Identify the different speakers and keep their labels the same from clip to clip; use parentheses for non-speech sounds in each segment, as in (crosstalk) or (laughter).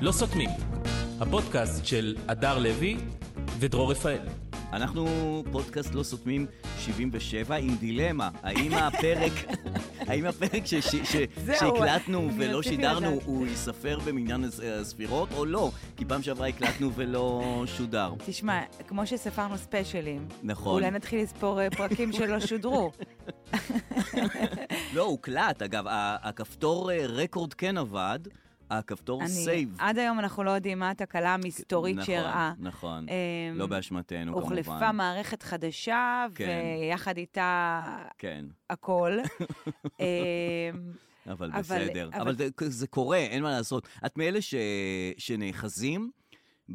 Speaker 1: לא סותמים, הפודקאסט של הדר לוי ודרור רפאל.
Speaker 2: אנחנו פודקאסט לא סותמים 77 עם דילמה, האם הפרק,
Speaker 3: (laughs)
Speaker 2: האם הפרק ש, ש, ש,
Speaker 3: זהו,
Speaker 2: שהקלטנו
Speaker 3: אני
Speaker 2: ולא
Speaker 3: רציתי
Speaker 2: שידרנו
Speaker 3: לדעת.
Speaker 2: הוא ייספר במניין הס- הספירות או לא? כי פעם שעברה הקלטנו ולא שודר.
Speaker 3: תשמע, כמו שספרנו ספיישלים,
Speaker 2: נכון.
Speaker 3: אולי נתחיל לספור אה,
Speaker 2: (laughs)
Speaker 3: פרקים שלא שודרו.
Speaker 2: לא, הוקלט, אגב, ה- הכפתור אה, רקורד כן עבד, הכפתור
Speaker 3: אני,
Speaker 2: סייב.
Speaker 3: עד היום אנחנו לא יודעים מה התקלה המסתורית
Speaker 2: נכון,
Speaker 3: שאירעה.
Speaker 2: נכון,
Speaker 3: אמ,
Speaker 2: לא באשמתנו כמובן.
Speaker 3: הוחלפה מערכת חדשה,
Speaker 2: כן.
Speaker 3: ויחד איתה
Speaker 2: כן. (laughs)
Speaker 3: הכל. אמ,
Speaker 2: אבל
Speaker 3: אבל-
Speaker 2: בסדר. אבל,
Speaker 3: אבל-
Speaker 2: אבל זה, זה קורה, אין מה לעשות. את מאלה ש, שנאחזים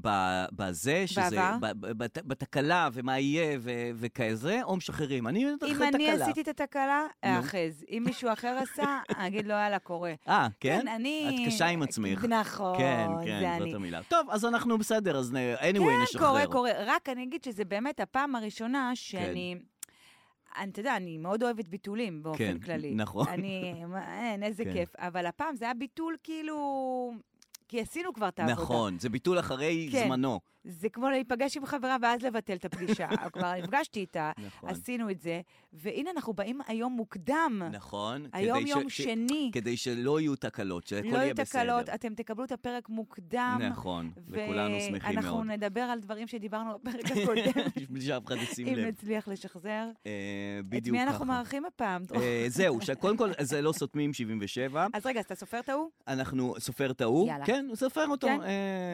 Speaker 2: ב- בזה, שזה...
Speaker 3: בעבר?
Speaker 2: ב- ב- בת- בתקלה, ומה יהיה, ו, וכזה, או משחררים. אני (laughs) אחרי
Speaker 3: אם
Speaker 2: תקלה.
Speaker 3: אני עשיתי את התקלה, אאחז. אם מישהו אחר
Speaker 2: (laughs)
Speaker 3: עשה, אגיד לו, יאללה, קורה.
Speaker 2: אה, כן?
Speaker 3: כן, אני...
Speaker 2: את קשה עם עצמך.
Speaker 3: נכון,
Speaker 2: כן,
Speaker 3: זה
Speaker 2: כן,
Speaker 3: אני.
Speaker 2: זאת המילה. טוב, אז אנחנו בסדר, אז נ- anyway,
Speaker 3: כן,
Speaker 2: נשחרר.
Speaker 3: קורה, קורה. רק אני אגיד שזה באמת הפעם
Speaker 2: כן.
Speaker 3: הראשונה שאני... אני, אתה יודע, אני מאוד אוהבת ביטולים באופן
Speaker 2: כן,
Speaker 3: כללי.
Speaker 2: נכון.
Speaker 3: אני, מה, אין, איזה
Speaker 2: כן.
Speaker 3: כיף. אבל הפעם זה היה ביטול כאילו... כי עשינו כבר את העבודה.
Speaker 2: נכון, זה ביטול אחרי
Speaker 3: כן.
Speaker 2: זמנו.
Speaker 3: זה כמו להיפגש עם חברה ואז לבטל
Speaker 2: (laughs)
Speaker 3: את הפגישה. כבר נפגשתי איתה,
Speaker 2: נכון.
Speaker 3: עשינו את זה, והנה אנחנו באים היום מוקדם.
Speaker 2: נכון.
Speaker 3: היום
Speaker 2: כדי ש-
Speaker 3: יום
Speaker 2: ש-
Speaker 3: שני.
Speaker 2: כדי שלא יהיו תקלות, שהכל
Speaker 3: לא
Speaker 2: יהיה
Speaker 3: יהיו
Speaker 2: בסדר.
Speaker 3: תקלות, אתם תקבלו את הפרק מוקדם.
Speaker 2: נכון, וכולנו שמחים
Speaker 3: ואנחנו
Speaker 2: מאוד.
Speaker 3: נדבר על דברים שדיברנו בפרק
Speaker 2: (laughs)
Speaker 3: הקודם,
Speaker 2: בשביל שאף אחד ישים
Speaker 3: אם
Speaker 2: לב.
Speaker 3: נצליח לשחזר.
Speaker 2: אה, בדיוק
Speaker 3: את
Speaker 2: ככה.
Speaker 3: מי אנחנו מארחים הפעם? דרור?
Speaker 2: אה, זהו, שקודם כל, זה לא סותמים 77,
Speaker 3: אז רגע, אז אתה סופר את ההוא?
Speaker 2: אנחנו, סופר את ההוא,
Speaker 3: יאללה.
Speaker 2: כן, סופר אותו.
Speaker 3: כן,
Speaker 2: אה,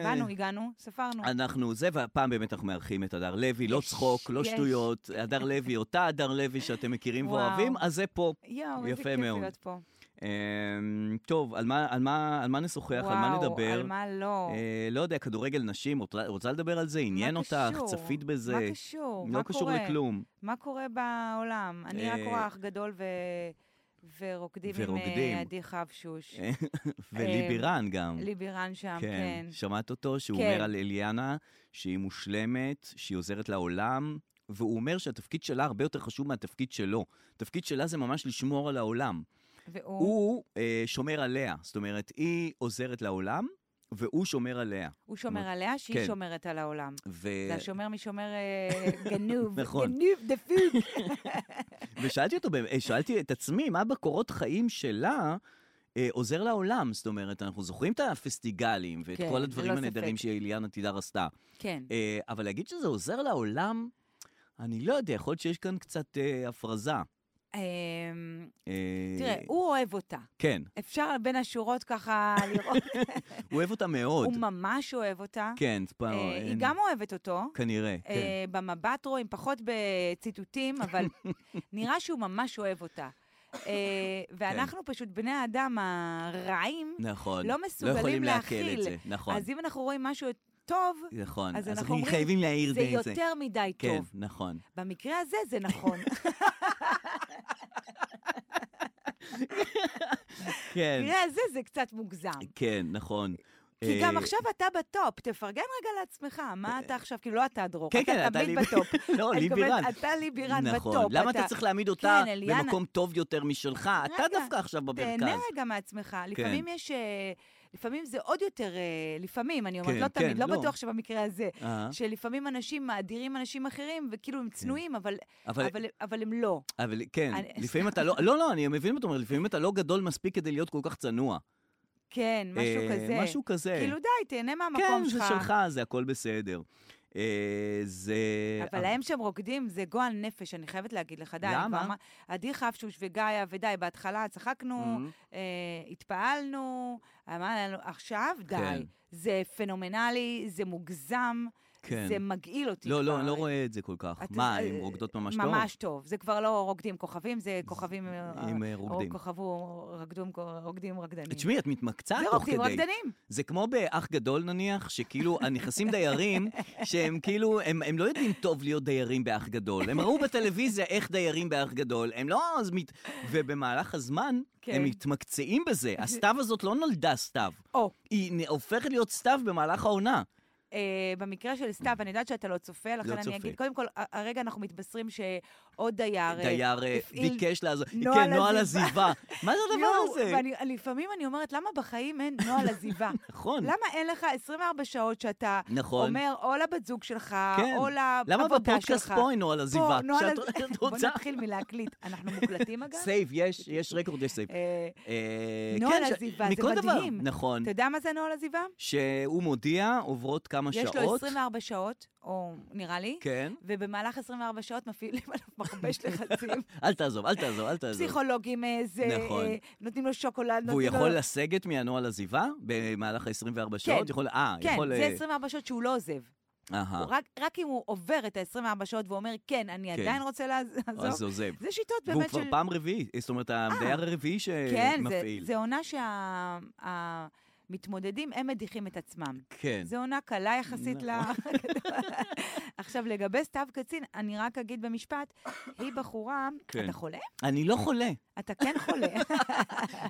Speaker 3: באנו, הגענו, ספרנו.
Speaker 2: אנחנו זה, והפעם באמת אנחנו מארחים את הדר לוי, לא
Speaker 3: יש,
Speaker 2: צחוק, לא
Speaker 3: יש.
Speaker 2: שטויות, הדר לוי, אותה הדר לוי שאתם מכירים
Speaker 3: וואו.
Speaker 2: ואוהבים, אז זה פה.
Speaker 3: יואו, איזה
Speaker 2: יפה
Speaker 3: כיף
Speaker 2: מאוד.
Speaker 3: להיות פה.
Speaker 2: אה, טוב, על מה- על מה על מה נשוחח, על מה
Speaker 3: וואו,
Speaker 2: נדבר?
Speaker 3: על מה לא.
Speaker 2: אה, לא יודע, כדורגל נשים, רוצה- רוצה לדבר על זה? עניין אותך?
Speaker 3: קשור?
Speaker 2: צפית בזה?
Speaker 3: מה קשור?
Speaker 2: לא
Speaker 3: מה
Speaker 2: קשור
Speaker 3: קורה?
Speaker 2: לכלום.
Speaker 3: מה קורה בעולם? אני רק
Speaker 2: אה,
Speaker 3: רואה אח גדול ו... ורוקדים עם
Speaker 2: ורוקדים. אה.
Speaker 3: אה, עדי חבשוש. אה,
Speaker 2: וליבירן גם.
Speaker 3: ליבירן שם,
Speaker 2: כן.
Speaker 3: כן.
Speaker 2: שמעת אותו? שהוא
Speaker 3: כן.
Speaker 2: אומר על אליאנה שהיא מושלמת, שהיא עוזרת לעולם, והוא אומר שהתפקיד שלה הרבה יותר חשוב מהתפקיד שלו. התפקיד שלה זה ממש לשמור על העולם.
Speaker 3: והוא
Speaker 2: הוא אה, שומר עליה, זאת אומרת, היא עוזרת לעולם, והוא שומר עליה.
Speaker 3: הוא שומר עליה, שהיא
Speaker 2: כן.
Speaker 3: שומרת על העולם.
Speaker 2: ו...
Speaker 3: זה השומר משומר אה,
Speaker 2: (laughs)
Speaker 3: גנוב.
Speaker 2: נכון.
Speaker 3: גנוב, דפוק.
Speaker 2: (laughs) ושאלתי אותו, באמת- אה, שאלתי את עצמי, מה בקורות חיים שלה אה, עוזר לעולם? זאת אומרת, אנחנו זוכרים את הפסטיגלים, ואת
Speaker 3: כן,
Speaker 2: כל הדברים
Speaker 3: ללא
Speaker 2: הנהדרים
Speaker 3: ספק.
Speaker 2: שאליאנה תידר עשתה.
Speaker 3: כן.
Speaker 2: אה, אבל להגיד שזה עוזר לעולם, אני לא יודע, יכול להיות שיש כאן קצת אה, הפרזה.
Speaker 3: אמ,
Speaker 2: אה,
Speaker 3: תראה, הוא אוהב אותה.
Speaker 2: כן,
Speaker 3: אפשר בין
Speaker 2: (laughs)
Speaker 3: השורות ככה לראות,
Speaker 2: הוא אוהב אותה מאוד.
Speaker 3: הוא ממש אוהב אותה.
Speaker 2: כן, פעם,
Speaker 3: אה,
Speaker 2: אה,
Speaker 3: היא גם אוהבת אותו.
Speaker 2: כנראה, כן.
Speaker 3: אה, במבט רואים, פחות
Speaker 2: (laughs)
Speaker 3: בציטוטים, אבל נראה שהוא ממש אוהב אותה.
Speaker 2: (laughs)
Speaker 3: אה,
Speaker 2: כן.
Speaker 3: ואנחנו פשוט, בני האדם הרעים,
Speaker 2: נכון.
Speaker 3: לא מסוגלים
Speaker 2: יכולים לעכל
Speaker 3: להכיל.
Speaker 2: את זה, נכון.
Speaker 3: אז אם אנחנו רואים משהו טוב,
Speaker 2: נכון,
Speaker 3: אז
Speaker 2: אז
Speaker 3: אנחנו
Speaker 2: אנחנו
Speaker 3: אומרים,
Speaker 2: חייבים להעיר
Speaker 3: זה
Speaker 2: את זה.
Speaker 3: יותר מדי
Speaker 2: כן,
Speaker 3: טוב.
Speaker 2: נכון.
Speaker 3: במקרה הזה זה
Speaker 2: (laughs)
Speaker 3: נכון.
Speaker 2: כן,
Speaker 3: במקרה הזה זה קצת מוגזם.
Speaker 2: כן, נכון.
Speaker 3: כי
Speaker 2: אה,
Speaker 3: גם עכשיו אתה בטופ, תפרגן רגע לעצמך, מה אתה עכשיו, כאילו לא אתה דרור,
Speaker 2: כן, כן,
Speaker 3: אתה
Speaker 2: אתה
Speaker 3: תמיד
Speaker 2: לי-
Speaker 3: בטופ.
Speaker 2: (laughs) לא,
Speaker 3: אני
Speaker 2: לי
Speaker 3: מתכוונת,
Speaker 2: בירן.
Speaker 3: אתה לי בירן בטופ.
Speaker 2: נכון, למה אתה צריך להעמיד אותה
Speaker 3: כן, אליאנה.
Speaker 2: במקום טוב יותר משלך? אתה
Speaker 3: רגע,
Speaker 2: דווקא עכשיו
Speaker 3: תהנה
Speaker 2: במרכז.
Speaker 3: רגע מעצמך,
Speaker 2: כן.
Speaker 3: לפעמים יש, אה, לפעמים זה עוד יותר, אה, לפעמים, אני אומרת,
Speaker 2: כן,
Speaker 3: לא
Speaker 2: כן,
Speaker 3: תמיד, לא
Speaker 2: לא.
Speaker 3: בטוח שבמקרה הזה,
Speaker 2: אה. כן.
Speaker 3: שלפעמים אנשים מאדירים אנשים אחרים, וכאילו הם צנועים, אבל-
Speaker 2: אבל-
Speaker 3: אבל- אבל הם לא.
Speaker 2: אבל כן,
Speaker 3: אני-
Speaker 2: לפעמים אתה לא, לא, לא, אני מבין מה אתה אומר, לפעמים אתה לא גדול מספיק כדי להיות כל כך צנוע.
Speaker 3: כן, משהו
Speaker 2: אה,
Speaker 3: כזה.
Speaker 2: משהו כזה.
Speaker 3: כאילו די, תהנה מהמקום שלך.
Speaker 2: כן, זה שלך, זה הכל בסדר. אה, זה... אה,
Speaker 3: אבל להם שהם רוקדים, זה גועל נפש, אני חייבת להגיד לך, די. אני
Speaker 2: למה?
Speaker 3: כבר אמר- עדי חפשוש וגאיה, ודי, בהתחלה צחקנו, אה, התפעלנו, אמרנו, עכשיו
Speaker 2: כן.
Speaker 3: די. זה פנומנלי, זה מוגזם,
Speaker 2: כן.
Speaker 3: זה מגעיל אותי כבר.
Speaker 2: לא, לא, אני לא רואה את זה כל כך.
Speaker 3: את-
Speaker 2: מה,
Speaker 3: אה,
Speaker 2: הן רוקדות ממש טוב?
Speaker 3: ממש טוב. זה כבר לא רוקדים כוכבים, זה כוכבים... אה,
Speaker 2: עם, אה,
Speaker 3: או
Speaker 2: רוקדים.
Speaker 3: כוכבו, רקדום, רוקדים רקדנים.
Speaker 2: תשמעי, את מתמקצעת
Speaker 3: זה
Speaker 2: תוך כדי.
Speaker 3: רוקדים רקדנים.
Speaker 2: זה כמו באח גדול נניח, שכאילו נכנסים
Speaker 3: (laughs)
Speaker 2: דיירים, שהם כאילו, הם, הם לא יודעים טוב להיות דיירים באח גדול. הם ראו בטלוויזיה איך דיירים באח גדול, הם לא... אז מת... ובמהלך הזמן,
Speaker 3: כן.
Speaker 2: הם מתמקצעים
Speaker 3: (laughs)
Speaker 2: בזה. הסתיו הזאת לא נולדה סתיו.
Speaker 3: או,
Speaker 2: היא נ- הופכת להיות סתיו במהלך העונה.
Speaker 3: אה, במקרה של סתיו, אני יודעת שאתה לא צופה, לכן
Speaker 2: לא
Speaker 3: אני
Speaker 2: צופה.
Speaker 3: אגיד, קודם כל, ה- הרגע אנחנו מתבשרים עוד דייר אה,
Speaker 2: דייר אה,
Speaker 3: הפעיל
Speaker 2: ביקש לעזוב.
Speaker 3: נוהל
Speaker 2: כן, נוהל
Speaker 3: עזיבה.
Speaker 2: עזיבה. מה זה הדבר
Speaker 3: לא,
Speaker 2: הזה?
Speaker 3: ואני, לפעמים אני אומרת, למה בחיים אין נוהל עזיבה?
Speaker 2: (laughs) נכון,
Speaker 3: למה אין לך 24 שעות שאתה
Speaker 2: נכון.
Speaker 3: אומר או לבת זוג שלך,
Speaker 2: כן.
Speaker 3: או לעבודה שלך?
Speaker 2: למה בפודקאסט פה אין נוהל עזיבה?
Speaker 3: פה, נוהל
Speaker 2: שאת-
Speaker 3: עז-
Speaker 2: את
Speaker 3: (laughs) בוא
Speaker 2: רוצה-
Speaker 3: נתחיל מלהקליט. אנחנו
Speaker 2: (laughs)
Speaker 3: מוקלטים אגב?
Speaker 2: סייב,
Speaker 3: (laughs)
Speaker 2: יש, יש רקורד, יש סייב.
Speaker 3: אה,
Speaker 2: אה,
Speaker 3: נוהל
Speaker 2: כן, ש-
Speaker 3: עזיבה, זה
Speaker 2: מכל דבר,
Speaker 3: מדהים.
Speaker 2: נכון.
Speaker 3: אתה יודע מה זה נוהל עזיבה?
Speaker 2: שהוא מודיע, עוברות כמה
Speaker 3: יש
Speaker 2: שעות.
Speaker 3: לו 24 שעות, או נראה לי,
Speaker 2: כן.
Speaker 3: ובמהלך 24 שעות מפעילים
Speaker 2: (laughs)
Speaker 3: עליו מכבש לחצים.
Speaker 2: אל תעזוב, אל תעזוב, אל תעזוב.
Speaker 3: פסיכולוגים איזה,
Speaker 2: נכון.
Speaker 3: אה, נותנים לו שוקולד,
Speaker 2: והוא
Speaker 3: נותנים לו...
Speaker 2: יכול לסגת מהנוהל עזיבה במהלך ה-24 שעות? יכול... אה,
Speaker 3: כן,
Speaker 2: יכול...
Speaker 3: זה
Speaker 2: אה,
Speaker 3: 24 שעות שהוא לא עוזב.
Speaker 2: אהה,
Speaker 3: רק, רק אם הוא עובר את ה-24 שעות ואומר, כן, אני
Speaker 2: אה. כן.
Speaker 3: עדיין רוצה לעז- (laughs)
Speaker 2: אז
Speaker 3: לעזוב,
Speaker 2: זה עוזב.
Speaker 3: זה שיטות
Speaker 2: והוא
Speaker 3: באמת של... אה,
Speaker 2: כבר אה, פעם רביעית, זאת אומרת, הדייר הרביעי
Speaker 3: כן, זה,
Speaker 2: שמפעיל.
Speaker 3: זה עונה שהמתמודדים, הם מדיחים את עצמם.
Speaker 2: כן. נכון.
Speaker 3: זו עונה קלה יחסית ל... (laughs) עכשיו, לגבי סתיו קצין, אני רק אגיד במשפט, היא בחורה...
Speaker 2: כן.
Speaker 3: אתה חולה?
Speaker 2: אני לא חולה.
Speaker 3: אתה כן חולה. (laughs)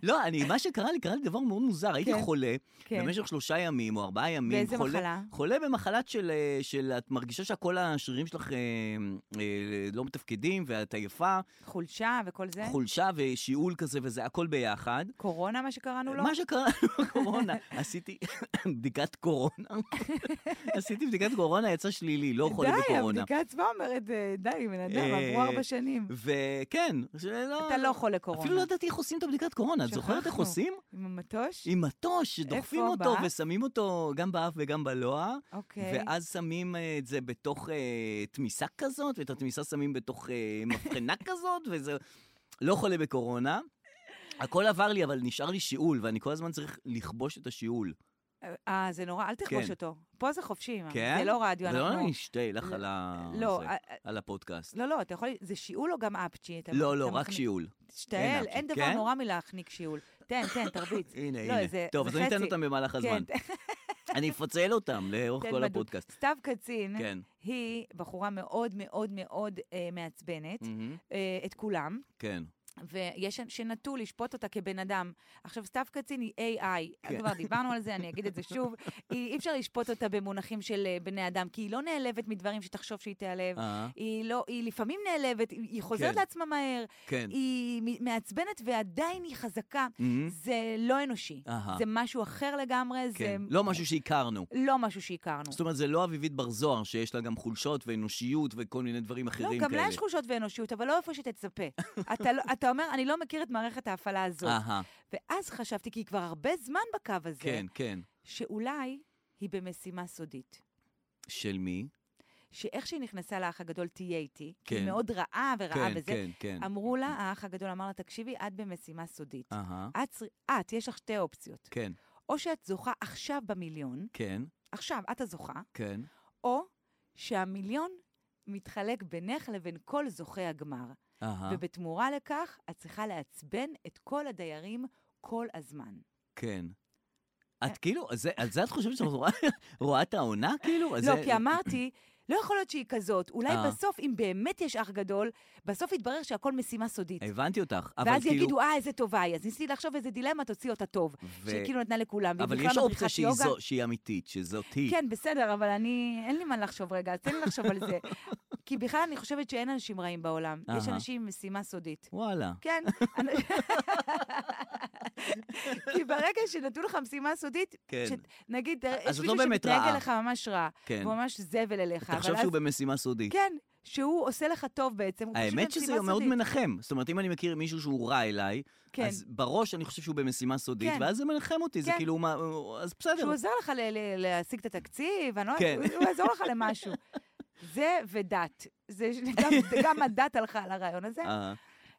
Speaker 2: לא, אני, מה שקרה לי, קרה לי דבר מאוד מוזר. הייתי
Speaker 3: כן.
Speaker 2: חולה
Speaker 3: כן.
Speaker 2: במשך שלושה ימים או ארבעה ימים.
Speaker 3: באיזה
Speaker 2: חולה-
Speaker 3: מחלה?
Speaker 2: חולה במחלת של, אה, של את מרגישה שכל השרירים שלך אה, אה, לא מתפקדים, ואת עייפה,
Speaker 3: חולשה וכל זה?
Speaker 2: חולשה ושיעול כזה וזה, הכל ביחד.
Speaker 3: קורונה, מה שקראנו לו?
Speaker 2: מה שקרה לנו בקורונה, (laughs) עשיתי (coughs) בדיקת
Speaker 3: (laughs)
Speaker 2: קורונה, עשיתי בדיקת קורונה, יצא שלילי, לא חולה
Speaker 3: די,
Speaker 2: בקורונה.
Speaker 3: הבדיקה עצמה אומרת, אה, די, בן אדם,
Speaker 2: אה,
Speaker 3: עברו ארבע שנים.
Speaker 2: וכן, שלא...
Speaker 3: אתה לא חולה קורונה.
Speaker 2: אפילו לא ידעתי איך עושים את הבדיקת קורונה, את זוכרת איך
Speaker 3: שכחנו.
Speaker 2: עושים?
Speaker 3: עם המטוש?
Speaker 2: עם מטוש, שדוחפים
Speaker 3: איפה,
Speaker 2: אותו
Speaker 3: באף?
Speaker 2: ושמים אותו גם באף וגם בלוע,
Speaker 3: אוקיי.
Speaker 2: ואז שמים אה, את זה בתוך אה, תמיסה כזאת, ואת התמיסה שמים בתוך אה, מבחנה (laughs) כזאת, וזה לא חולה בקורונה. הכל עבר לי, אבל נשאר לי שיעול, ואני כל הזמן צריך לכבוש את השיעול.
Speaker 3: אה, זה נורא, אל תכבוש
Speaker 2: כן.
Speaker 3: אותו. פה זה חופשי, מה.
Speaker 2: כן?
Speaker 3: זה לא רדיו,
Speaker 2: זה לא
Speaker 3: אנחנו...
Speaker 2: נשתה לך
Speaker 3: לא,
Speaker 2: על ה-
Speaker 3: לא,
Speaker 2: זה,
Speaker 3: אה, אה,
Speaker 2: על הפודקאסט.
Speaker 3: לא, לא, אתה יכול... זה שיעול או גם אפצ'י? אתה-
Speaker 2: לא,
Speaker 3: אתה
Speaker 2: לא, רק
Speaker 3: מחניק?
Speaker 2: שיעול. אין
Speaker 3: תשתעל,
Speaker 2: אפצ'י,
Speaker 3: אין דבר
Speaker 2: כן?
Speaker 3: נורא מלהחניק שיעול. תן, תן, תרביץ.
Speaker 2: (laughs) הנה,
Speaker 3: לא,
Speaker 2: הנה.
Speaker 3: זה-
Speaker 2: טוב,
Speaker 3: זה
Speaker 2: אז אני אתן
Speaker 3: חצי.
Speaker 2: אותם במהלך הזמן.
Speaker 3: כן, (laughs) תן-
Speaker 2: אני אפצל אותם לאורך
Speaker 3: תן
Speaker 2: כל
Speaker 3: בדוק.
Speaker 2: הפודקאסט.
Speaker 3: סתיו קצין
Speaker 2: כן.
Speaker 3: היא בחורה מאוד מאוד מאוד אה, מעצבנת,
Speaker 2: מהמם,
Speaker 3: אה, את כולם.
Speaker 2: כן.
Speaker 3: ויש שנטו לשפוט אותה כבן אדם. עכשיו, סתיו קצין היא AI,
Speaker 2: כן.
Speaker 3: כבר דיברנו על זה, אני אגיד את זה
Speaker 2: (laughs)
Speaker 3: שוב. היא- אי אפשר לשפוט אותה במונחים של אה, בני אדם, כי היא לא נעלבת מדברים שתחשוב שהיא תיעלב.
Speaker 2: אה,
Speaker 3: היא לא, היא לפעמים נעלבת, היא- היא חוזרת
Speaker 2: כן.
Speaker 3: לעצמה מהר,
Speaker 2: כן.
Speaker 3: היא מ- מעצבנת ועדיין היא חזקה.
Speaker 2: מהמם,
Speaker 3: זה לא אנושי.
Speaker 2: אהה,
Speaker 3: זה משהו אחר לגמרי, זה
Speaker 2: כן. לא משהו שהכרנו.
Speaker 3: לא משהו שהכרנו.
Speaker 2: זאת אומרת, זה לא אביבית בר זוהר, שיש לה גם חולשות ואנושיות וכל מיני דברים
Speaker 3: לא,
Speaker 2: אחרים כאלה.
Speaker 3: גם לה יש חולשות ואנושיות, אבל לא
Speaker 2: (laughs)
Speaker 3: איפה שתצפה. אתה, לא- אתה אומר, אני לא מכיר את מערכת ההפעלה הזאת.
Speaker 2: אהה,
Speaker 3: ואז חשבתי, כי היא כבר הרבה זמן בקו הזה,
Speaker 2: כן, כן.
Speaker 3: שאולי היא במשימה סודית.
Speaker 2: של מי?
Speaker 3: שאיך שהיא נכנסה לאח הגדול, תהיה איתי. כי
Speaker 2: כן.
Speaker 3: היא מאוד רעה ורעה
Speaker 2: כן,
Speaker 3: וזה.
Speaker 2: כן, כן.
Speaker 3: אמרו לה, האח הגדול אמר לה, תקשיבי, את במשימה סודית.
Speaker 2: אהה,
Speaker 3: את, צר- את, יש לך שתי אופציות.
Speaker 2: כן,
Speaker 3: או שאת זוכה עכשיו במיליון,
Speaker 2: כן,
Speaker 3: עכשיו את הזוכה,
Speaker 2: כן.
Speaker 3: או שהמיליון מתחלק בינך לבין כל זוכי הגמר.
Speaker 2: אהה,
Speaker 3: ובתמורה לכך, את צריכה לעצבן את כל הדיירים כל הזמן.
Speaker 2: כן.
Speaker 3: אה.
Speaker 2: את כאילו, זה- על זה את חושבת שאת רואה- (laughs) רואה את העונה כאילו? אז
Speaker 3: לא,
Speaker 2: זה-
Speaker 3: כי אמרתי, לא יכול להיות שהיא כזאת. אולי
Speaker 2: אה.
Speaker 3: בסוף, אם באמת יש אח גדול, בסוף יתברר שהכל משימה סודית.
Speaker 2: הבנתי אותך, אבל
Speaker 3: ואז
Speaker 2: כאילו...
Speaker 3: יגידו, אה, איזה טובה היא. אז ניסיתי לחשוב איזה דילמה תוציא אותה טוב.
Speaker 2: ו-
Speaker 3: שהיא כאילו נתנה לכולם, והיא
Speaker 2: אבל
Speaker 3: בכלל
Speaker 2: יש אופציה
Speaker 3: מדריכת
Speaker 2: שהיא,
Speaker 3: יוגה.
Speaker 2: זו, שהיא אמיתית, שזאת היא.
Speaker 3: כן, בסדר, אבל אני, אין לי מה לחשוב רגע, אז תן לי לחשוב על
Speaker 2: (laughs)
Speaker 3: זה. כי בכלל אני חושבת שאין אנשים רעים בעולם, יש
Speaker 2: אהה.
Speaker 3: אנשים עם משימה סודית.
Speaker 2: וואלה.
Speaker 3: כן. (laughs) אנ- כי ברגע שנתנו לך משימה סודית,
Speaker 2: כן.
Speaker 3: ש- נגיד, אה,
Speaker 2: אז
Speaker 3: יש
Speaker 2: זאת
Speaker 3: מישהו
Speaker 2: לא באמת
Speaker 3: שמתנהג
Speaker 2: רעה.
Speaker 3: אליך ממש רע,
Speaker 2: כן.
Speaker 3: והוא ממש זבל אליך. אבל
Speaker 2: תחשוב
Speaker 3: אז-
Speaker 2: שהוא במשימה סודית.
Speaker 3: כן, שהוא עושה לך טוב בעצם, הוא פשוט
Speaker 2: האמת
Speaker 3: במשימה
Speaker 2: שזה מאוד
Speaker 3: סודית.
Speaker 2: מנחם. זאת אומרת, אם אני מכיר מישהו שהוא רע אליי,
Speaker 3: כן.
Speaker 2: אז בראש אני חושב שהוא במשימה סודית,
Speaker 3: כן.
Speaker 2: ואז זה מנחם אותי, זה
Speaker 3: כן.
Speaker 2: כאילו, מה, אז בסדר.
Speaker 3: שהוא עוזר לך ל- ל- להשיג את התקציב, אני לא
Speaker 2: כן.
Speaker 3: יודעת, הוא יעזור לך
Speaker 2: (laughs)
Speaker 3: למשהו. זה ודת. זה ש- (laughs) גם- גם הדת הלכה על הרעיון הזה.
Speaker 2: אה,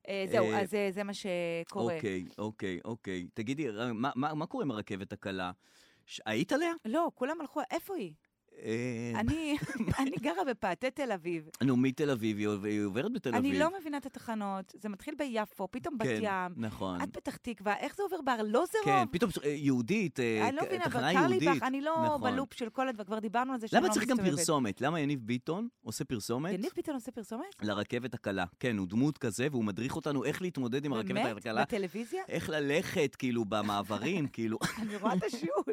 Speaker 3: אה, זהו,
Speaker 2: אה,
Speaker 3: אז אה, זה מה שקורה.
Speaker 2: אוקיי, אוקיי, אוקיי. תגידי, ר- מה- מה מה קורה עם הרכבת הקלה? ש- היית עליה?
Speaker 3: לא, כולם הלכו, איפה היא?
Speaker 2: אה, (laughs)
Speaker 3: אני אני גרה בפאתי תל אביב.
Speaker 2: נו, מתל אביב, היא עוב- היא עוברת בתל אביב.
Speaker 3: אני לא מבינה את התחנות, זה מתחיל ביפו, פתאום בת
Speaker 2: כן,
Speaker 3: ים,
Speaker 2: נכון.
Speaker 3: עד פתח תקווה, איך זה עובר בארלוזרוב?
Speaker 2: כן, פתאום אה, יהודית, אה,
Speaker 3: אני לא
Speaker 2: ת-
Speaker 3: מבינה, אבל
Speaker 2: תחנה
Speaker 3: קר לי
Speaker 2: יהודית.
Speaker 3: בך, אני לא
Speaker 2: נכון.
Speaker 3: בלופ של כל הדבר, כבר דיברנו על זה שאני לא
Speaker 2: למה צריך גם
Speaker 3: מסתובבת.
Speaker 2: פרסומת? למה יניב ביטון עושה פרסומת?
Speaker 3: יניב ביטון עושה פרסומת?
Speaker 2: לרכבת הקלה. כן, הוא דמות כזה, והוא מדריך אותנו איך להתמודד עם הרכבת
Speaker 3: באמת?
Speaker 2: הקלה.
Speaker 3: בטלוויזיה?
Speaker 2: איך ללכת, כאילו, במעברים, (laughs) כאילו, (laughs)
Speaker 3: אני רואה את השיעול.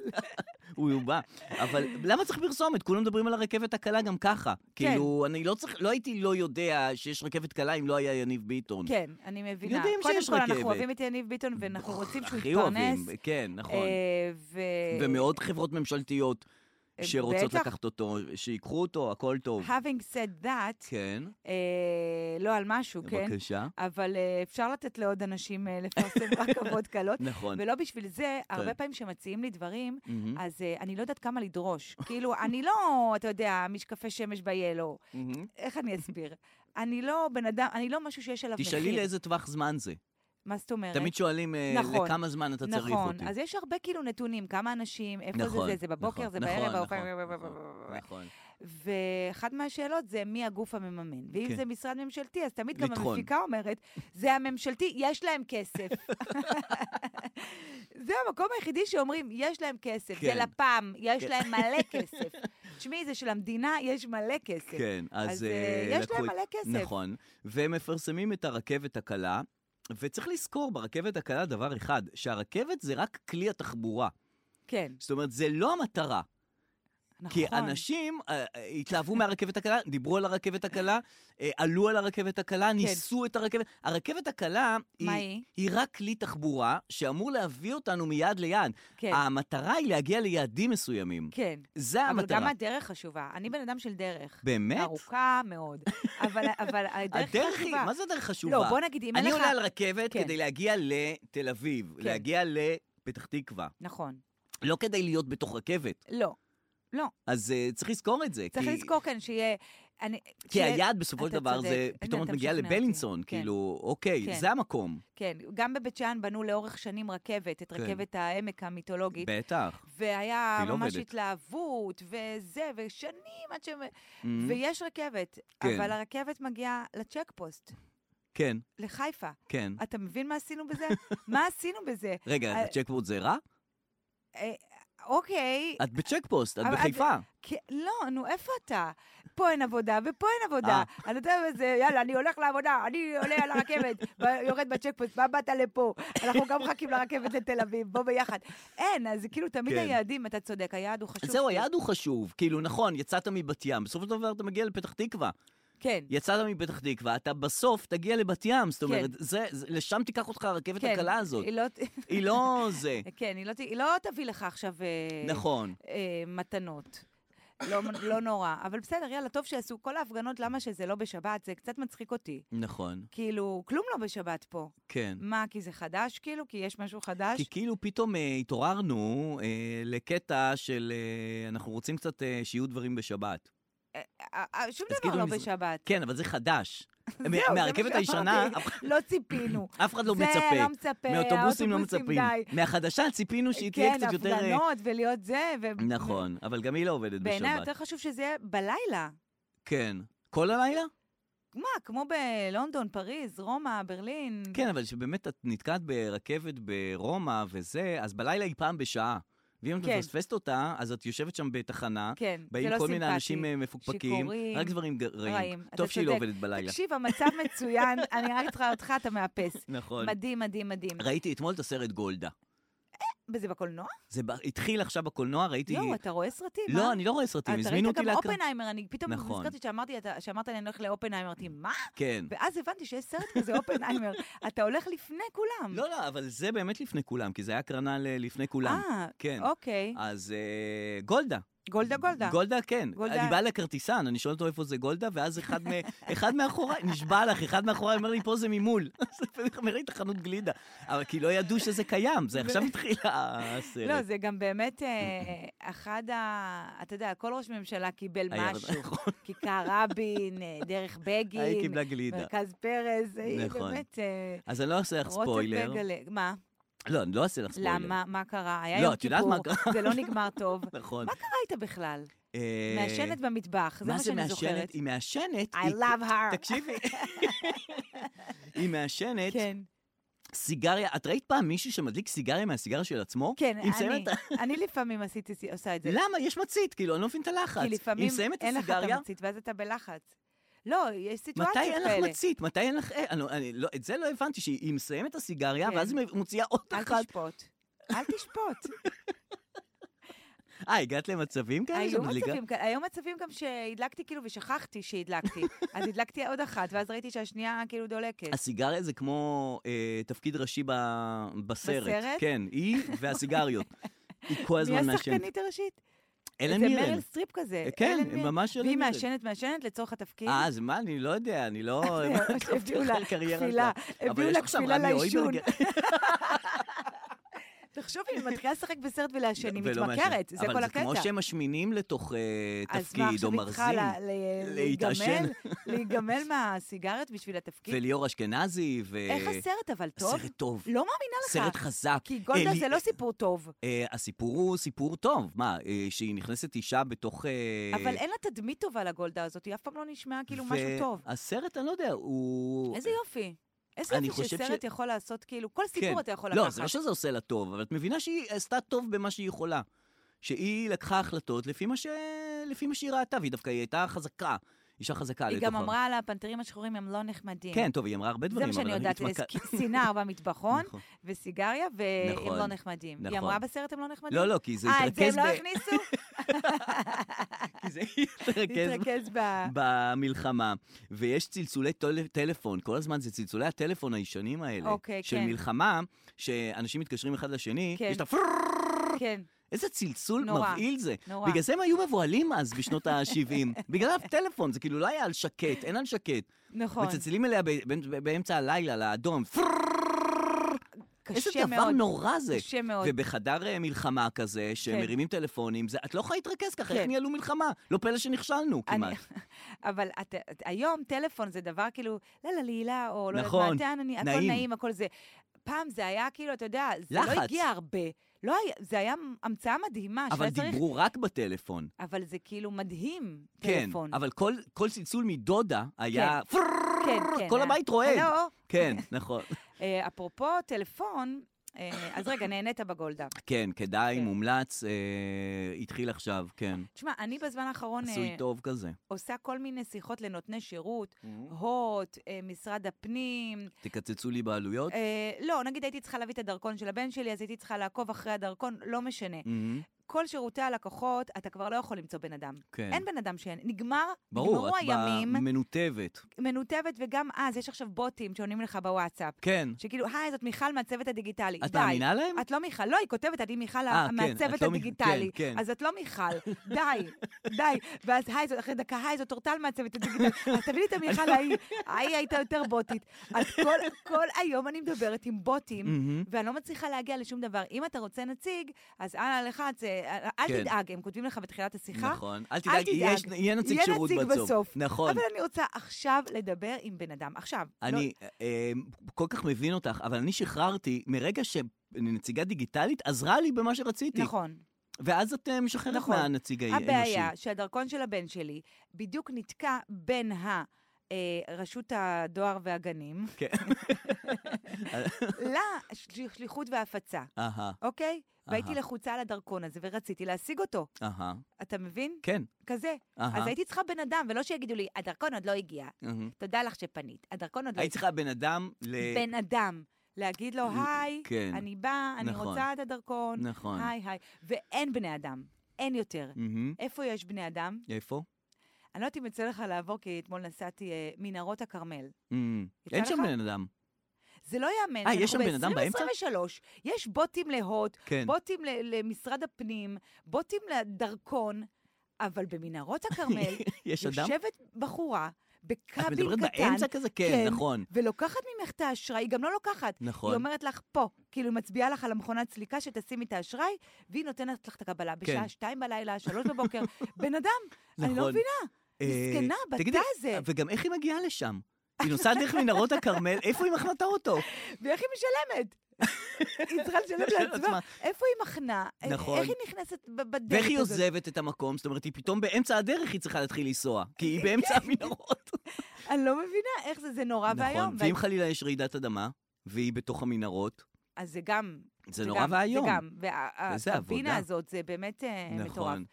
Speaker 2: הוא הוא בא. אבל למה צריך פרסומת? כולם מדברים על הרכבת הקלה גם ככה.
Speaker 3: כן.
Speaker 2: כאילו, אני לא צריך, לא הייתי לא יודע שיש רכבת קלה אם לא היה יניב ביטון.
Speaker 3: כן, אני מבינה.
Speaker 2: יודעים שיש
Speaker 3: קודם כל,
Speaker 2: רכבת.
Speaker 3: אנחנו אוהבים את יניב ביטון, ואנחנו רוצים שהוא
Speaker 2: הכי אוהבים,
Speaker 3: יתפרנס.
Speaker 2: כן, נכון.
Speaker 3: אה, ו...
Speaker 2: ומאוד חברות ממשלתיות
Speaker 3: אה,
Speaker 2: שרוצות
Speaker 3: בטח.
Speaker 2: לקחת אותו, שיקחו אותו, הכל טוב.
Speaker 3: Having said that,
Speaker 2: כן,
Speaker 3: אה, לא על משהו, כן?
Speaker 2: בבקשה.
Speaker 3: אבל אה, אפשר לתת לעוד אנשים אה, לפרסם רכבות
Speaker 2: (laughs)
Speaker 3: קלות.
Speaker 2: נכון.
Speaker 3: ולא בשביל זה,
Speaker 2: כן.
Speaker 3: הרבה פעמים כשמציעים לי דברים,
Speaker 2: מהמם,
Speaker 3: אז אה, אני לא יודעת כמה
Speaker 2: (laughs)
Speaker 3: לדרוש. כאילו, אני לא, אתה יודע, משקפי שמש ב-Yellow.
Speaker 2: מהמם.
Speaker 3: איך אני אסביר? אני לא בן אדם, אני לא משהו שיש עליו מחיר.
Speaker 2: תשאלי לאיזה טווח זמן זה.
Speaker 3: מה זאת אומרת?
Speaker 2: תמיד שואלים אה,
Speaker 3: נכון.
Speaker 2: לכמה זמן אתה צריך
Speaker 3: נכון,
Speaker 2: אותי.
Speaker 3: אז יש הרבה כאילו נתונים, כמה אנשים, איפה
Speaker 2: נכון,
Speaker 3: זה, זה, זה בבוקר,
Speaker 2: נכון,
Speaker 3: זה
Speaker 2: נכון,
Speaker 3: בערב,
Speaker 2: נכון,
Speaker 3: האופניים- (laughs)
Speaker 2: נכון, נכון.
Speaker 3: ואחת מהשאלות זה מי הגוף המממן. ואם
Speaker 2: כן.
Speaker 3: זה משרד ממשלתי, אז תמיד גם
Speaker 2: ביטחון.
Speaker 3: המפיקה אומרת, זה הממשלתי, יש להם כסף. (laughs) זה המקום היחידי שאומרים, יש להם כסף. זה
Speaker 2: כן.
Speaker 3: לפ"מ, יש
Speaker 2: כן.
Speaker 3: להם
Speaker 2: (laughs)
Speaker 3: מלא כסף. תשמעי, זה של המדינה, יש מלא כסף.
Speaker 2: כן, אז...
Speaker 3: אז,
Speaker 2: אה,
Speaker 3: אה, יש
Speaker 2: לקחו
Speaker 3: להם
Speaker 2: את-
Speaker 3: מלא כסף.
Speaker 2: נכון, והם מפרסמים את הרכבת הקלה, וצריך לזכור ברכבת הקלה דבר אחד, שהרכבת זה רק כלי התחבורה.
Speaker 3: כן,
Speaker 2: זאת אומרת, זה לא המטרה.
Speaker 3: נכון.
Speaker 2: כי אנשים אה, אה, התלהבו מהרכבת הקלה, דיברו על הרכבת הקלה, אה, עלו על הרכבת הקלה, ניסו את הרכבת. הרכבת הקלה
Speaker 3: כן. מה
Speaker 2: היא,
Speaker 3: היא?
Speaker 2: היא רק כלי תחבורה שאמור להביא אותנו מיד ליעד.
Speaker 3: כן,
Speaker 2: המטרה היא להגיע ליעדים מסוימים.
Speaker 3: כן.
Speaker 2: זה
Speaker 3: אבל גם
Speaker 2: המטרה.
Speaker 3: הדרך חשובה. אני בן אדם של דרך.
Speaker 2: באמת?
Speaker 3: ארוכה
Speaker 2: (laughs)
Speaker 3: מאוד. אבל, אבל הדרך
Speaker 2: הדרך היא,
Speaker 3: חשובה.
Speaker 2: מה זה הדרך חשובה?
Speaker 3: לא, בוא נגיד, אם אין
Speaker 2: אני
Speaker 3: לך...
Speaker 2: עולה על רכבת
Speaker 3: כן.
Speaker 2: כדי להגיע לתל אביב,
Speaker 3: כן.
Speaker 2: להגיע לפתח תקווה.
Speaker 3: נכון.
Speaker 2: לא כדי להיות בתוך רכבת.
Speaker 3: לא. לא.
Speaker 2: אז אה, צריך לזכור את זה.
Speaker 3: צריך
Speaker 2: כי-
Speaker 3: לזכור כאן שיהיה... אני-
Speaker 2: כי
Speaker 3: שיהיה-
Speaker 2: היעד בסופו של
Speaker 3: אתה
Speaker 2: דבר
Speaker 3: צודק.
Speaker 2: זה,
Speaker 3: הנה,
Speaker 2: פתאום את
Speaker 3: אתה
Speaker 2: מגיעה
Speaker 3: משכנע
Speaker 2: לבלינסון,
Speaker 3: אותי. כן,
Speaker 2: כאילו, אוקיי,
Speaker 3: כן.
Speaker 2: זה המקום.
Speaker 3: כן, גם בבית שאן בנו לאורך שנים רכבת, את
Speaker 2: כן.
Speaker 3: רכבת העמק המיתולוגית.
Speaker 2: בטח.
Speaker 3: והיה
Speaker 2: והיא לא
Speaker 3: ממש
Speaker 2: עובדת.
Speaker 3: התלהבות, וזה, ושנים עד ש...
Speaker 2: אמ,
Speaker 3: ויש רכבת,
Speaker 2: כן.
Speaker 3: אבל הרכבת מגיעה לצ'ק פוסט,
Speaker 2: כן,
Speaker 3: לחיפה.
Speaker 2: כן.
Speaker 3: אתה מבין מה
Speaker 2: (laughs)
Speaker 3: עשינו בזה? מה עשינו בזה?
Speaker 2: רגע,
Speaker 3: אה,
Speaker 2: צ'קפורט זה רע?
Speaker 3: אה, אוקיי,
Speaker 2: את בצ'קפוסט, את
Speaker 3: אבל את-
Speaker 2: בחיפה.
Speaker 3: כן, לא, נו, איפה אתה? פה אין עבודה ופה אין עבודה.
Speaker 2: אה.
Speaker 3: אני יודע איזה, יאללה, אני הולך לעבודה, אני עולה על הרכבת, ב- יורד בצ'קפוסט, מה באת לפה? אנחנו גם מחכים לרכבת לתל אביב, בוא ביחד. אין, אז כאילו תמיד
Speaker 2: כן.
Speaker 3: היעדים, אתה צודק, היעד הוא חשוב.
Speaker 2: זהו, היעד הוא חשוב. כאילו, נכון, יצאת מבת ים, בסופו של דבר אתה מגיע לפתח תקווה.
Speaker 3: כן,
Speaker 2: יצאת מפתח תקווה, אתה בסוף תגיע לבת ים. זאת אומרת, זה- זה- לשם תיקח אותך הרכבת
Speaker 3: כן.
Speaker 2: הקלה הזאת.
Speaker 3: היא לא-
Speaker 2: היא לא זה.
Speaker 3: (laughs) כן, היא לא ת- היא לא תביא לך עכשיו אה,
Speaker 2: נכון.
Speaker 3: אה, מתנות. לא, לא נורא, אבל בסדר, יאללה, טוב שעשו כל ההפגנות, למה שזה לא בשבת? זה קצת מצחיק אותי.
Speaker 2: נכון,
Speaker 3: כאילו, כלום לא בשבת פה.
Speaker 2: כן.
Speaker 3: מה, כי זה חדש כאילו? כי יש משהו חדש?
Speaker 2: כי כאילו פתאום אה, התעוררנו אה, לקטע של אה, אנחנו רוצים קצת אה, שיהיו דברים בשבת.
Speaker 3: אה, אה, שום
Speaker 2: אז
Speaker 3: דבר
Speaker 2: כאילו
Speaker 3: לא
Speaker 2: מז-
Speaker 3: בשבת.
Speaker 2: כן, אבל זה
Speaker 3: (laughs)
Speaker 2: חדש. מה-
Speaker 3: זהו, זה מה
Speaker 2: מהרכבת הישנה
Speaker 3: שאמרתי.
Speaker 2: אף-
Speaker 3: לא
Speaker 2: (coughs)
Speaker 3: ציפינו.
Speaker 2: אף אחד לא
Speaker 3: זה
Speaker 2: מצפה.
Speaker 3: לא מצפה,
Speaker 2: מהאוטובוסים לא
Speaker 3: האוטובוסים
Speaker 2: מצפים.
Speaker 3: די.
Speaker 2: מהחדשה ציפינו שהיא תהיה
Speaker 3: כן,
Speaker 2: קצת יותר... אה,
Speaker 3: הפגנות ולהיות זה. ו-
Speaker 2: נכון, אבל גם היא לא עובדת
Speaker 3: בעיניי
Speaker 2: בשבת.
Speaker 3: יותר חשוב שזה יהיה בלילה.
Speaker 2: כן. כל
Speaker 3: (laughs)
Speaker 2: הלילה?
Speaker 3: מה, כמו בלונדון, פריז, רומא, ברלין.
Speaker 2: כן, אבל שבאמת את נתקעת ברכבת ברומא וזה, אז בלילה היא פעם בשעה. ואם את
Speaker 3: כן.
Speaker 2: מפספסת אותה, אז את יושבת שם בתחנה,
Speaker 3: כן, זה לא
Speaker 2: באים
Speaker 3: סימפטי.
Speaker 2: כל מיני אנשים אה, מפוקפקים,
Speaker 3: שיכורים,
Speaker 2: רק דברים ג- רעים.
Speaker 3: רעים. אתה
Speaker 2: טוב שהיא לא
Speaker 3: צודק.
Speaker 2: עובדת בלילה. (laughs)
Speaker 3: תקשיב, המצב מצוין, אני רק צריכה אותך, אתה מאפס.
Speaker 2: נכון.
Speaker 3: מדהים, מדהים, מדהים.
Speaker 2: ראיתי אתמול את הסרט גולדה.
Speaker 3: וזה בקולנוע?
Speaker 2: זה ב- התחיל עכשיו בקולנוע, ראיתי...
Speaker 3: יואו, אתה רואה סרטים, אה?
Speaker 2: לא, אני לא רואה סרטים,
Speaker 3: אתה
Speaker 2: הזמינו
Speaker 3: ראית
Speaker 2: אותי
Speaker 3: גם
Speaker 2: להקרא.
Speaker 3: אופנהיימר, אני פתאום
Speaker 2: נכון.
Speaker 3: נזכרתי שאמרתי, אתה- שאמרת לי, אני הולך לאופנהיימר, אמרתי, מה?
Speaker 2: כן.
Speaker 3: ואז הבנתי שיש סרט
Speaker 2: (laughs)
Speaker 3: כזה, אופנהיימר. אתה הולך לפני כולם.
Speaker 2: לא, לא, אבל זה באמת לפני כולם, כי זה היה הקרנה ל- לפני כולם.
Speaker 3: אה,
Speaker 2: כן.
Speaker 3: אוקיי.
Speaker 2: אז אה, גולדה.
Speaker 3: גולדה גולדה.
Speaker 2: גולדה, כן.
Speaker 3: גולדה-
Speaker 2: אני בא לכרטיסן, אני שואל אותו איפה זה גולדה, ואז אחד, מ- (laughs) אחד מאחוריי, נשבע לך, אחד מאחוריי אומר לי, פה זה ממול. (laughs) אז אני ראיתי חנות גלידה. אבל כי לא ידעו שזה קיים, זה עכשיו התחיל (laughs) הסרט.
Speaker 3: לא, זה גם באמת אה,
Speaker 2: (laughs)
Speaker 3: אחד ה... אתה יודע, כל ראש ממשלה קיבל
Speaker 2: היה-
Speaker 3: משהו.
Speaker 2: נכון,
Speaker 3: (laughs) כיכר רבין, אה,
Speaker 2: (laughs)
Speaker 3: דרך
Speaker 2: היא
Speaker 3: בגין,
Speaker 2: קיבלה גלידה.
Speaker 3: מרכז פרס, אה, היא
Speaker 2: נכון.
Speaker 3: באמת... אה,
Speaker 2: אז אני לא אעשה לך ספוילר.
Speaker 3: רוטנברג על- אה, מה?
Speaker 2: לא, אני לא אעשה לך ספוילר.
Speaker 3: למה? מה קרה? היה
Speaker 2: לא,
Speaker 3: יום
Speaker 2: את יודעת מה
Speaker 3: כיפור, זה לא נגמר טוב.
Speaker 2: (laughs) נכון.
Speaker 3: מה קרה איתה בכלל?
Speaker 2: אה,
Speaker 3: מעשנת במטבח, זה מה שאני זוכרת.
Speaker 2: היא מעשנת.
Speaker 3: I
Speaker 2: היא-
Speaker 3: love her.
Speaker 2: תקשיבי. היא מעשנת
Speaker 3: (laughs) כן,
Speaker 2: סיגריה. את ראית פעם מישהו שמדליק סיגריה מהסיגריה של עצמו?
Speaker 3: כן,
Speaker 2: היא מסיימת
Speaker 3: אני,
Speaker 2: את ה-
Speaker 3: אני לפעמים עשיתי, עושה את זה.
Speaker 2: למה? יש מצית, כאילו, אני לא מבין את הלחץ.
Speaker 3: כי
Speaker 2: היא
Speaker 3: לפעמים
Speaker 2: מסיימת את
Speaker 3: אין לך את
Speaker 2: הסיגריה,
Speaker 3: המצית ואז אתה בלחץ. לא, יש סיטואציות
Speaker 2: מתי
Speaker 3: כאלה.
Speaker 2: אין לך מצית? מתי אין לך... אה, אני לא- אני לא- את זה לא הבנתי, שהיא היא מסיימת את הסיגריה,
Speaker 3: כן.
Speaker 2: ואז היא מוציאה עוד (laughs)
Speaker 3: אל
Speaker 2: אחת.
Speaker 3: תשפוט. אל תשפוט.
Speaker 2: אה, הגעת למצבים כאלה?
Speaker 3: היו
Speaker 2: שאת מדליקה?
Speaker 3: מצבים, כאלה- היו מצבים גם שהדלקתי כאילו ושכחתי שהדלקתי. אז הדלקתי עוד אחת, ואז ראיתי שהשנייה כאילו דולקת.
Speaker 2: הסיגריה זה כמו אה, תפקיד ראשי ב... בסרט.
Speaker 3: בסרט?
Speaker 2: כן, היא והסיגריות. היא כל הזמן
Speaker 3: מי
Speaker 2: מעשנת.
Speaker 3: השחקנית הראשית?
Speaker 2: אלן
Speaker 3: זה
Speaker 2: מירן.
Speaker 3: מריל סטריפ כזה.
Speaker 2: אה, כן,
Speaker 3: אלן מירן.
Speaker 2: ממש אלן
Speaker 3: והיא
Speaker 2: מירן.
Speaker 3: מעשנת, מעשנת לצורך התפקיד.
Speaker 2: אה,
Speaker 3: (laughs)
Speaker 2: אז מה, אני לא יודע, אני לא...
Speaker 3: הביאו לה
Speaker 2: הקריירה
Speaker 3: כפילה,
Speaker 2: שלה. אבל
Speaker 3: הביאו
Speaker 2: יש
Speaker 3: לה
Speaker 2: לך שם
Speaker 3: כפילה
Speaker 2: רמי
Speaker 3: לעישון.
Speaker 2: (laughs) אויברג.
Speaker 3: (laughs) תחשוב, היא מתחילה לשחק בסרט ולעשן, היא
Speaker 2: ולא מעשן.
Speaker 3: מתמכרת, זה כל
Speaker 2: אבל זה כמו
Speaker 3: הקטע.
Speaker 2: שהם משמינים לתוך אה,
Speaker 3: אז מה,
Speaker 2: תפקיד
Speaker 3: עכשיו
Speaker 2: או
Speaker 3: היא צריכה
Speaker 2: מרזים.
Speaker 3: לה- ל-
Speaker 2: להתעשן.
Speaker 3: להיגמל? להיגמל מהסיגריות בשביל התפקיד?
Speaker 2: וליאור אשכנזי, ו...
Speaker 3: איך הסרט אבל טוב?
Speaker 2: סרט טוב.
Speaker 3: לא מאמינה לך.
Speaker 2: סרט חזק.
Speaker 3: כי גולדה
Speaker 2: אלי-
Speaker 3: זה לא סיפור טוב,
Speaker 2: אה, הסיפור הוא סיפור טוב. מה, אה, שהיא נכנסת אישה בתוך... אה,
Speaker 3: אבל אין לה תדמית טובה לגולדה הזאת, היא אף פעם לא נשמעה כאילו משהו טוב.
Speaker 2: והסרט, אני לא יודע, הוא...
Speaker 3: איזה יופי. איזה
Speaker 2: אני
Speaker 3: יופי
Speaker 2: חושב ש-
Speaker 3: שסרט יכול לעשות כאילו, כל
Speaker 2: כן.
Speaker 3: סיפור אתה יכול
Speaker 2: לא, זה לא
Speaker 3: לקחת.
Speaker 2: שזה עושה לה טוב, אבל את מבינה שהיא עשתה טוב במה שהיא יכולה. שהיא לקחה החלטות לפי מה, ש... לפי מה שהיא ראתה, והיא דווקא היא הייתה חזקה, אישה חזקה
Speaker 3: היא
Speaker 2: לתוך
Speaker 3: גם
Speaker 2: ה-
Speaker 3: אמרה על הפנתרים השחורים הם לא נחמדים.
Speaker 2: כן, טוב, היא אמרה הרבה
Speaker 3: זה
Speaker 2: דברים,
Speaker 3: מה שאני
Speaker 2: אבל
Speaker 3: יודעת,
Speaker 2: התמקד-
Speaker 3: לס-
Speaker 2: (laughs)
Speaker 3: שנאה במטבחון,
Speaker 2: נכון.
Speaker 3: וסיגריה, והם
Speaker 2: נכון,
Speaker 3: לא נחמדים. היא
Speaker 2: נכון.
Speaker 3: אמרה בסרט הם לא נחמדים?
Speaker 2: לא, לא, כי זה
Speaker 3: אה, את זה
Speaker 2: התרכז
Speaker 3: הם לא
Speaker 2: ב-
Speaker 3: הכניסו?
Speaker 2: כי זה (laughs) התרכז ב-
Speaker 3: התרכז ב...
Speaker 2: (laughs) במלחמה, ויש צלצולי טול- טלפון, כל הזמן זה צלצולי הטלפון הישנים האלה.
Speaker 3: אוקיי,
Speaker 2: של
Speaker 3: כן.
Speaker 2: מלחמה, שאנשים מתקשרים אחד לשני,
Speaker 3: כן.
Speaker 2: יש את הפרררר,
Speaker 3: כן,
Speaker 2: איזה צלצול
Speaker 3: נורא,
Speaker 2: מבהיל זה.
Speaker 3: נורא.
Speaker 2: בגלל זה הם היו מבוהלים אז, בשנות
Speaker 3: (laughs)
Speaker 2: ה-70. בגלל הטלפון, זה כאילו לא היה על שקט, אין על שקט.
Speaker 3: נכון.
Speaker 2: מצלצלים אליה ב- ב- ב- באמצע הלילה, לאדום. איזה
Speaker 3: (laughs) קשה
Speaker 2: דבר
Speaker 3: מאוד.
Speaker 2: נורא זה.
Speaker 3: קשה מאוד.
Speaker 2: ובחדר אה, מלחמה כזה, שמרימים טלפונים, זה- את לא יכולה להתרכז ככה, איך
Speaker 3: כן.
Speaker 2: ניהלו מלחמה? לא פלא שנכשלנו
Speaker 3: אני-
Speaker 2: כמעט.
Speaker 3: (laughs) אבל את- את- היום טלפון זה דבר כאילו, לא, לא, לעילה, או לא יודעת
Speaker 2: נכון,
Speaker 3: מה, תן, אני- הכל
Speaker 2: נעים.
Speaker 3: נעים, הכל זה. פעם זה היה כאילו, אתה יודע, זה לא
Speaker 2: לחץ.
Speaker 3: הגיע הרבה. לא היה, זה היה המצאה מדהימה. שלא
Speaker 2: אבל
Speaker 3: היה צריך-
Speaker 2: דיברו רק בטלפון.
Speaker 3: אבל זה כאילו מדהים,
Speaker 2: כן,
Speaker 3: טלפון.
Speaker 2: אבל כל- כל צלצול מדודה היה...
Speaker 3: כן, כן.
Speaker 2: (laughs) כל
Speaker 3: אה,
Speaker 2: הבית רועד.
Speaker 3: הלו?
Speaker 2: כן, נכון.
Speaker 3: אה, אפרופו טלפון, אה, אז רגע, נהנית בגולדה.
Speaker 2: כן, כדאי,
Speaker 3: כן.
Speaker 2: מומלץ, אה, התחיל עכשיו, כן.
Speaker 3: תשמע, אני בזמן האחרון אה,
Speaker 2: עשוי טוב כזה.
Speaker 3: עושה כל מיני שיחות לנותני שירות, הוט, אה, משרד הפנים.
Speaker 2: תקצצו לי בעלויות.
Speaker 3: אה, לא, נגיד הייתי צריכה להביא את הדרכון של הבן שלי, אז הייתי צריכה לעקוב אחרי הדרכון, לא משנה.
Speaker 2: מהמם,
Speaker 3: כל שירותי הלקוחות, אתה כבר לא יכול למצוא בן אדם.
Speaker 2: כן.
Speaker 3: אין בן אדם שאין. נגמר,
Speaker 2: ברור,
Speaker 3: נגמרו
Speaker 2: את
Speaker 3: הימים,
Speaker 2: ב- מנותבת.
Speaker 3: מנותבת, וגם אה, אז יש עכשיו בוטים שעונים לך בוואטסאפ.
Speaker 2: כן.
Speaker 3: שכאילו, היי, זאת מיכל מהצוות הדיגיטלי.
Speaker 2: את
Speaker 3: ביי.
Speaker 2: מאמינה להם?
Speaker 3: את לא מיכל, לא, היא כותבת, אני מיכל
Speaker 2: אה, כן,
Speaker 3: מהצוות
Speaker 2: את לא מ-
Speaker 3: הדיגיטלי.
Speaker 2: כן, כן.
Speaker 3: אז את לא מיכל, די, די. ואז היי, זאת- אחרי דקה, היי, זאת טורטל מהצוות הדיגיטלי. אז תביא לי את המיכל ההיא, ההיא הייתה יותר בוטית. אז כל- כל היום אני מדברת עם בוטים.
Speaker 2: מהמם.
Speaker 3: ואני לא מצליחה להגיע לשום דבר. אם אתה רוצה נציג, אז אנא לך, זה- אל
Speaker 2: כן.
Speaker 3: תדאג, הם כותבים לך בתחילת השיחה.
Speaker 2: נכון. אל תדאג, יש- יהיה נציג
Speaker 3: יהיה
Speaker 2: שירות
Speaker 3: נציג בסוף.
Speaker 2: נכון.
Speaker 3: אבל לא- אני רוצה עכשיו לדבר עם בן אדם. עכשיו. לא-
Speaker 2: אני אה, אה, כל כך מבין אותך, אבל אני שחררתי מרגע שנציגה דיגיטלית עזרה לי במה שרציתי.
Speaker 3: נכון.
Speaker 2: ואז את אה, משחררת
Speaker 3: נכון.
Speaker 2: מהנציג האנושי.
Speaker 3: הבעיה שהדרכון של הבן שלי בדיוק נתקע בין ה... אה, רשות הדואר והגנים,
Speaker 2: כן.
Speaker 3: (laughs) לשליחות וההפצה,
Speaker 2: אהה,
Speaker 3: אוקיי? והייתי
Speaker 2: אהה.
Speaker 3: לחוצה על הדרכון הזה ורציתי להשיג אותו,
Speaker 2: אהה,
Speaker 3: אתה מבין?
Speaker 2: כן.
Speaker 3: כזה.
Speaker 2: אהה.
Speaker 3: אז הייתי צריכה בן אדם, ולא שיגידו לי, הדרכון עוד לא הגיע,
Speaker 2: מהמם.
Speaker 3: תודה לך שפנית, הדרכון עוד לא
Speaker 2: היית
Speaker 3: הגיע.
Speaker 2: צריכה בן אדם ל...
Speaker 3: בן אדם, להגיד לו,
Speaker 2: ל-
Speaker 3: היי,
Speaker 2: כן.
Speaker 3: אני באה, אני
Speaker 2: נכון.
Speaker 3: רוצה את הדרכון,
Speaker 2: נכון.
Speaker 3: היי, היי. ואין בני אדם, אין יותר.
Speaker 2: מהמם.
Speaker 3: איפה יש בני אדם?
Speaker 2: איפה?
Speaker 3: אני לא יודעת אם יצא לך לעבור, כי אתמול נסעתי אה, מנהרות הכרמל.
Speaker 2: מהמם.
Speaker 3: יצא
Speaker 2: אין שם
Speaker 3: לך?
Speaker 2: בן אדם.
Speaker 3: זה לא ייאמן.
Speaker 2: אה, יש שם בן אדם באמצע?
Speaker 3: ב-2023 יש בוטים להוט,
Speaker 2: כן. (laughs)
Speaker 3: בוטים ל- למשרד הפנים, בוטים לדרכון, אבל במנהרות הכרמל
Speaker 2: (laughs) יש אדם?
Speaker 3: יושבת בחורה
Speaker 2: את
Speaker 3: בכבל
Speaker 2: מדברת
Speaker 3: קטן,
Speaker 2: באמצע כזה? כן,
Speaker 3: כן.
Speaker 2: נכון.
Speaker 3: ולוקחת ממך את האשראי, היא גם לא לוקחת.
Speaker 2: נכון.
Speaker 3: היא אומרת לך פה, כאילו היא מצביעה לך על המכונת סליקה שתשימי את האשראי, והיא נותנת לך את הקבלה בשעה
Speaker 2: כן.
Speaker 3: שתיים בלילה, שלוש
Speaker 2: (laughs)
Speaker 3: בבוקר. בן אדם, אני לא
Speaker 2: נכון.
Speaker 3: מבינה.
Speaker 2: אה,
Speaker 3: מסכנה,
Speaker 2: תגידי,
Speaker 3: בתא הזה.
Speaker 2: וגם איך היא מגיעה לשם?
Speaker 3: (laughs)
Speaker 2: היא נוסעת דרך מנהרות הכרמל, איפה היא מחנתה אותו?
Speaker 3: ואיך היא
Speaker 2: (laughs)
Speaker 3: משלמת? היא צריכה לשלם
Speaker 2: לעצמה.
Speaker 3: לעצמה. איפה היא מחנה? אה,
Speaker 2: נכון.
Speaker 3: איך היא נכנסת ב- בדלת הזאת?
Speaker 2: ואיך היא עוזבת את המקום? זאת אומרת, היא פתאום באמצע הדרך היא צריכה להתחיל לנסוע, כי
Speaker 3: (laughs) כן.
Speaker 2: היא באמצע המנהרות.
Speaker 3: אני לא מבינה איך זה, זה נורא ואיום.
Speaker 2: נכון, ואם חלילה יש רעידת אדמה, והיא בתוך המנהרות,
Speaker 3: אז זה גם...
Speaker 2: זה נורא
Speaker 3: גם-
Speaker 2: ואיום.
Speaker 3: זה גם,
Speaker 2: איזה
Speaker 3: והקבינה
Speaker 2: עבודה.
Speaker 3: הזאת, זה באמת אה, מטורף.
Speaker 2: נכון.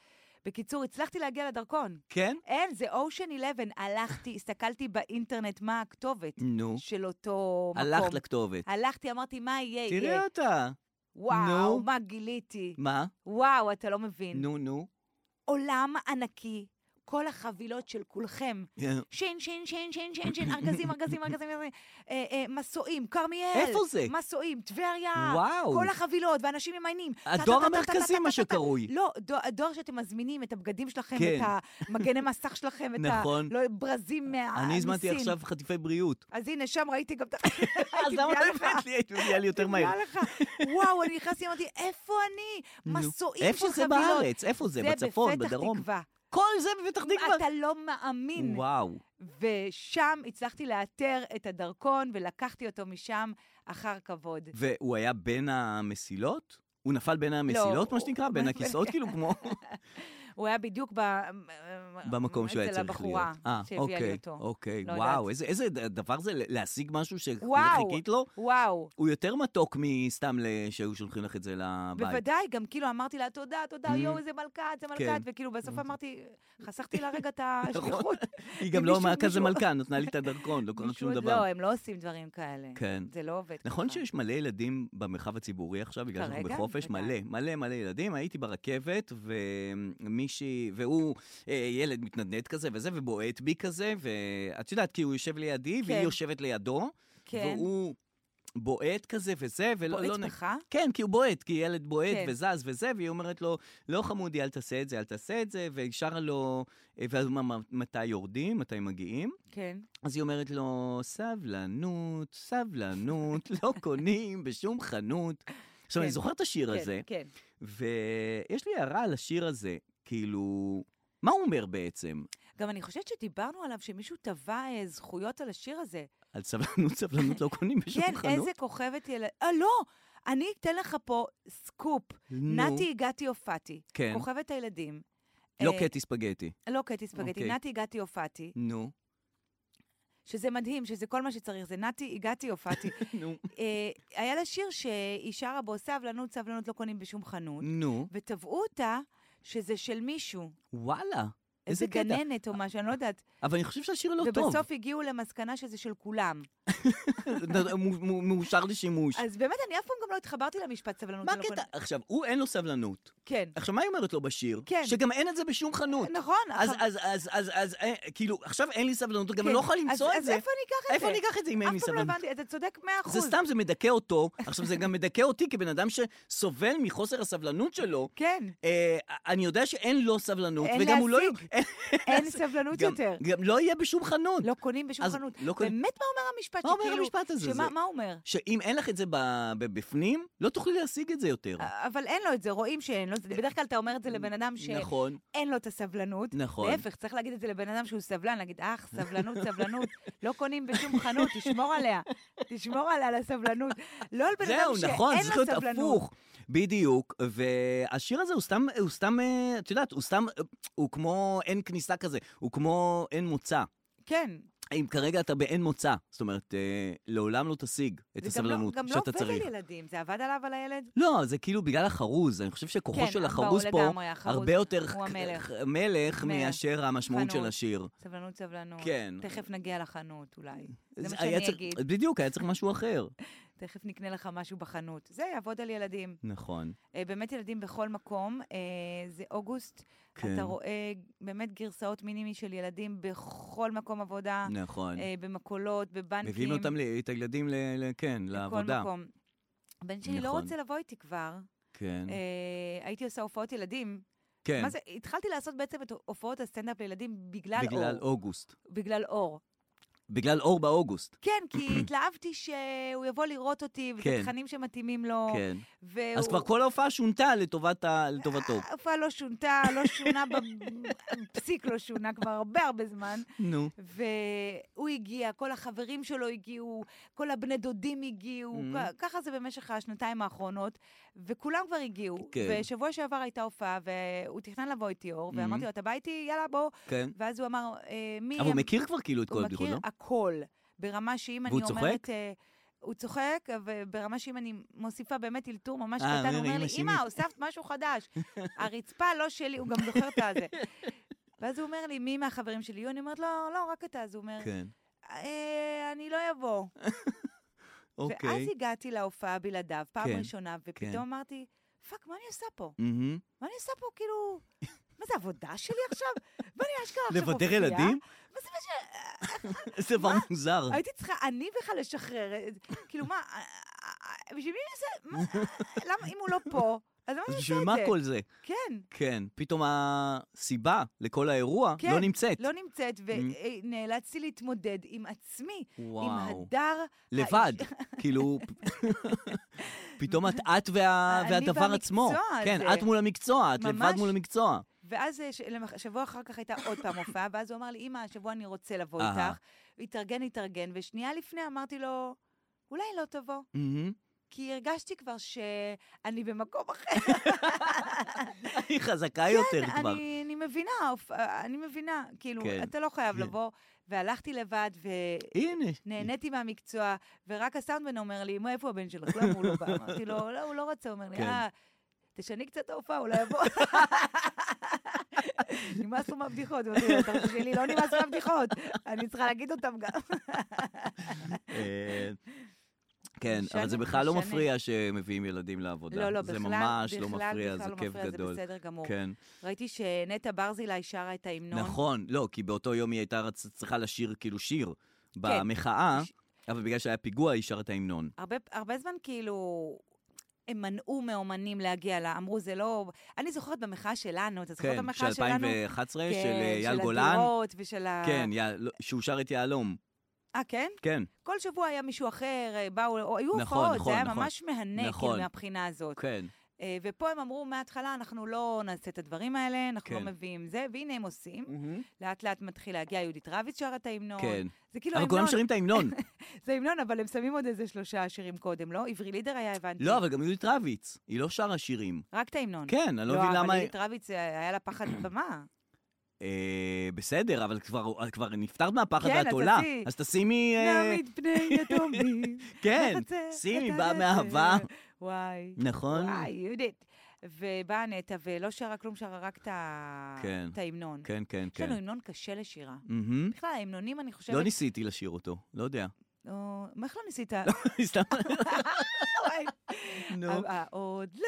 Speaker 3: בקיצור, הצלחתי להגיע לדרכון.
Speaker 2: כן?
Speaker 3: אין, זה אושן 11. הלכתי, הסתכלתי באינטרנט מה הכתובת
Speaker 2: נו,
Speaker 3: של אותו מקום. אה,
Speaker 2: הלכת לכתובת.
Speaker 3: הלכתי, אמרתי, מה יהיה? יהיה.
Speaker 2: תראי אותה.
Speaker 3: וואו,
Speaker 2: נו.
Speaker 3: מה גיליתי.
Speaker 2: מה?
Speaker 3: וואו, אתה לא מבין.
Speaker 2: נו, נו.
Speaker 3: עולם ענקי, כל החבילות של כולכם.
Speaker 2: כן.
Speaker 3: שין, שין, שין, שין, שין, שין, ארגזים, ארגזים, ארגזים, ארגזים, אה, אה, מסועים, כרמיאל.
Speaker 2: איפה זה?
Speaker 3: מסועים, טבריה.
Speaker 2: וואו.
Speaker 3: כל החבילות, ואנשים ממיינים. טה, טה,
Speaker 2: הדואר
Speaker 3: טה, טה,
Speaker 2: המרכזי,
Speaker 3: טה, טה,
Speaker 2: מה
Speaker 3: טה, טה, טה.
Speaker 2: שקרוי.
Speaker 3: לא, דו- הדואר שאתם מזמינים, את הבגדים שלכם,
Speaker 2: כן.
Speaker 3: את המגני מסך שלכם, את
Speaker 2: נכון.
Speaker 3: הברזים מהניסים.
Speaker 2: אני הזמנתי עכשיו חטיפי בריאות.
Speaker 3: אז הנה, שם ראיתי גם את ה...
Speaker 2: (laughs) אז למה
Speaker 3: תדע
Speaker 2: לא
Speaker 3: לך.
Speaker 2: הבאת לי? היית מביאה לי יותר מהר. (laughs)
Speaker 3: תדע לך. וואו, אני נכנסתי, אמרתי, איפה אני?
Speaker 2: נו.
Speaker 3: מסועים של
Speaker 2: איפה
Speaker 3: חבילות.
Speaker 2: זה בארץ? איפה זה? בצפון?
Speaker 3: בפתח
Speaker 2: בדרום?
Speaker 3: תקווה.
Speaker 2: כל זה בפתח תקווה.
Speaker 3: אתה לא מאמין.
Speaker 2: וואו.
Speaker 3: ושם הצלחתי לאתר את הדרכון, ולקחתי אותו משם אחר כבוד.
Speaker 2: והוא היה בין המסילות? הוא נפל בין
Speaker 3: לא.
Speaker 2: המסילות, מה
Speaker 3: הוא-
Speaker 2: שנקרא? בין
Speaker 3: (laughs) הוא-
Speaker 2: הכיסאות, כאילו, כמו...
Speaker 3: הוא היה בדיוק ב...
Speaker 2: במקום שהוא היה
Speaker 3: אצל
Speaker 2: צריך להיות.
Speaker 3: הבחורה שהביאה לי
Speaker 2: אוקיי,
Speaker 3: אותו.
Speaker 2: אוקיי,
Speaker 3: לא
Speaker 2: וואו,
Speaker 3: יודעת.
Speaker 2: איזה- איזה ד- דבר זה ל- להשיג משהו
Speaker 3: וואו.
Speaker 2: שחיכית לו?
Speaker 3: וואו.
Speaker 2: הוא יותר מתוק מסתם ל- שהיו שולחים לך את זה לבית.
Speaker 3: בוודאי, גם כאילו אמרתי לה, תודה, תודה,
Speaker 2: Mm.
Speaker 3: יואו, איזה מלכת, זה
Speaker 2: כן. נכון,
Speaker 3: מלכת, וכאילו בסוף אמרתי, חסכתי לה
Speaker 2: (laughs)
Speaker 3: רגע את השליחות.
Speaker 2: היא גם
Speaker 3: אם
Speaker 2: לא
Speaker 3: מישהו-
Speaker 2: אמרה כזה
Speaker 3: מישהו-
Speaker 2: מלכה, נתנה לי את הדרכון,
Speaker 3: (laughs)
Speaker 2: לא קרה
Speaker 3: מישהו
Speaker 2: שום
Speaker 3: עוד-
Speaker 2: דבר.
Speaker 3: לא, הם לא עושים דברים כאלה.
Speaker 2: כן.
Speaker 3: זה לא עובד ככה.
Speaker 2: נכון שיש מלא ילדים במרחב הציבורי עכשיו, בגלל שאנחנו
Speaker 3: כרגע?
Speaker 2: בחופש,
Speaker 3: בוודאי.
Speaker 2: מלא, מלא מלא ילדים. הייתי ברכבת, ומישהי, והוא אה, ילד מתנדנד כזה וזה, ובועט בי כזה, ואת יודעת, כי הוא יושב לידי, והיא
Speaker 3: כן.
Speaker 2: יושבת לידו,
Speaker 3: כן.
Speaker 2: והוא בועט כזה וזה, ולא...
Speaker 3: בועט
Speaker 2: לא נ-
Speaker 3: בך?
Speaker 2: כן, כי הוא בועט, כי ילד בועט
Speaker 3: כן.
Speaker 2: וזז וזה, והיא אומרת לו, לא חמודי, אל תעשה את זה, אל תעשה את זה, והיא שרה לו, אה, ואז הוא אמר, מתי יורדים, מתי מגיעים?
Speaker 3: כן.
Speaker 2: אז היא אומרת לו, סבלנות, סבלנות, לא קונים בשום חנות. עכשיו,
Speaker 3: כן.
Speaker 2: אני זוכר את השיר
Speaker 3: כן,
Speaker 2: הזה,
Speaker 3: כן.
Speaker 2: ויש לי הערה על השיר הזה, כאילו, מה הוא אומר בעצם?
Speaker 3: גם אני חושבת שדיברנו עליו שמישהו תבע אה, זכויות על השיר הזה.
Speaker 2: על סבלנות, סבלנות, לא קונים בשום
Speaker 3: כן,
Speaker 2: חנות?
Speaker 3: איזה כוכבת ילד... אה, לא! אני אתן לך פה סקופ.
Speaker 2: נו,
Speaker 3: נתי הגעתי הופעתי.
Speaker 2: כן.
Speaker 3: כוכבת הילדים.
Speaker 2: לא
Speaker 3: אה,
Speaker 2: קטי ספגטי.
Speaker 3: לא קטי ספגטי,
Speaker 2: אוקיי.
Speaker 3: נתי הגעתי הופעתי,
Speaker 2: נו,
Speaker 3: שזה מדהים, שזה כל מה שצריך, זה נתי
Speaker 2: (laughs)
Speaker 3: הגעתי הופעתי.
Speaker 2: נו,
Speaker 3: אה, היה לה שיר שהיא שרה בו, סבלנות, סבלנות לא קונים בשום חנות,
Speaker 2: נו,
Speaker 3: ותבעו אותה שזה של מישהו,
Speaker 2: וואלה,
Speaker 3: איזה
Speaker 2: איזה קטע.
Speaker 3: גננת או משהו, אני לא יודעת.
Speaker 2: אבל אני חושב שהשיר לא טוב. (laughs)
Speaker 3: ובסוף הגיעו למסקנה שזה של כולם.
Speaker 2: מ- מ- מאושר לשימוש.
Speaker 3: אז באמת, אני אף פעם גם לא התחברתי למשפט סבלנות.
Speaker 2: מה
Speaker 3: לא
Speaker 2: הקטע?
Speaker 3: קונים-
Speaker 2: עכשיו, הוא אין לו סבלנות.
Speaker 3: כן.
Speaker 2: עכשיו, מה היא אומרת לו בשיר?
Speaker 3: כן.
Speaker 2: שגם אין את זה בשום חנות.
Speaker 3: נכון.
Speaker 2: אז,
Speaker 3: אחר-
Speaker 2: אז, אז, אז, אז, אה, כאילו, עכשיו אין לי סבלנות, גם
Speaker 3: כן.
Speaker 2: אני לא יכול
Speaker 3: אז-
Speaker 2: למצוא את
Speaker 3: אז
Speaker 2: זה.
Speaker 3: איפה אני אקח את זה?
Speaker 2: איפה אני אקח את זה אם אין לי
Speaker 3: אף פעם לא
Speaker 2: סבלנות?
Speaker 3: הבנתי, אתה צודק מאה
Speaker 2: זה
Speaker 3: אחוז.
Speaker 2: סתם, זה מדכא אותו. עכשיו, זה גם מדכא אותי כבן אדם שסובל מחוסר הסבלנות שלו. (laughs)
Speaker 3: כן,
Speaker 2: אה, אני יודע שאין לו סבלנות,
Speaker 3: אין
Speaker 2: וגם הוא לא...
Speaker 3: להשיג.
Speaker 2: אין- (laughs)
Speaker 3: אין סבלנות
Speaker 2: גם-
Speaker 3: יותר.
Speaker 2: גם לא יהיה בשום חנות.
Speaker 3: לא קונים בשום
Speaker 2: אז
Speaker 3: חנות.
Speaker 2: לא קונים.
Speaker 3: באמת, מה אומר המשפט?
Speaker 2: מה אומר
Speaker 3: שכאילו-
Speaker 2: המשפט הזה?
Speaker 3: שמה
Speaker 2: זה-
Speaker 3: מה אומר?
Speaker 2: שאם אין לך את זה ב- ב- בפנים, לא תוכלי להשיג את זה יותר.
Speaker 3: אבל אין לו את זה, רואים שאין לו את זה. בדרך כלל אתה אומר את זה לבן אדם שאין
Speaker 2: אה. נכון,
Speaker 3: לו את הסבלנות.
Speaker 2: נכון.
Speaker 3: להפך, צריך להגיד את זה לבן אדם שהוא סבלן, להגיד, אך, סבלנות, סבלנות, לא קונים בשום חנות, תשמור עליה. תשמור עליה, על הסבלנות. לא על בן אדם
Speaker 2: זהו,
Speaker 3: שאין
Speaker 2: נכון,
Speaker 3: לו
Speaker 2: צריך להיות
Speaker 3: סבלנות.
Speaker 2: הפוך. בדיוק, והשיר הזה הוא סתם, הוא סתם, אה, את יודעת, הוא סתם, אה, הוא כמו אין כניסה כזה, הוא כמו אין מוצא.
Speaker 3: כן.
Speaker 2: אם כרגע אתה באין מוצא, זאת אומרת, אה, לעולם לא תשיג את
Speaker 3: זה גם לא-
Speaker 2: הסבלנות
Speaker 3: גם לא
Speaker 2: שאתה
Speaker 3: עובד על
Speaker 2: צריך.
Speaker 3: ילדים, זה עבד עליו, על הילד?
Speaker 2: לא, זה כאילו בגלל החרוז, אני חושב שכוחו
Speaker 3: כן,
Speaker 2: של
Speaker 3: ברור
Speaker 2: החרוז פה
Speaker 3: לגמרי, החרוז.
Speaker 2: הרבה יותר
Speaker 3: הוא
Speaker 2: ח-
Speaker 3: המלך.
Speaker 2: ח- מלך
Speaker 3: מלך.
Speaker 2: מאשר המשמעות של
Speaker 3: חנות.
Speaker 2: השיר.
Speaker 3: סבלנות, סבלנות.
Speaker 2: כן.
Speaker 3: תכף נגיע לחנות, אולי. זה מה
Speaker 2: היה
Speaker 3: שאני
Speaker 2: צריך-
Speaker 3: אגיד.
Speaker 2: בדיוק, היה צריך משהו אחר.
Speaker 3: תכף נקנה לך משהו בחנות. זה יעבוד על ילדים.
Speaker 2: נכון.
Speaker 3: אה, באמת ילדים בכל מקום, אה, זה אוגוסט. כן.
Speaker 2: כן.
Speaker 3: אתה רואה באמת גרסאות מינימי של ילדים בכל מקום עבודה,
Speaker 2: נכון.
Speaker 3: אה, במקולות, בבנקים.
Speaker 2: מביאים אותם, ל- את הילדים, ל- ל- כן, לעבודה.
Speaker 3: בכל מקום. הבן שלי לא
Speaker 2: נכון.
Speaker 3: רוצה לבוא איתי כבר.
Speaker 2: כן,
Speaker 3: אה, הייתי עושה הופעות ילדים.
Speaker 2: כן.
Speaker 3: מה זה, התחלתי לעשות בעצם את הופעות הסטנדאפ לילדים בגלל,
Speaker 2: בגלל
Speaker 3: אור.
Speaker 2: אוגוסט.
Speaker 3: בגלל אור.
Speaker 2: בגלל אור באוגוסט.
Speaker 3: כן,
Speaker 2: (clears throat)
Speaker 3: כי התלהבתי שהוא יבוא לראות אותי, וזה
Speaker 2: כן.
Speaker 3: תכנים שמתאימים לו.
Speaker 2: כן.
Speaker 3: והוא...
Speaker 2: אז כבר כל ההופעה שונתה לטובת ה-
Speaker 3: (laughs)
Speaker 2: לטובתו.
Speaker 3: ההופעה לא שונתה, לא שונה, (laughs) ב- פסיק לא שונה כבר הרבה הרבה זמן.
Speaker 2: נו.
Speaker 3: והוא הגיע, כל החברים שלו הגיעו, כל הבני דודים הגיעו,
Speaker 2: Mhm.
Speaker 3: כ- ככה זה במשך השנתיים האחרונות, וכולם כבר הגיעו.
Speaker 2: כן. Mm-hmm.
Speaker 3: ושבוע שעבר הייתה הופעה, והוא תכנן לבוא איתי אור, ואמרתי לו, אתה בא איתי? יאללה, בוא.
Speaker 2: כן.
Speaker 3: ואז הוא אמר, "אה, מי...
Speaker 2: אבל הוא
Speaker 3: הם-"
Speaker 2: מכיר כבר כאילו את
Speaker 3: הוא
Speaker 2: כל הבדיחות, לא?
Speaker 3: מכיר הכל, ברמה שאם אני
Speaker 2: והוא צוחק?
Speaker 3: אומרת... אה, הוא צוחק, וברמה שאם אני מוסיפה באמת אלתור ממש
Speaker 2: אה,
Speaker 3: קטן,
Speaker 2: אומר,
Speaker 3: הוא אומר
Speaker 2: "אמא,
Speaker 3: לי,
Speaker 2: שימי."
Speaker 3: אמא, הוספת משהו
Speaker 2: (laughs)
Speaker 3: חדש. הרצפה לא שלי, הוא גם זוכר את הזה. (laughs) ואז הוא אומר לי, מי מהחברים שלי יהיו? אני אומרת, לא, לא, רק אתה. אז הוא אומר,
Speaker 2: כן.
Speaker 3: "אה, אני לא אבוא.
Speaker 2: אוקיי.
Speaker 3: ואז הגעתי להופעה בלעדיו, פעם
Speaker 2: כן,
Speaker 3: ראשונה,
Speaker 2: כן.
Speaker 3: ופתאום אמרתי, פאק, מה אני עושה פה?
Speaker 2: מהמם.
Speaker 3: מה אני עושה פה, כאילו... מה זה עבודה שלי עכשיו? מה אני אשכרה עכשיו
Speaker 2: לבדר
Speaker 3: מופיעה?
Speaker 2: ילדים?
Speaker 3: מה זה מה
Speaker 2: (laughs)
Speaker 3: ש...
Speaker 2: זה דבר מוזר.
Speaker 3: הייתי צריכה אני בכלל לשחרר, את זה. כאילו מה, אה, אה, אה, בשביל מי זה, מה, אה, למה אם הוא לא פה, אז למה
Speaker 2: אז
Speaker 3: אני עושה
Speaker 2: בשביל
Speaker 3: את
Speaker 2: מה
Speaker 3: זה?
Speaker 2: כל זה?
Speaker 3: כן,
Speaker 2: כן, פתאום הסיבה לכל האירוע
Speaker 3: כן,
Speaker 2: לא נמצאת.
Speaker 3: לא נמצאת, ונאלצתי להתמודד עם עצמי, עם
Speaker 2: וואו.
Speaker 3: הדר.
Speaker 2: לבד,
Speaker 3: האיש-
Speaker 2: (laughs)
Speaker 3: (laughs)
Speaker 2: כאילו, פתאום את את וה-
Speaker 3: אני
Speaker 2: והדבר עצמו.
Speaker 3: והמקצוע
Speaker 2: כן,
Speaker 3: הזה.
Speaker 2: את מול המקצוע, את לבד
Speaker 3: ממש.
Speaker 2: מול המקצוע.
Speaker 3: ואז אה, ש- למח- שבוע אחר כך הייתה עוד פעם הופעה, ואז הוא אמר לי, אמא, השבוע אני רוצה לבוא
Speaker 2: אהה.
Speaker 3: איתך. הוא התארגן, התארגן, ושנייה לפני אמרתי לו, אולי לא תבוא,
Speaker 2: מהמם.
Speaker 3: כי הרגשתי כבר שאני במקום אחר.
Speaker 2: היא חזקה יותר כבר.
Speaker 3: כן, אני, אני מבינה, אופ- אה, אני מבינה, כאילו,
Speaker 2: כן,
Speaker 3: כן, אתה לא חייב
Speaker 2: כן.
Speaker 3: כן. לבוא. והלכתי לבד,
Speaker 2: הנה.
Speaker 3: ונהניתי מהמקצוע, ורק הסאונדמן אומר לי, מה, איפה הבן שלך? למה הוא לא בא? אמרתי לו, לא, הוא לא רצה, הוא אומר לי,
Speaker 2: כן.
Speaker 3: אה, תשני קצת את ההופעה, אולי
Speaker 2: (laughs)
Speaker 3: יבוא. נמאס לו מהבדיחות, אמרתי לו, אתה חושב לי, לא נמאס מהבדיחות, אני צריכה להגיד אותם גם.
Speaker 2: אה, כן, אבל
Speaker 3: משנה,
Speaker 2: זה בכלל לא
Speaker 3: משנה.
Speaker 2: מפריע שמביאים ילדים לעבודה.
Speaker 3: לא, לא,
Speaker 2: זה
Speaker 3: בכלל,
Speaker 2: ממש
Speaker 3: בכלל,
Speaker 2: לא מפריע, זה
Speaker 3: בכלל לא
Speaker 2: כיף
Speaker 3: מפריע,
Speaker 2: גדול.
Speaker 3: זה בסדר גמור.
Speaker 2: כן,
Speaker 3: ראיתי שנטע ברזילי שרה את ההמנון.
Speaker 2: נכון, לא, כי באותו יום היא הייתה רצ- צריכה לשיר כאילו שיר
Speaker 3: כן.
Speaker 2: במחאה, אבל בגלל שהיה פיגוע היא שרה את ההמנון.
Speaker 3: הרבה, הרבה זמן כאילו... הם מנעו מאומנים להגיע לה, אמרו, זה לא... אני זוכרת במחאה שלנו, אתה זוכר את
Speaker 2: כן, של
Speaker 3: המחאה שלנו?
Speaker 2: 2011, של
Speaker 3: כן,
Speaker 2: אה,
Speaker 3: של
Speaker 2: אייל גולן.
Speaker 3: הדירות ושל ה...
Speaker 2: כן, יעל- לא, שהוא שר את יהלום.
Speaker 3: אה, כן?
Speaker 2: כן,
Speaker 3: כל שבוע היה מישהו אחר, אה, באו, או, היו
Speaker 2: נכון,
Speaker 3: הופעות,
Speaker 2: נכון,
Speaker 3: זה היה
Speaker 2: נכון.
Speaker 3: ממש מהנה,
Speaker 2: נכון.
Speaker 3: כאילו, מהבחינה הזאת.
Speaker 2: כן.
Speaker 3: אה, ופה הם אמרו מההתחלה, אנחנו לא נעשה את הדברים האלה, אנחנו לא
Speaker 2: כן.
Speaker 3: מביאים זה, והנה הם עושים. לאט לאט מתחיל להגיע יהודית רביץ שרה את ההמנון.
Speaker 2: כן.
Speaker 3: זה כאילו
Speaker 2: אבל כולם
Speaker 3: ההמנון,
Speaker 2: שרים את
Speaker 3: (laughs)
Speaker 2: ההמנון.
Speaker 3: זה המנון, אבל הם שמים עוד איזה שלושה שירים קודם, לא? עברי לידר היה, הבנתי.
Speaker 2: לא, אבל גם יהודית רביץ, היא לא שרה שירים.
Speaker 3: רק את ההמנון.
Speaker 2: כן, אני לא מבין
Speaker 3: לא,
Speaker 2: למה...
Speaker 3: אבל עידית רביץ, אה, היה לה
Speaker 2: (clears throat)
Speaker 3: פחד במה.
Speaker 2: אה, בסדר, אבל כבר- כבר נפטרת מהפחד
Speaker 3: כן,
Speaker 2: ואת
Speaker 3: אז
Speaker 2: עולה.
Speaker 3: תעשי.
Speaker 2: אז תשימי... אה,
Speaker 3: נעמיד בני יתומים.
Speaker 2: (laughs) כן,
Speaker 3: לחצר
Speaker 2: שימי,
Speaker 3: את
Speaker 2: באה
Speaker 3: הזה.
Speaker 2: מאהבה.
Speaker 3: וואי.
Speaker 2: נכון?
Speaker 3: וואי, יהודית. ובאה נטע ולא שרה כלום, שרה רק את ה-
Speaker 2: כן.
Speaker 3: את ההמנון.
Speaker 2: כן, כן,
Speaker 3: יש לנו
Speaker 2: כן.
Speaker 3: המנון קשה לשירה.
Speaker 2: מהמם.
Speaker 3: בכלל, ההמנונים, אני חושבת...
Speaker 2: לא ניסיתי לשיר אותו, לא יודע.
Speaker 3: (laughs)
Speaker 2: (laughs)
Speaker 3: או, מה, איך לא ניסית?
Speaker 2: סתם.
Speaker 3: וואי.
Speaker 2: נו.
Speaker 3: אה, אה, עוד לא.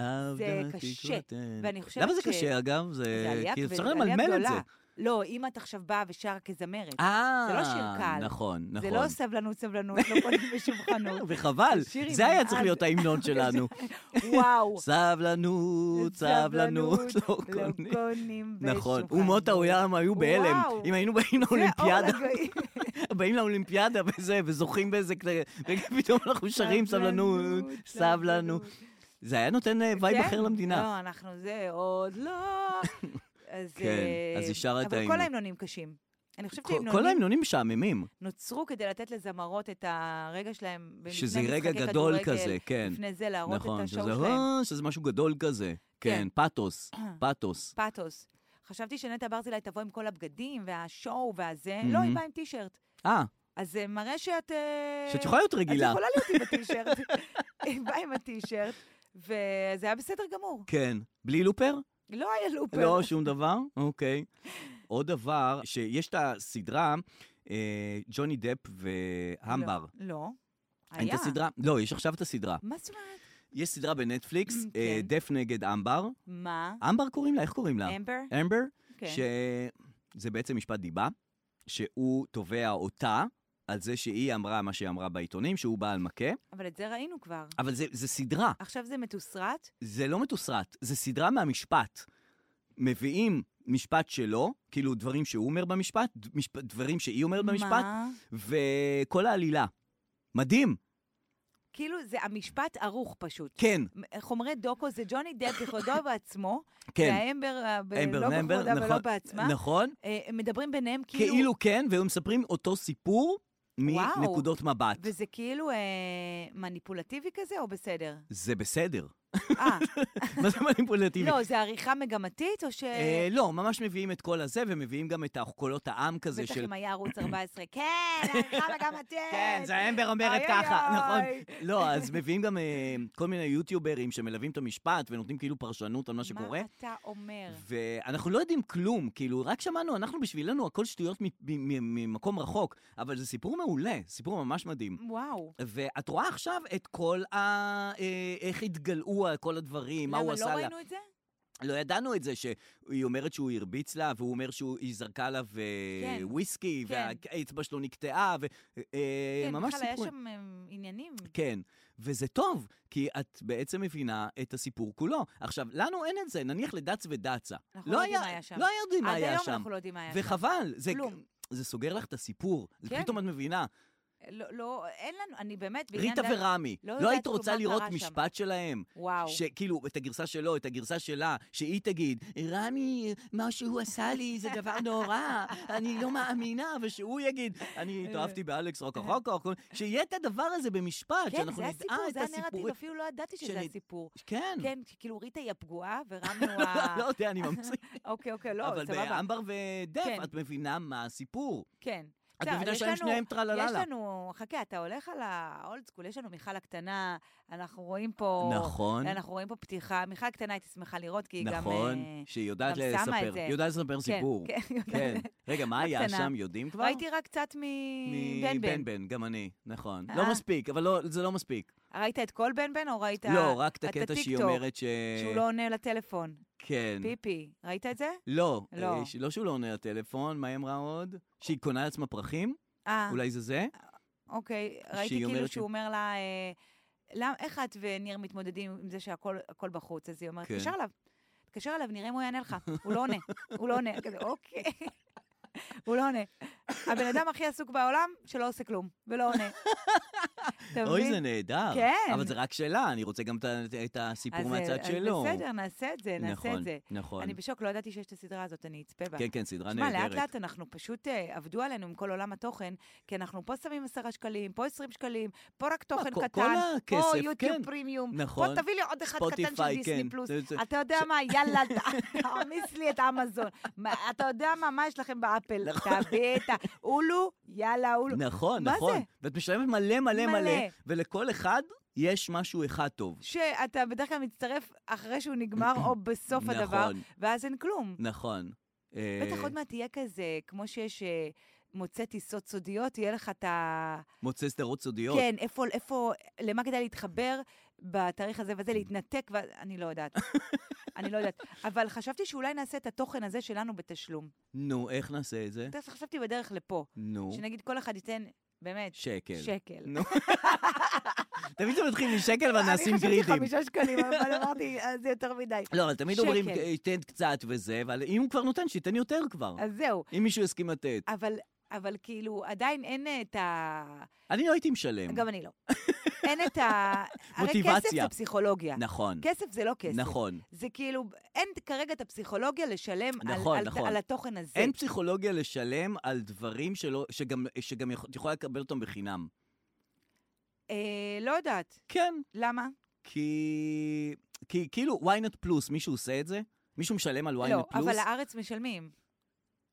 Speaker 2: עבדתי
Speaker 3: קשה,
Speaker 2: קוטן.
Speaker 3: ואני חושבת
Speaker 2: למה זה
Speaker 3: ש-
Speaker 2: קשה, אגב?
Speaker 3: זה
Speaker 2: זה...
Speaker 3: עלייה
Speaker 2: אה, כי
Speaker 3: כבד-
Speaker 2: אפשר
Speaker 3: זה עלייה
Speaker 2: למלמל את זה.
Speaker 3: גדולה. לא, אם את עכשיו באה ושרה כזמרת.
Speaker 2: אה,
Speaker 3: זה לא שיר קל.
Speaker 2: נכון, נכון. כן,
Speaker 3: זה לא סבלנות, סבלנות, לא
Speaker 2: (laughs)
Speaker 3: קונים בשום חנות.
Speaker 2: וחבל,
Speaker 3: זה שיר עם
Speaker 2: זה היה
Speaker 3: מנעד.
Speaker 2: צריך להיות ההמנון
Speaker 3: (laughs)
Speaker 2: שלנו.
Speaker 3: וואו.
Speaker 2: סבלנות, סבלנות, (laughs) לא קונים.
Speaker 3: לא קונים בשום
Speaker 2: נכון, אומות העולם היו בהלם.
Speaker 3: וואו.
Speaker 2: אם היינו באים
Speaker 3: זה
Speaker 2: לאולימפיאדה,
Speaker 3: אור לגויים.
Speaker 2: באים לאולימפיאדה וזה, וזוכים באיזה, כזה, ופתאום אנחנו שרים סבלנות, סבלנות. זה היה נותן אה, וייב
Speaker 3: כן,
Speaker 2: אחר למדינה.
Speaker 3: לא, אנחנו זה, עוד לא. אז...
Speaker 2: כן,
Speaker 3: אה,
Speaker 2: אז היא שרה את
Speaker 3: אבל
Speaker 2: ההמנון.
Speaker 3: כל ההמנונים קשים. אני חושבת
Speaker 2: כל- כל
Speaker 3: שההמנונים
Speaker 2: ההמנונים משעממים,
Speaker 3: נוצרו כדי לתת לזמרות את הרגע שלהם. ב-
Speaker 2: שזה
Speaker 3: לפני
Speaker 2: רגע
Speaker 3: משחקי
Speaker 2: גדול
Speaker 3: כדורגל,
Speaker 2: כזה, כן.
Speaker 3: לפני זה להראות את
Speaker 2: נכון,
Speaker 3: השואו
Speaker 2: שזה,
Speaker 3: שלהם.
Speaker 2: "אה", שזה משהו גדול כזה. כן,
Speaker 3: כן.
Speaker 2: פאתוס, פאתוס.
Speaker 3: פאתוס. חשבתי שנטע ברזילי תבוא עם כל הבגדים והשואו והזה.
Speaker 2: מהמם.
Speaker 3: לא, היא באה עם טישרט.
Speaker 2: אה,
Speaker 3: אז זה מראה שאת... אה,
Speaker 2: שאת יכולה להיות
Speaker 3: את
Speaker 2: רגילה.
Speaker 3: יכולה להיות עם הטישרט.
Speaker 2: (laughs)
Speaker 3: היא באה עם הטישרט, וזה היה בסדר גמור.
Speaker 2: כן. בלי לופר?
Speaker 3: לא היה לופר. (laughs)
Speaker 2: לא, שום דבר? אוקיי. עוד דבר, שיש את הסדרה, אה, ג'וני דפ והמבר.
Speaker 3: לא, לא.
Speaker 2: אין
Speaker 3: היה.
Speaker 2: את הסדרה? לא, יש עכשיו את הסדרה.
Speaker 3: מה זאת אומרת?
Speaker 2: יש סדרה בנטפליקס,
Speaker 3: כן.
Speaker 2: אה, דף נגד אמבר.
Speaker 3: מה?
Speaker 2: אמבר קוראים לה? איך קוראים לה?
Speaker 3: אמבר?
Speaker 2: אמבר?
Speaker 3: כן.
Speaker 2: שזה בעצם משפט דיבה, שהוא תובע אותה על זה שהיא אמרה מה שהיא אמרה בעיתונים, שהוא בעל מכה,
Speaker 3: אבל את זה ראינו כבר.
Speaker 2: אבל זה, זה סדרה,
Speaker 3: עכשיו זה מתוסרט?
Speaker 2: זה לא מתוסרט, זה סדרה מהמשפט. מביאים משפט שלו, כאילו דברים שהוא אומר במשפט, ד- משפ... דברים שהיא אומרת אה, במשפט,
Speaker 3: מה?
Speaker 2: וכל העלילה. מדהים,
Speaker 3: כאילו, זה המשפט ערוך פשוט.
Speaker 2: כן,
Speaker 3: חומרי דוקו זה ג'וני דפ בכבודו
Speaker 2: (laughs)
Speaker 3: ובעצמו,
Speaker 2: כן.
Speaker 3: והאמבר, אה, ב-
Speaker 2: אמבר
Speaker 3: לא
Speaker 2: נמבר,
Speaker 3: בכבודה ולא
Speaker 2: נכון,
Speaker 3: בעצמה.
Speaker 2: נכון,
Speaker 3: אה, הם מדברים ביניהם כאילו...
Speaker 2: כאילו כן, והם מספרים אותו סיפור
Speaker 3: וואו.
Speaker 2: מנקודות מבט.
Speaker 3: וזה כאילו אה, מניפולטיבי כזה,
Speaker 2: (laughs)
Speaker 3: או בסדר?
Speaker 2: זה בסדר.
Speaker 3: אה,
Speaker 2: מה זה מניפולטיבי?
Speaker 3: לא, זה עריכה מגמתית, או ש...
Speaker 2: אה, לא, ממש מביאים את כל הזה, ומביאים גם את קולות העם כזה
Speaker 3: בטח
Speaker 2: של...
Speaker 3: אם היה ערוץ 14, כן, עריכה מגמתית.
Speaker 2: (laughs) כן, זה האמבר אומרת
Speaker 3: אוי, אוי,
Speaker 2: ככה,
Speaker 3: אוי.
Speaker 2: נכון. לא, אז מביאים גם אה, כל מיני יוטיוברים שמלווים את המשפט ונותנים כאילו פרשנות על מה שקורה.
Speaker 3: מה אתה אומר?
Speaker 2: ואנחנו לא יודעים כלום, כאילו, רק שמענו, אנחנו בשבילנו הכל שטויות מ- מ- מ- ממקום רחוק, אבל זה סיפור מעולה, סיפור ממש מדהים.
Speaker 3: וואו.
Speaker 2: ואת רואה עכשיו את כל ה... אה, איך התגלעו כל הדברים, מה הוא עשה לה.
Speaker 3: למה לא ראינו את זה?
Speaker 2: לא ידענו את זה שהיא אומרת שהוא הרביץ לה, והוא אומר שהיא זרקה עליו אה,
Speaker 3: כן.
Speaker 2: וויסקי,
Speaker 3: כן.
Speaker 2: והאצבע שלו נקטעה,
Speaker 3: כן,
Speaker 2: וממש
Speaker 3: בכלל היה
Speaker 2: סיפור.
Speaker 3: שם אה, עניינים.
Speaker 2: כן, וזה טוב, כי את בעצם מבינה את הסיפור כולו. עכשיו, לנו אין את זה, נניח לדץ ודצה.
Speaker 3: אנחנו לא יודעים
Speaker 2: היה-
Speaker 3: מה היה שם.
Speaker 2: לא היה יודעים מה
Speaker 3: עד
Speaker 2: היה
Speaker 3: היום
Speaker 2: שם.
Speaker 3: אנחנו לא יודעים מה היה שם.
Speaker 2: וחבל, זה-
Speaker 3: כלום.
Speaker 2: זה סוגר לך את הסיפור. זה
Speaker 3: כן.
Speaker 2: פתאום את מבינה.
Speaker 3: לא, לא, אין לנו, אני באמת, בעניין...
Speaker 2: ריטה
Speaker 3: דן-
Speaker 2: ורמי,
Speaker 3: לא
Speaker 2: לא
Speaker 3: יודעת
Speaker 2: היית
Speaker 3: כלום
Speaker 2: רוצה
Speaker 3: מה
Speaker 2: לראות
Speaker 3: קרה שם.
Speaker 2: משפט שלהם?
Speaker 3: וואו.
Speaker 2: שכאילו, את הגרסה שלו, את הגרסה שלה, שהיא תגיד, רמי, מה שהוא עשה לי זה דבר נורא, אני לא מאמינה, ושהוא יגיד, אני התאהבתי באלכס רוקרוקו, שיהיה את הדבר הזה במשפט,
Speaker 3: אה. כן,
Speaker 2: שאנחנו
Speaker 3: זה
Speaker 2: נדע אה,
Speaker 3: הסיפור,
Speaker 2: את
Speaker 3: זה הנרטיב,
Speaker 2: הסיפורים.
Speaker 3: אפילו לא ידעתי שזה
Speaker 2: שנ-
Speaker 3: הסיפור.
Speaker 2: כן,
Speaker 3: כן, כאילו ריטה היא הפגועה, ורמי הוא ה...
Speaker 2: (laughs) לא יודע, אני
Speaker 3: (laughs)
Speaker 2: ממציא.
Speaker 3: אוקיי, אוקיי, לא,
Speaker 2: אבל
Speaker 3: סבבה.
Speaker 2: באמבר ודף,
Speaker 3: כן.
Speaker 2: את מבינה מה הסיפור.
Speaker 3: כן.
Speaker 2: את
Speaker 3: בסדר,
Speaker 2: מבינה
Speaker 3: יש
Speaker 2: שהם
Speaker 3: לנו-
Speaker 2: שניהם טרללה.
Speaker 3: יש לנו, חכה, אתה הולך על ה-old school, יש לנו מיכל הקטנה, אנחנו רואים פה...
Speaker 2: נכון.
Speaker 3: אנחנו רואים פה פתיחה. מיכל הקטנה הייתי שמחה לראות, כי היא גם...
Speaker 2: נכון,
Speaker 3: אה,
Speaker 2: שהיא יודעת
Speaker 3: גם שמה את
Speaker 2: לספר,
Speaker 3: זה.
Speaker 2: היא יודעת לספר סיפור.
Speaker 3: כן, כן, יודעת. (laughs)
Speaker 2: כן. רגע, מה היה
Speaker 3: בקטנה.
Speaker 2: שם, יודעים כבר?
Speaker 3: ראיתי רק קצת מבן בן.
Speaker 2: מבן, גם אני, נכון.
Speaker 3: אה.
Speaker 2: לא מספיק, אבל לא- זה לא מספיק.
Speaker 3: ראית את כל בן בן או ראית...
Speaker 2: לא, רק את הקטע שהיא
Speaker 3: הטיקטוק,
Speaker 2: אומרת ש...
Speaker 3: שהוא לא עונה לטלפון.
Speaker 2: כן.
Speaker 3: פיפי, ראית את זה?
Speaker 2: לא,
Speaker 3: לא.
Speaker 2: אה, ש- לא שהוא לא עונה לטלפון, מה היא אמרה עוד? שהיא קונה לעצמה פרחים?
Speaker 3: אה,
Speaker 2: אולי זה זה?
Speaker 3: אוקיי.
Speaker 2: שהיא
Speaker 3: ראיתי כאילו
Speaker 2: אומרת ש-
Speaker 3: שהוא אומר לה, אה, "למ- איך את וניר מתמודדים עם זה שהכל הכל בחוץ? אז היא אומרת,
Speaker 2: כן.
Speaker 3: תתקשר אליו. תתקשר אליו, נראה אם הוא יענה לך. הוא לא עונה, הוא לא עונה. כזה, אוקיי. הוא לא עונה. הבן אדם הכי עסוק בעולם, שלא עושה כלום, ולא עונה. אתה
Speaker 2: אוי,
Speaker 3: מבין?
Speaker 2: זה נהדר.
Speaker 3: כן.
Speaker 2: אבל זה רק שלה, אני רוצה גם את ה- את הסיפור
Speaker 3: אז,
Speaker 2: מהצד
Speaker 3: אה, אז
Speaker 2: שלו.
Speaker 3: בסדר, נעשה את זה, נעשה
Speaker 2: נכון,
Speaker 3: את זה.
Speaker 2: נכון.
Speaker 3: אני בשוק, לא ידעתי שיש את הסדרה הזאת, אני אצפה בה.
Speaker 2: כן, כן, סדרה
Speaker 3: תשמע, לאט
Speaker 2: נהדרת.
Speaker 3: לאט אנחנו פשוט אה, עבדו עלינו עם כל עולם התוכן, כי אנחנו פה שמים 10 שקלים, פה 20 שקלים, פה רק תוכן
Speaker 2: כל-
Speaker 3: קטן,
Speaker 2: כל הכסף,
Speaker 3: פה
Speaker 2: כן.
Speaker 3: יוטיוב פרימיום,
Speaker 2: נכון.
Speaker 3: פה תביא לי עוד אחד קטן של
Speaker 2: ספוטיפיי,
Speaker 3: דיסני
Speaker 2: כן.
Speaker 3: פלוס.
Speaker 2: זה- זה-
Speaker 3: אתה יודע מה, יאללה, ת- (laughs) תעמיס לי את אמזון. מה, אתה יודע מה, מה יש לכם באפל? תביא את האולו, יאללה, אולו.
Speaker 2: נכון,
Speaker 3: מה
Speaker 2: נכון.
Speaker 3: זה?
Speaker 2: ואת משלמת מלא מלא מלא,
Speaker 3: מלא.
Speaker 2: ולכל אחד יש משהו אחד טוב.
Speaker 3: שאתה בדרך כלל מצטרף אחרי שהוא נגמר או בסוף
Speaker 2: נכון.
Speaker 3: הדבר, ואז אין כלום.
Speaker 2: נכון. אה,
Speaker 3: בטח עוד מעט תהיה כזה, כמו שיש אה, מוצא טיסות סודיות, יהיה לך את ה...
Speaker 2: מוצא סדרות סודיות.
Speaker 3: כן, איפה, איפה, למה כדאי להתחבר בתאריך הזה וזה, להתנתק, ו... אני
Speaker 2: (laughs)
Speaker 3: לא יודעת. אני לא יודעת. אבל חשבתי שאולי נעשה את התוכן הזה שלנו בתשלום.
Speaker 2: נו, איך נעשה את זה?
Speaker 3: אתה יודע, חשבתי בדרך לפה,
Speaker 2: נו,
Speaker 3: שנגיד כל אחד ייתן, באמת,
Speaker 2: שקל.
Speaker 3: שקל.
Speaker 2: נו. תמיד זה מתחיל משקל ונעשים
Speaker 3: אני חשבתי
Speaker 2: גרידים.
Speaker 3: חמישה שקלים, אבל
Speaker 2: (laughs)
Speaker 3: אמרתי, "אה, זה יותר מדי.
Speaker 2: לא, אבל תמיד אומרים,
Speaker 3: שקל.
Speaker 2: תן קצת וזה, אבל אם הוא כבר נותן, שייתן יותר כבר.
Speaker 3: אז זהו.
Speaker 2: אם מישהו יסכים לתת.
Speaker 3: אבל, אבל כאילו, עדיין אין את ה...
Speaker 2: אני לא הייתי משלם. (laughs)
Speaker 3: גם אני לא. אין את ה... הרי כסף
Speaker 2: מוטיבציה.
Speaker 3: זה פסיכולוגיה.
Speaker 2: נכון,
Speaker 3: כסף זה לא כסף.
Speaker 2: נכון.
Speaker 3: זה כאילו, אין כרגע את הפסיכולוגיה לשלם על-
Speaker 2: נכון,
Speaker 3: על-
Speaker 2: נכון.
Speaker 3: על התוכן הזה.
Speaker 2: אין פסיכולוגיה לשלם על דברים שלא- שגם- שגם יכול- את יכולה לקבל אותם בחינם.
Speaker 3: אה, לא יודעת.
Speaker 2: כן,
Speaker 3: למה?
Speaker 2: כי... כי כאילו, ynet פלוס, מישהו עושה את זה? מישהו משלם על ynet
Speaker 3: לא,
Speaker 2: פלוס?
Speaker 3: אבל הארץ משלמים.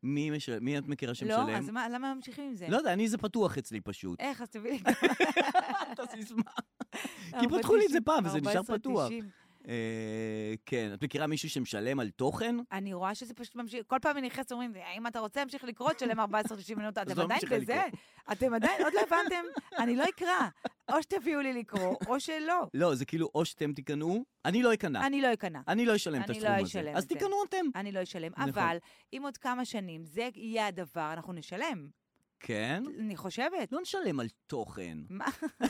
Speaker 2: מי, משל... מי את מכירה שמשלם?
Speaker 3: לא, אז מה, למה ממשיכים עם זה?
Speaker 2: לא יודע, אני זה פתוח אצלי
Speaker 3: (laughs)
Speaker 2: פשוט.
Speaker 3: איך, אז
Speaker 2: (laughs)
Speaker 3: תביא לי...
Speaker 2: את הסיסמה. כי פתחו לי את זה פעם, וזה נשאר
Speaker 3: 14.90.
Speaker 2: פתוח. אה, כן, את מכירה מישהו שמשלם על תוכן?
Speaker 3: אני רואה שזה פשוט ממשיך, כל פעם אני נכנסת ואומרים, אם אתה רוצה להמשיך לקרוא, תשלם 14.90 מנות.
Speaker 2: אז
Speaker 3: אתם
Speaker 2: לא
Speaker 3: עדיין
Speaker 2: ממשיכה
Speaker 3: בזה? אתם עדיין, עוד לא הבנתם? אני לא אקרא. או שתביאו לי לקרוא,
Speaker 2: (laughs)
Speaker 3: או שלא.
Speaker 2: לא, זה כאילו או שאתם תיכנעו, אני לא אכנע.
Speaker 3: אני לא אקנא.
Speaker 2: אני לא אשלם את
Speaker 3: אני
Speaker 2: הסכום
Speaker 3: לא
Speaker 2: הזה.
Speaker 3: אשלם
Speaker 2: אז
Speaker 3: את זה.
Speaker 2: תיכנעו
Speaker 3: (laughs)
Speaker 2: אתם.
Speaker 3: אני לא אשלם,
Speaker 2: נכון.
Speaker 3: אבל אם עוד כמה שנים זה יהיה הדבר, אנחנו נשלם.
Speaker 2: כן?
Speaker 3: אני חושבת.
Speaker 2: לא נשלם על תוכן.
Speaker 3: מה?
Speaker 2: (laughs) לא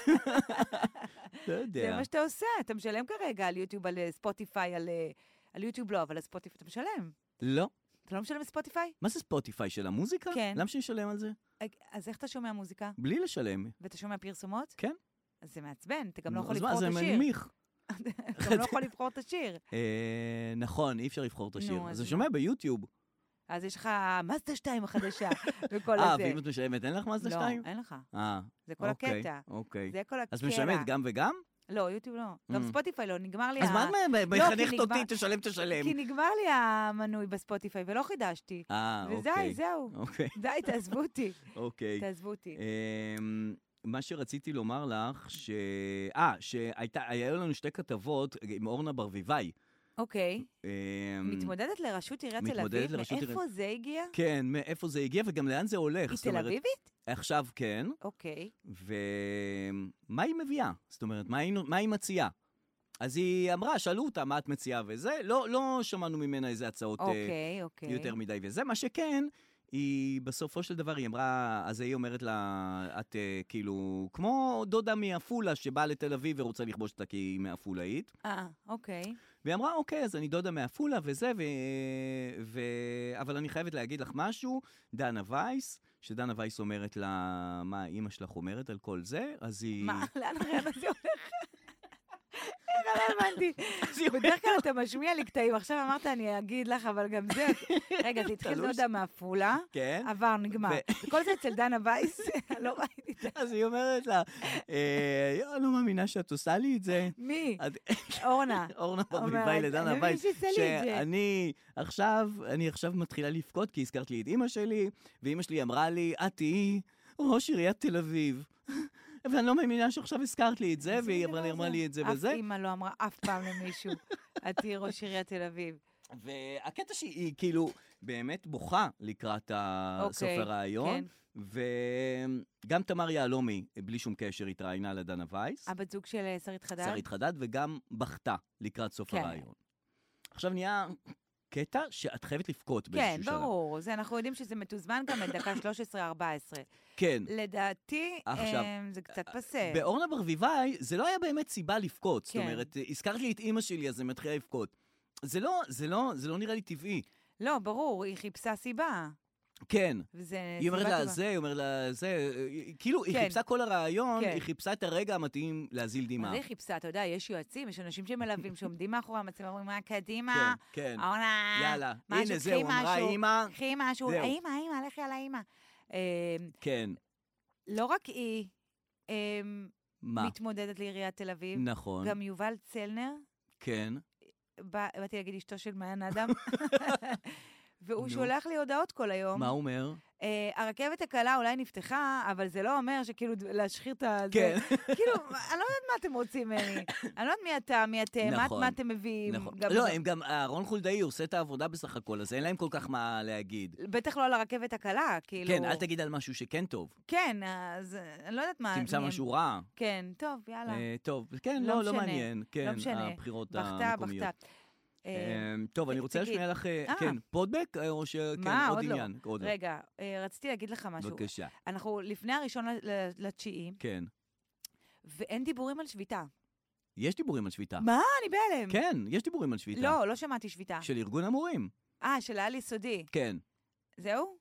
Speaker 3: זה
Speaker 2: יודע.
Speaker 3: מה שאתה עושה, אתה משלם כרגע על יוטיוב, על אה, ספוטיפיי, על... אה, על יוטיוב לא, אבל על ספוטיפיי אתה משלם.
Speaker 2: לא.
Speaker 3: אתה לא משלם בספוטיפיי?
Speaker 2: מה זה ספוטיפיי של המוזיקה?
Speaker 3: כן.
Speaker 2: למה שנשלם על זה?
Speaker 3: אה, אז איך אתה שומע מוזיקה?
Speaker 2: בלי לשלם.
Speaker 3: ואתה שומע פרסומות?
Speaker 2: כן.
Speaker 3: אז זה מעצבן, אתה גם לא
Speaker 2: נו,
Speaker 3: יכול
Speaker 2: אז מה,
Speaker 3: לבחור את
Speaker 2: זה
Speaker 3: השיר.
Speaker 2: מנמיך.
Speaker 3: אתה גם לא יכול לבחור את השיר.
Speaker 2: אה, נכון, אי אפשר לבחור את השיר.
Speaker 3: נו,
Speaker 2: אז
Speaker 3: אז
Speaker 2: זה
Speaker 3: מה?
Speaker 2: שומע ביוטיוב.
Speaker 3: אז יש לך מאזדה
Speaker 2: (laughs)
Speaker 3: 2 החדשה, וכל הזה.
Speaker 2: אה, ואם את משלמת, אין לך מאזדה 2?
Speaker 3: לא, אין לך.
Speaker 2: אה,
Speaker 3: זה כל
Speaker 2: אוקיי.
Speaker 3: הקטע.
Speaker 2: אוקיי.
Speaker 3: זה כל הקטע.
Speaker 2: אז משלמת גם וגם?
Speaker 3: לא, יוטיוב לא. גם
Speaker 2: Mm.
Speaker 3: ספוטיפיי לא, נגמר לי
Speaker 2: אז
Speaker 3: ה-
Speaker 2: מה את
Speaker 3: לא, כי
Speaker 2: מחנכת
Speaker 3: נגמר- כן.
Speaker 2: אותי, תשלם, תשלם.
Speaker 3: כי נגמר לי המנוי בספוטיפיי, ולא חידשתי.
Speaker 2: אה,
Speaker 3: וזהו,
Speaker 2: אוקיי.
Speaker 3: זהו.
Speaker 2: אוקיי,
Speaker 3: די, תעזבו אותי.
Speaker 2: אוקיי.
Speaker 3: תעזבו אותי.
Speaker 2: אמ, מה שרציתי לומר לך, ש... אה, שהיו לנו שתי כתבות עם אורנה ברביבאי.
Speaker 3: אוקיי.
Speaker 2: אמ,
Speaker 3: מתמודדת לראשות עיריית תל
Speaker 2: מתמודדת
Speaker 3: אביב?
Speaker 2: לראשות עיריית-
Speaker 3: מאיפה זה הגיע?
Speaker 2: כן, מאיפה זה הגיע וגם לאן זה הולך.
Speaker 3: היא
Speaker 2: זאת
Speaker 3: תל
Speaker 2: אומרת,
Speaker 3: אביבית?
Speaker 2: עכשיו כן,
Speaker 3: אוקיי.
Speaker 2: ומה היא מביאה? זאת אומרת, מה היא, מה היא מציעה? אז היא אמרה, שאלו אותה מה את מציעה וזה, לא, לא שמענו ממנה איזה הצעות אוקיי,
Speaker 3: אוקיי, אוקיי.
Speaker 2: יותר מדי וזה. מה שכן, היא בסופו של דבר, היא אמרה, אז היא אומרת לה, את אה, כאילו, כמו דודה מעפולה שבאה לתל אביב ורוצה לכבוש אותה כי היא מעפולאית.
Speaker 3: אה, אוקיי.
Speaker 2: והיא אמרה, אוקיי, אז אני דודה מעפולה וזה, ו... ו... אבל אני חייבת להגיד לך משהו, דנה וייס, שדנה וייס אומרת לה, מה אימא שלך אומרת על כל זה, אז היא...
Speaker 3: מה, (laughs) לאן הרעיון
Speaker 2: (laughs)
Speaker 3: הזה הולך? איך לא הבנתי.
Speaker 2: אז היא אומרת,
Speaker 3: בדרך כלל אתה משמיע לי קטעים, עכשיו אמרת אני אגיד לך, אבל גם זה...
Speaker 2: (laughs)
Speaker 3: רגע, זה התחיל
Speaker 2: תלוש.
Speaker 3: דודה מעפולה,
Speaker 2: כן?
Speaker 3: עבר, נגמר.
Speaker 2: ו-
Speaker 3: (laughs) וכל זה אצל דנה
Speaker 2: (laughs)
Speaker 3: וייס, (laughs) לא ראיתי את זה.
Speaker 2: אז היא אומרת לה, "אה, יואו, אני לא מאמינה שאת עושה לי את זה. (laughs)
Speaker 3: מי?
Speaker 2: את-
Speaker 3: אורנה.
Speaker 2: (laughs) אורנה
Speaker 3: אומרת,
Speaker 2: ברביבאי לדנה
Speaker 3: "אני מבין
Speaker 2: וייס,
Speaker 3: שעשה לי את זה."
Speaker 2: שאני עכשיו, אני עכשיו מתחילה לבכות כי הזכרת לי את אימא שלי, ואימא שלי אמרה לי, את תהיי ראש עיריית תל אביב. (laughs) ואני לא מאמינה שעכשיו הזכרת לי את זה, והיא אמרה לי, אמרה לי את זה וזה.
Speaker 3: אף אימא לא אמרה אף פעם למישהו, את תהיי ראש עיריית תל אביב.
Speaker 2: והקטע שהיא היא כאילו באמת בוכה לקראת ה-
Speaker 3: אוקיי,
Speaker 2: סוף הרעיון.
Speaker 3: כן.
Speaker 2: וגם תמר יהלומי, בלי שום קשר, התראיינה לדנה וייס,
Speaker 3: הבת זוג של אה, שרית חדד?
Speaker 2: שרית חדד, וגם בכתה לקראת סוף
Speaker 3: כן.
Speaker 2: הרעיון. עכשיו נהיה קטע שאת חייבת לבכות
Speaker 3: כן,
Speaker 2: באיזשהו שלב.
Speaker 3: ברור. זה, אנחנו יודעים שזה מתוזמן גם לדקה 13-14.
Speaker 2: כן.
Speaker 3: לדעתי,
Speaker 2: עכשיו,
Speaker 3: אה, זה קצת פסה.
Speaker 2: באורנה ברביבאי, זה לא היה באמת סיבה לבכות. זאת
Speaker 3: כן.
Speaker 2: אומרת, הזכרת לי את אימא שלי, אז אני מתחילה לבכות. זה לא, זה לא, זה לא נראה לי טבעי.
Speaker 3: לא, ברור, היא חיפשה סיבה.
Speaker 2: כן.
Speaker 3: וזה
Speaker 2: היא אומרת
Speaker 3: אה, סיבה
Speaker 2: לה
Speaker 3: טובה.
Speaker 2: זה, היא אומרת לה זה, אה, היא- כאילו, היא
Speaker 3: כן.
Speaker 2: חיפשה כל הרעיון,
Speaker 3: כן.
Speaker 2: היא חיפשה את הרגע המתאים להזיל
Speaker 3: מה
Speaker 2: דמעה.
Speaker 3: זה היא חיפשה? אתה יודע, יש יועצים, יש אנשים שמלווים, שעומדים מאחורי המצלמה, אומרים, מה, קדימה,
Speaker 2: כן, כן.
Speaker 3: אורנה,
Speaker 2: יאללה,
Speaker 3: משהו,
Speaker 2: הנה
Speaker 3: קחי
Speaker 2: זהו, אמרה
Speaker 3: משהו,
Speaker 2: אימא,
Speaker 3: קחי משהו,
Speaker 2: זהו.
Speaker 3: אימא, אימא, לכי על האימא. אמ,
Speaker 2: כן,
Speaker 3: לא רק היא אמ,
Speaker 2: מה?
Speaker 3: מתמודדת לעיריית תל אביב,
Speaker 2: נכון,
Speaker 3: גם יובל צלנר,
Speaker 2: כן.
Speaker 3: בא- באתי להגיד אשתו של מעיין
Speaker 2: (laughs)
Speaker 3: אדם, והוא
Speaker 2: נו.
Speaker 3: שולח לי הודעות כל היום.
Speaker 2: מה הוא אומר?
Speaker 3: אה, הרכבת הקלה אולי נפתחה, אבל זה לא אומר שכאילו ד- להשחיר את ה... זה.
Speaker 2: כן.
Speaker 3: כאילו, אני לא יודעת מה אתם רוצים ממני. אני לא יודעת מי אתה, מי אתם, מה-
Speaker 2: נכון,
Speaker 3: מה אתם מביאים.
Speaker 2: נכון.
Speaker 3: גם-
Speaker 2: לא, הם גם, אהרון חולדאי עושה את העבודה בסך הכל, אז אין להם כל כך מה להגיד.
Speaker 3: בטח לא על הרכבת הקלה, כאילו...
Speaker 2: כן, אל תגיד על משהו שכן טוב,
Speaker 3: כן, אז אה, אני לא יודעת מה...
Speaker 2: תמצא
Speaker 3: מי הם.
Speaker 2: משהו רע.
Speaker 3: כן, טוב, יאללה.
Speaker 2: אה, טוב, כן,
Speaker 3: לא
Speaker 2: לא, לא
Speaker 3: משנה,
Speaker 2: מעניין. כן,
Speaker 3: משנה.
Speaker 2: הבחירות
Speaker 3: בכתה,
Speaker 2: המקומיות.
Speaker 3: בכתה. אה,
Speaker 2: אה, טוב, אני
Speaker 3: ת-
Speaker 2: רוצה
Speaker 3: תגיד.
Speaker 2: להשמיע לך, אה,
Speaker 3: אה.
Speaker 2: כן, פודבק, אה, או ש...
Speaker 3: מה?
Speaker 2: כן, עוד
Speaker 3: עוד לא.
Speaker 2: עניין. עוד לא.
Speaker 3: רגע, אה, רציתי להגיד לך משהו.
Speaker 2: בבקשה,
Speaker 3: אנחנו לפני הראשון ל- ל- לתשיעי,
Speaker 2: כן.
Speaker 3: ואין דיבורים על שביתה.
Speaker 2: יש דיבורים על שביתה.
Speaker 3: מה? אני בהלם.
Speaker 2: אה. כן, יש דיבורים על שביתה.
Speaker 3: לא, לא שמעתי שביתה.
Speaker 2: של ארגון המורים.
Speaker 3: אה, של העל יסודי.
Speaker 2: כן,
Speaker 3: זהו?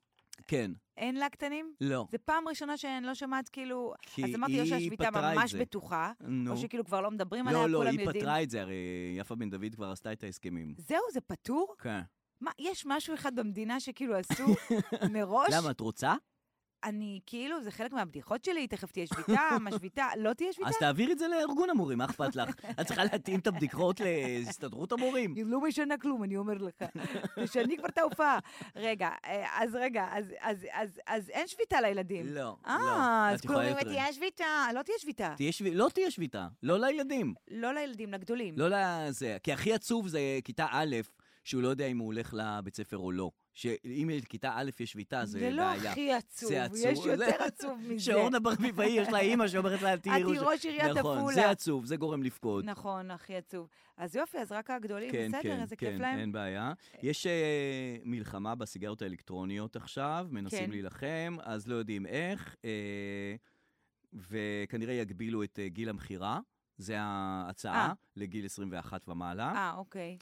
Speaker 2: כן,
Speaker 3: אין לה קטנים?
Speaker 2: לא.
Speaker 3: זה פעם ראשונה שאני לא שומעת, כאילו...
Speaker 2: כי
Speaker 3: אז אמרתי, או
Speaker 2: היא
Speaker 3: שהשביתה
Speaker 2: פתרה את
Speaker 3: ממש
Speaker 2: זה.
Speaker 3: בטוחה,
Speaker 2: נו.
Speaker 3: או שכאילו כבר לא מדברים עליה,
Speaker 2: לא, לא,
Speaker 3: כולם
Speaker 2: היא
Speaker 3: יודעים.
Speaker 2: פתרה את זה, הרי יפה בן דוד כבר עשתה את ההסכמים.
Speaker 3: זהו, זה פטור?
Speaker 2: כן.
Speaker 3: מה, יש משהו אחד במדינה
Speaker 2: (laughs)
Speaker 3: שכאילו אסור מראש?
Speaker 2: למה, את רוצה?
Speaker 3: אני, כאילו, זה חלק מהבדיחות שלי, תכף תהיה שביתה,
Speaker 2: (laughs)
Speaker 3: מה שביתה, לא תהיה שביתה?
Speaker 2: אז תעביר את זה לארגון המורים, מה אכפת לך? את צריכה להתאים את הבדיקות להסתדרות המורים.
Speaker 3: היא לא משנה כלום, אני אומר לך. תשני כבר את ההופעה. רגע, אה, אז רגע, אז- אז- אז- אז אין שביתה לילדים.
Speaker 2: לא, לא.
Speaker 3: אה,
Speaker 2: את
Speaker 3: אז
Speaker 2: יכולה
Speaker 3: כלום,
Speaker 2: להיות רגע.
Speaker 3: תהיה שביתה, לא תהיה שביתה.
Speaker 2: תהיה שביתה. לא תהיה שביתה, לא לילדים.
Speaker 3: לא לילדים, לגדולים.
Speaker 2: לא לזה, כי הכי עצוב זה כיתה א', שהוא לא יודע אם הוא הולך לבית ספר או לא. שאם לכיתה א' יש שביתה, זה
Speaker 3: זה
Speaker 2: בעיה.
Speaker 3: לא הכי עצוב,
Speaker 2: זה
Speaker 3: יש
Speaker 2: עצוב. (laughs)
Speaker 3: יותר עצוב מזה.
Speaker 2: שאורנה ברביבאי יש לה אימא שאומרת לה,
Speaker 3: את
Speaker 2: תהיי
Speaker 3: היא ראש עיריית
Speaker 2: נכון, זה
Speaker 3: עפולה.
Speaker 2: עצוב, זה גורם לבכות.
Speaker 3: נכון, הכי עצוב. אז יופי, אז רק הגדולים,
Speaker 2: כן,
Speaker 3: בסדר,
Speaker 2: כן,
Speaker 3: איזה כיף
Speaker 2: כן,
Speaker 3: להם.
Speaker 2: אין בעיה. יש אה, מלחמה בסיגריות האלקטרוניות עכשיו, מנסים
Speaker 3: כן.
Speaker 2: להילחם, אז לא יודעים איך, אה, וכנראה יגבילו את אה, גיל המכירה, זה ההצעה,
Speaker 3: אה.
Speaker 2: לגיל 21 ומעלה,
Speaker 3: אה,
Speaker 2: (laughs)
Speaker 3: אוקיי.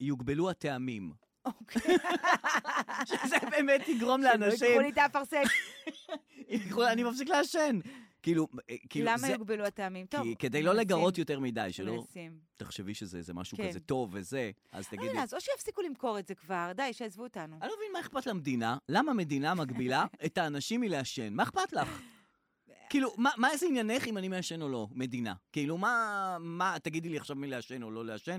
Speaker 2: ויוגבלו הטעמים.
Speaker 3: אוקיי. אה.
Speaker 2: (laughs)
Speaker 3: לא
Speaker 2: שזה באמת יגרום לאנשים...
Speaker 3: יקחו לי את האפרסק.
Speaker 2: יקחו- אני מפסיק לעשן. כאילו, אה, (laughs) כאילו,
Speaker 3: למה
Speaker 2: זה...
Speaker 3: יוגבלו הטעמים? טוב,
Speaker 2: כי- כדי לא
Speaker 3: מנסים,
Speaker 2: לגרות יותר מדי, שלא
Speaker 3: מנסים.
Speaker 2: תחשבי שזה איזה משהו
Speaker 3: כן.
Speaker 2: כזה טוב וזה, אז
Speaker 3: לא
Speaker 2: תגידי,
Speaker 3: יודעת, אז או שיפסיקו למכור את זה כבר, די, שיעזבו אותנו.
Speaker 2: (laughs) אני לא מבין מה אכפת למדינה, למה המדינה
Speaker 3: (laughs)
Speaker 2: מגבילה את האנשים מלעשן? מה אכפת לך? כאילו, מה, מה זה עניינך אם אני מעשן או לא, מדינה? כאילו, מה, מה, תגידי לי עכשיו מי לעשן או לא לעשן?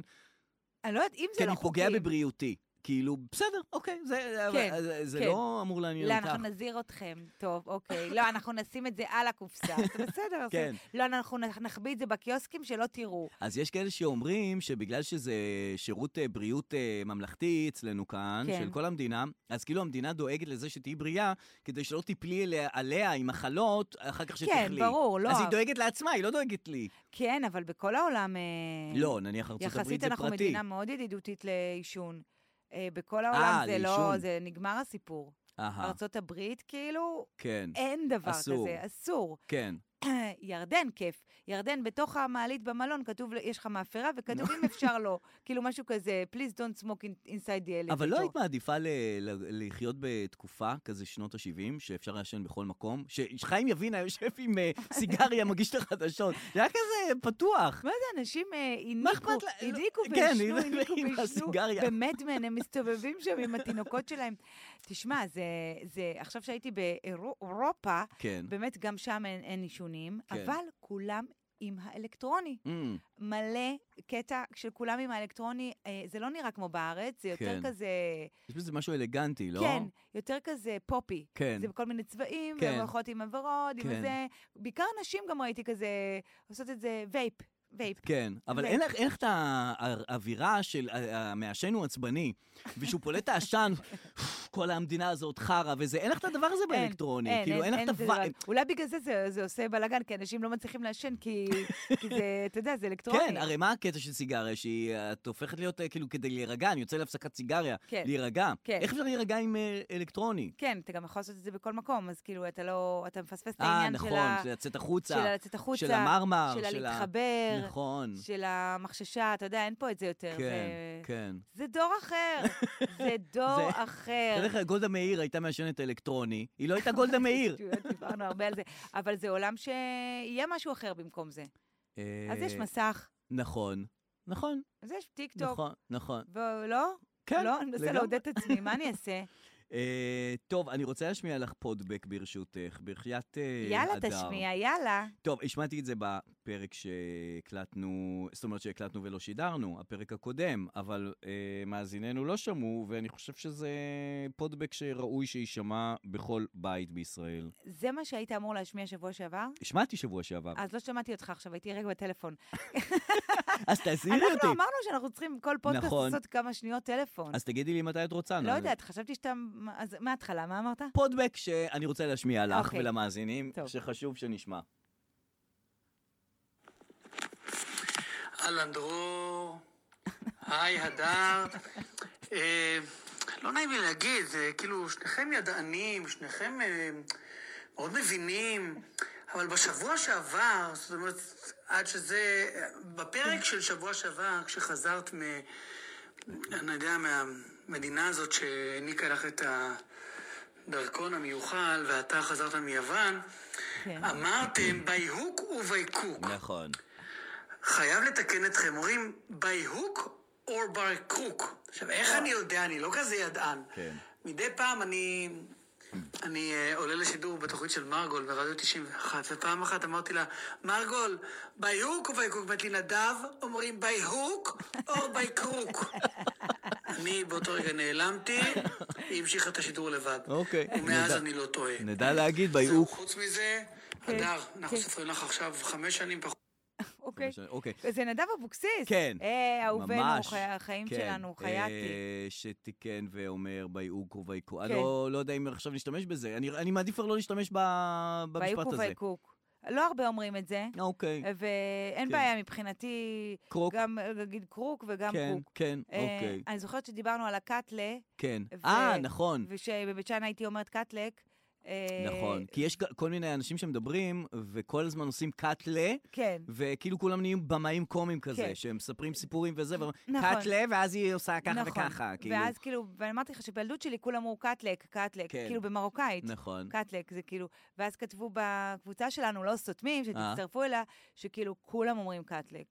Speaker 3: אני לא יודעת, אם
Speaker 2: כי
Speaker 3: זה לא
Speaker 2: אני פוגע
Speaker 3: חוקי.
Speaker 2: בבריאותי. כאילו, בסדר, אוקיי, זה,
Speaker 3: כן,
Speaker 2: אבל- זה, זה
Speaker 3: כן.
Speaker 2: לא אמור
Speaker 3: לא,
Speaker 2: לעניין אותך.
Speaker 3: אנחנו נזהיר אתכם. טוב, אוקיי. לא, אנחנו נשים את זה
Speaker 2: (laughs)
Speaker 3: על הקופסה. בסדר, אז-
Speaker 2: כן.
Speaker 3: לא, אנחנו נח- נחביא את זה בקיוסקים שלא תראו.
Speaker 2: אז יש כאלה שאומרים שבגלל שזה שירות אה, בריאות אה, ממלכתי אצלנו כאן,
Speaker 3: כן.
Speaker 2: של כל המדינה, אז כאילו המדינה דואגת לזה שתהיי בריאה, כדי שלא תיפלי אליה, עליה עם מחלות אחר כך שתחלי.
Speaker 3: כן, ברור, לא.
Speaker 2: אז היא דואגת לעצמה, היא לא דואגת לי.
Speaker 3: כן, אבל בכל העולם... אה,
Speaker 2: לא, נניח ארצות הברית
Speaker 3: יחסית
Speaker 2: זה
Speaker 3: אנחנו
Speaker 2: פרטי.
Speaker 3: מדינה מאוד ידידותית לעישון. אה, בכל העולם
Speaker 2: אה,
Speaker 3: זה לא,
Speaker 2: לעישון.
Speaker 3: זה נגמר הסיפור.
Speaker 2: אהה,
Speaker 3: ארצות הברית, כאילו,
Speaker 2: כן,
Speaker 3: אין דבר
Speaker 2: אסור.
Speaker 3: כזה, אסור. אה,
Speaker 2: כן.
Speaker 3: ירדן כיף. ירדן, בתוך המעלית במלון כתוב, יש לך מאפרה, וכתוב אם אפשר לא. (laughs) כאילו משהו כזה, please don't smoke in- inside the elevator.
Speaker 2: אבל לא היית מעדיפה ל- ל- לחיות בתקופה כזה שנות ה-70, שאפשר לעשן בכל מקום? שחיים יבין היה יושב עם אה, סיגריה, מגיש את החדשות. זה היה כזה פתוח.
Speaker 3: מה זה, אנשים אה,
Speaker 2: אכפת
Speaker 3: הניקו,
Speaker 2: לה? לא-
Speaker 3: הדליקו
Speaker 2: כן,
Speaker 3: ועישנו,
Speaker 2: עם-
Speaker 3: הדליקו
Speaker 2: עם
Speaker 3: ועישנו,
Speaker 2: הסיגריה.
Speaker 3: במדמן, הם מסתובבים שם עם התינוקות שלהם. תשמע, זה, זה, עכשיו שהייתי באירופה,
Speaker 2: כן.
Speaker 3: באמת גם שם אין, אין עישונים,
Speaker 2: כן.
Speaker 3: אבל כולם עם האלקטרוני.
Speaker 2: Mm.
Speaker 3: מלא קטע של כולם עם האלקטרוני, אה, זה לא נראה כמו בארץ, זה יותר
Speaker 2: כן.
Speaker 3: כזה...
Speaker 2: יש בזה משהו אלגנטי, לא?
Speaker 3: כן, יותר כזה פופי.
Speaker 2: כן.
Speaker 3: זה בכל מיני צבעים,
Speaker 2: כן.
Speaker 3: והן הולכות עם הוורוד, עם
Speaker 2: כן.
Speaker 3: זה. בעיקר נשים גם ראיתי כזה, עושות את זה וייפ, וייפ.
Speaker 2: כן, אבל
Speaker 3: ו-
Speaker 2: אין לך, אין לך את הא- האווירה של ה- המעשן הוא עצבני, ושהוא פולט את העשן, (laughs) כל המדינה הזאת חרא וזה, אין לך את הדבר הזה באלקטרוני. כאילו, אין לך את
Speaker 3: זה
Speaker 2: הוו...
Speaker 3: דבר. אולי בגלל זה זה, זה עושה בלאגן, כי אנשים לא מצליחים לעשן, כי, כי
Speaker 2: (laughs)
Speaker 3: זה, אתה יודע, זה אלקטרוני.
Speaker 2: כן, הרי מה הקטע של סיגריה? שהיא, אה, את הופכת להיות, אה, כאילו, כדי להירגע, אני יוצא להפסקת סיגריה,
Speaker 3: כן.
Speaker 2: להירגע.
Speaker 3: כן.
Speaker 2: איך אפשר להירגע עם אה, אלקטרוני?
Speaker 3: כן, אתה גם יכול לעשות את זה בכל מקום, אז כאילו, אתה לא, אתה מפספס את
Speaker 2: אה,
Speaker 3: העניין של,
Speaker 2: נכון,
Speaker 3: ה,
Speaker 2: של לצאת החוצה.
Speaker 3: של לצאת החוצה,
Speaker 2: של המרמר,
Speaker 3: של
Speaker 2: של ה-
Speaker 3: להתחבר,
Speaker 2: נכון,
Speaker 3: של המחששה, אתה יודע, אין פה את זה יותר.
Speaker 2: כן,
Speaker 3: זה,
Speaker 2: כן.
Speaker 3: זה דור
Speaker 2: (laughs)
Speaker 3: אחר, זה דור
Speaker 2: זה-
Speaker 3: אחר.
Speaker 2: תראה לך, גולדה מאיר הייתה מעשנת אלקטרוני, היא לא
Speaker 3: (laughs)
Speaker 2: הייתה גולדה מאיר.
Speaker 3: שטויות, דיברנו הרבה על זה, אבל זה עולם שיהיה משהו אחר במקום זה. אז יש
Speaker 2: אה,
Speaker 3: מסך,
Speaker 2: נכון, נכון,
Speaker 3: אז יש טיק טוק,
Speaker 2: נכון, נכון.
Speaker 3: ולא?
Speaker 2: כן,
Speaker 3: לא, אני מנסה
Speaker 2: לגמרי.
Speaker 3: לעודד את עצמי, מה אני אעשה?
Speaker 2: אה, טוב, אני רוצה להשמיע לך פודבק ברשותך, בחייאת (laughs) אה, אדר.
Speaker 3: יאללה, תשמיע, יאללה.
Speaker 2: טוב, השמעתי את זה בפרק שהקלטנו, זאת אומרת שהקלטנו ולא שידרנו, הפרק הקודם, אבל אה, מאזיננו לא שמעו, ואני חושב שזה פודבק שראוי שיישמע בכל בית בישראל.
Speaker 3: זה מה שהיית אמור להשמיע שבוע שעבר?
Speaker 2: השמעתי שבוע שעבר,
Speaker 3: אז לא שמעתי אותך עכשיו, הייתי רגע בטלפון.
Speaker 2: אז תעזירי אותי.
Speaker 3: אנחנו אמרנו שאנחנו צריכים כל פודקאסט
Speaker 2: נכון.
Speaker 3: לעשות כמה שניות טלפון.
Speaker 2: אז תגידי לי מתי את רוצה.
Speaker 3: לא
Speaker 2: אני-
Speaker 3: יודעת, חשבתי שאתה... אז מההתחלה, מה אמרת?
Speaker 2: פודבק שאני רוצה להשמיע לך
Speaker 3: אוקיי.
Speaker 2: ולמאזינים,
Speaker 3: טוב.
Speaker 2: שחשוב
Speaker 3: (laughs)
Speaker 2: שנשמע.
Speaker 4: אהלן דרור, היי הדר. אה, לא נעים לי להגיד, זה כאילו שניכם ידענים, שניכם אה, מאוד מבינים, אבל בשבוע שעבר, זאת אומרת, עד שזה, בפרק של שבוע שעבר, כשחזרת מ... אני יודע, מהמדינה הזאת שהעניקה לך את הדרכון המיוחל, ואתה חזרת מיוון,
Speaker 3: כן.
Speaker 4: אמרתם ביהוק ובייקוק.
Speaker 2: נכון.
Speaker 4: חייב לתקן אתכם, אומרים by hook or by crook. עכשיו, איך אני יודע? אני לא כזה ידען.
Speaker 2: אה. כן.
Speaker 4: מדי פעם אני... אני אה, עולה לשידור בתוכנית של מרגול ברדיו 91, ופעם אחת אמרתי לה, מרגול, by hook או by crook? אמרתי נדב, אומרים by hook או by crook.
Speaker 2: (laughs)
Speaker 4: אני באותו רגע נעלמתי, היא המשיכה את השידור לבד.
Speaker 2: אוקיי.
Speaker 4: (laughs) ומאז
Speaker 2: נדע-
Speaker 4: אני לא טועה.
Speaker 2: נדע להגיד
Speaker 4: זהו,
Speaker 2: ביוק.
Speaker 4: חוץ מזה,
Speaker 3: כן,
Speaker 4: הדר, אנחנו
Speaker 3: כן.
Speaker 4: סופרים לך עכשיו חמש שנים פחות.
Speaker 3: אוקיי.
Speaker 2: אוקיי.
Speaker 3: זה נדב אבוקסיס.
Speaker 2: כן,
Speaker 3: אה, אהובנו,
Speaker 2: ממש.
Speaker 3: חי- החיים
Speaker 2: כן,
Speaker 3: שלנו, חייתי.
Speaker 2: אה, שתיקן ואומר ביוק ובייקוק. אני
Speaker 3: כן.
Speaker 2: לא לא יודע אם עכשיו נשתמש בזה. אני- אני מעדיף כבר לא להשתמש ב-
Speaker 3: ביוק
Speaker 2: במשפט הזה.
Speaker 3: ובייקוק. לא הרבה אומרים את זה,
Speaker 2: אוקיי.
Speaker 3: ואין
Speaker 2: כן.
Speaker 3: בעיה מבחינתי,
Speaker 2: קרוק.
Speaker 3: גם אה, נגיד קרוק וגם
Speaker 2: כן,
Speaker 3: קרוק.
Speaker 2: כן,
Speaker 3: אה,
Speaker 2: אוקיי.
Speaker 3: אני זוכרת שדיברנו על הקאטלה,
Speaker 2: כן.
Speaker 3: ו-
Speaker 2: אה, נכון.
Speaker 3: ושבבית שאן הייתי אומרת קאטלק. אה,
Speaker 2: נכון. כי יש כל מיני אנשים שמדברים, וכל הזמן עושים קאטלה.
Speaker 3: כן.
Speaker 2: וכאילו כולם נהיים במאים קומיים
Speaker 3: כן.
Speaker 2: כזה, שהם מספרים סיפורים וזה, ואומרים,
Speaker 3: נכון.
Speaker 2: קאטלה, ואז היא עושה ככה
Speaker 3: נכון.
Speaker 2: וככה, כאילו.
Speaker 3: ואז כאילו, ואמרתי לך שבילדות שלי כולם אמרו קאטלק, קאטלק,
Speaker 2: כן.
Speaker 3: כאילו במרוקאית.
Speaker 2: נכון.
Speaker 3: קאטלק, זה כאילו, ואז כתבו בקבוצה שלנו, לא סותמים, שתצטרפו אליה, שכאילו כולם אומרים קאטלק,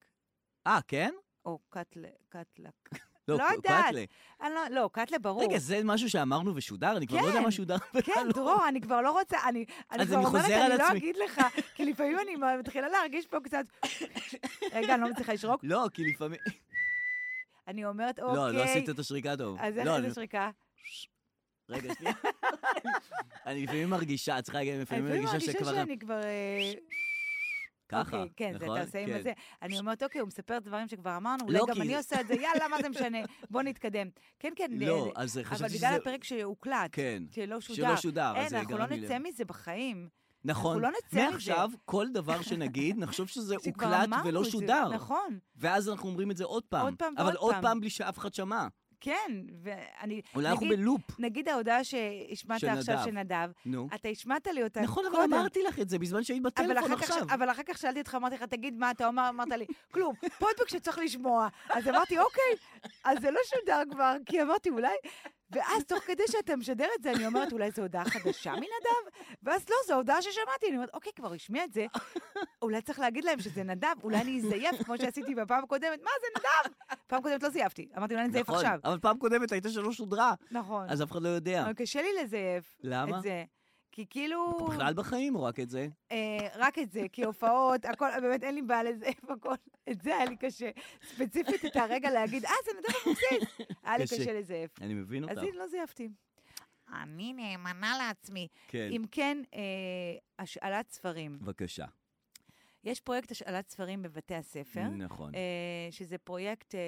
Speaker 2: אה, כן?
Speaker 3: או קאטל- קאטלק.
Speaker 2: לא,
Speaker 3: לא
Speaker 2: ק-
Speaker 3: יודעת.
Speaker 2: קאטלה.
Speaker 3: אני לא, לא, קאטלה ברור.
Speaker 2: רגע, זה משהו שאמרנו ושודר? אני כבר לא יודע
Speaker 3: כן.
Speaker 2: מה שודר. (laughs) ומה
Speaker 3: כן,
Speaker 2: לא.
Speaker 3: דרור, אני כבר לא רוצה, אני, אני
Speaker 2: אז
Speaker 3: כבר
Speaker 2: אני
Speaker 3: אומרת,
Speaker 2: חוזר על
Speaker 3: אני לא
Speaker 2: עצמי.
Speaker 3: אגיד לך, כי לפעמים אני מתחילה להרגיש פה קצת... רגע, אני לא מצליחה לשרוק.
Speaker 2: לא, כי לפעמים...
Speaker 3: אני אומרת, אוקיי.
Speaker 2: לא, לא עשית את השריקה טוב.
Speaker 3: אז איך
Speaker 2: לא,
Speaker 3: איזה
Speaker 2: אני-
Speaker 3: שריקה?
Speaker 2: רגע,
Speaker 3: (laughs)
Speaker 2: שנייה. אני לפעמים מרגישה, את צריכה להגיד, אני
Speaker 3: אני
Speaker 2: לפעמים
Speaker 3: לפעמים
Speaker 2: מרגישה
Speaker 3: מרגישה
Speaker 2: שכבר...
Speaker 3: שאני כבר... אה,
Speaker 2: ככה,
Speaker 3: אוקיי, כן, זה
Speaker 2: נכון?
Speaker 3: אתה עושה עם
Speaker 2: כן.
Speaker 3: הזה. אני אומרת, אוקיי, הוא מספר דברים שכבר אמרנו, אולי
Speaker 2: לא,
Speaker 3: גם
Speaker 2: כי-
Speaker 3: אני עושה את זה, יאללה, מה זה
Speaker 2: (laughs)
Speaker 3: משנה, בוא נתקדם. כן, כן,
Speaker 2: לא,
Speaker 3: אה,
Speaker 2: אז
Speaker 3: אבל
Speaker 2: חשבתי שזה...
Speaker 3: בגלל הפרק שהוקלט,
Speaker 2: כן,
Speaker 3: שלא
Speaker 2: שלא
Speaker 3: שודר.
Speaker 2: שודר, אז
Speaker 3: אין,
Speaker 2: זה
Speaker 3: אנחנו לא
Speaker 2: גרם לי ל-
Speaker 3: נצא מזה בחיים.
Speaker 2: נכון.
Speaker 3: לא נצא מזה.
Speaker 2: מעכשיו, כל דבר שנגיד, נחשוב שזה
Speaker 3: שכבר
Speaker 2: הוקלט
Speaker 3: אמרנו
Speaker 2: ולא
Speaker 3: את זה,
Speaker 2: שודר.
Speaker 3: נכון,
Speaker 2: ואז אנחנו אומרים את זה עוד פעם.
Speaker 3: עוד פעם
Speaker 2: אבל
Speaker 3: ועוד
Speaker 2: עוד
Speaker 3: פעם.
Speaker 2: פעם בלי שאף אחד שמע.
Speaker 3: כן, ואני...
Speaker 2: אולי אנחנו
Speaker 3: נגיד- נכון,
Speaker 2: בלופ.
Speaker 3: נגיד ההודעה שהשמעת
Speaker 2: של
Speaker 3: עכשיו
Speaker 2: נדב.
Speaker 3: של נדב,
Speaker 2: נו.
Speaker 3: אתה השמעת לי אותה
Speaker 2: נכון, אבל
Speaker 3: קודם.
Speaker 2: אמרתי לך את זה בזמן שהיית
Speaker 3: אבל
Speaker 2: בטלפון
Speaker 3: אחר, כך,
Speaker 2: עכשיו.
Speaker 3: אבל אחר כך שאלתי אותך, אמרתי לך, תגיד מה אתה אומר, אמרת לי, כלום, (laughs) פודבק שצריך לשמוע. אז אמרתי, אוקיי, אז זה לא שודר כבר, כי אמרתי, אולי... ואז תוך כדי שאתה משדר את זה, אני אומרת, אולי זו הודעה חדשה מנדב? ואז לא, זו הודעה ששמעתי, אני אומרת, אוקיי, כבר השמיע את זה, אולי צריך להגיד להם שזה נדב, אולי אני אזייף, כמו שעשיתי בפעם הקודמת, מה זה נדב? פעם קודמת לא זייפתי, אמרתי, אולי אני אזייף
Speaker 2: נכון,
Speaker 3: עכשיו.
Speaker 2: אבל פעם קודמת הייתה שלא שודרה,
Speaker 3: נכון.
Speaker 2: אז אף אחד לא יודע.
Speaker 3: אבל קשה לי לזייף
Speaker 2: למה?
Speaker 3: את זה. כי כאילו,
Speaker 2: בכלל בחיים או רק את זה?
Speaker 3: אה, רק את זה, כי הופעות, הכל, באמת אין לי בעיה לזייף הכל, את זה היה לי קשה. ספציפית את הרגע להגיד, אה, זה נדב אבוקסיס, היה לי
Speaker 2: קשה.
Speaker 3: קשה לזייף.
Speaker 2: אני מבין
Speaker 3: אז
Speaker 2: אותך.
Speaker 3: הנה, לא זייפתי. אני נאמנה לעצמי.
Speaker 2: כן,
Speaker 3: אם כן, אה, השאלת ספרים.
Speaker 2: בבקשה.
Speaker 3: יש פרויקט השאלת ספרים בבתי הספר.
Speaker 2: נכון.
Speaker 3: אה, שזה פרויקט אה,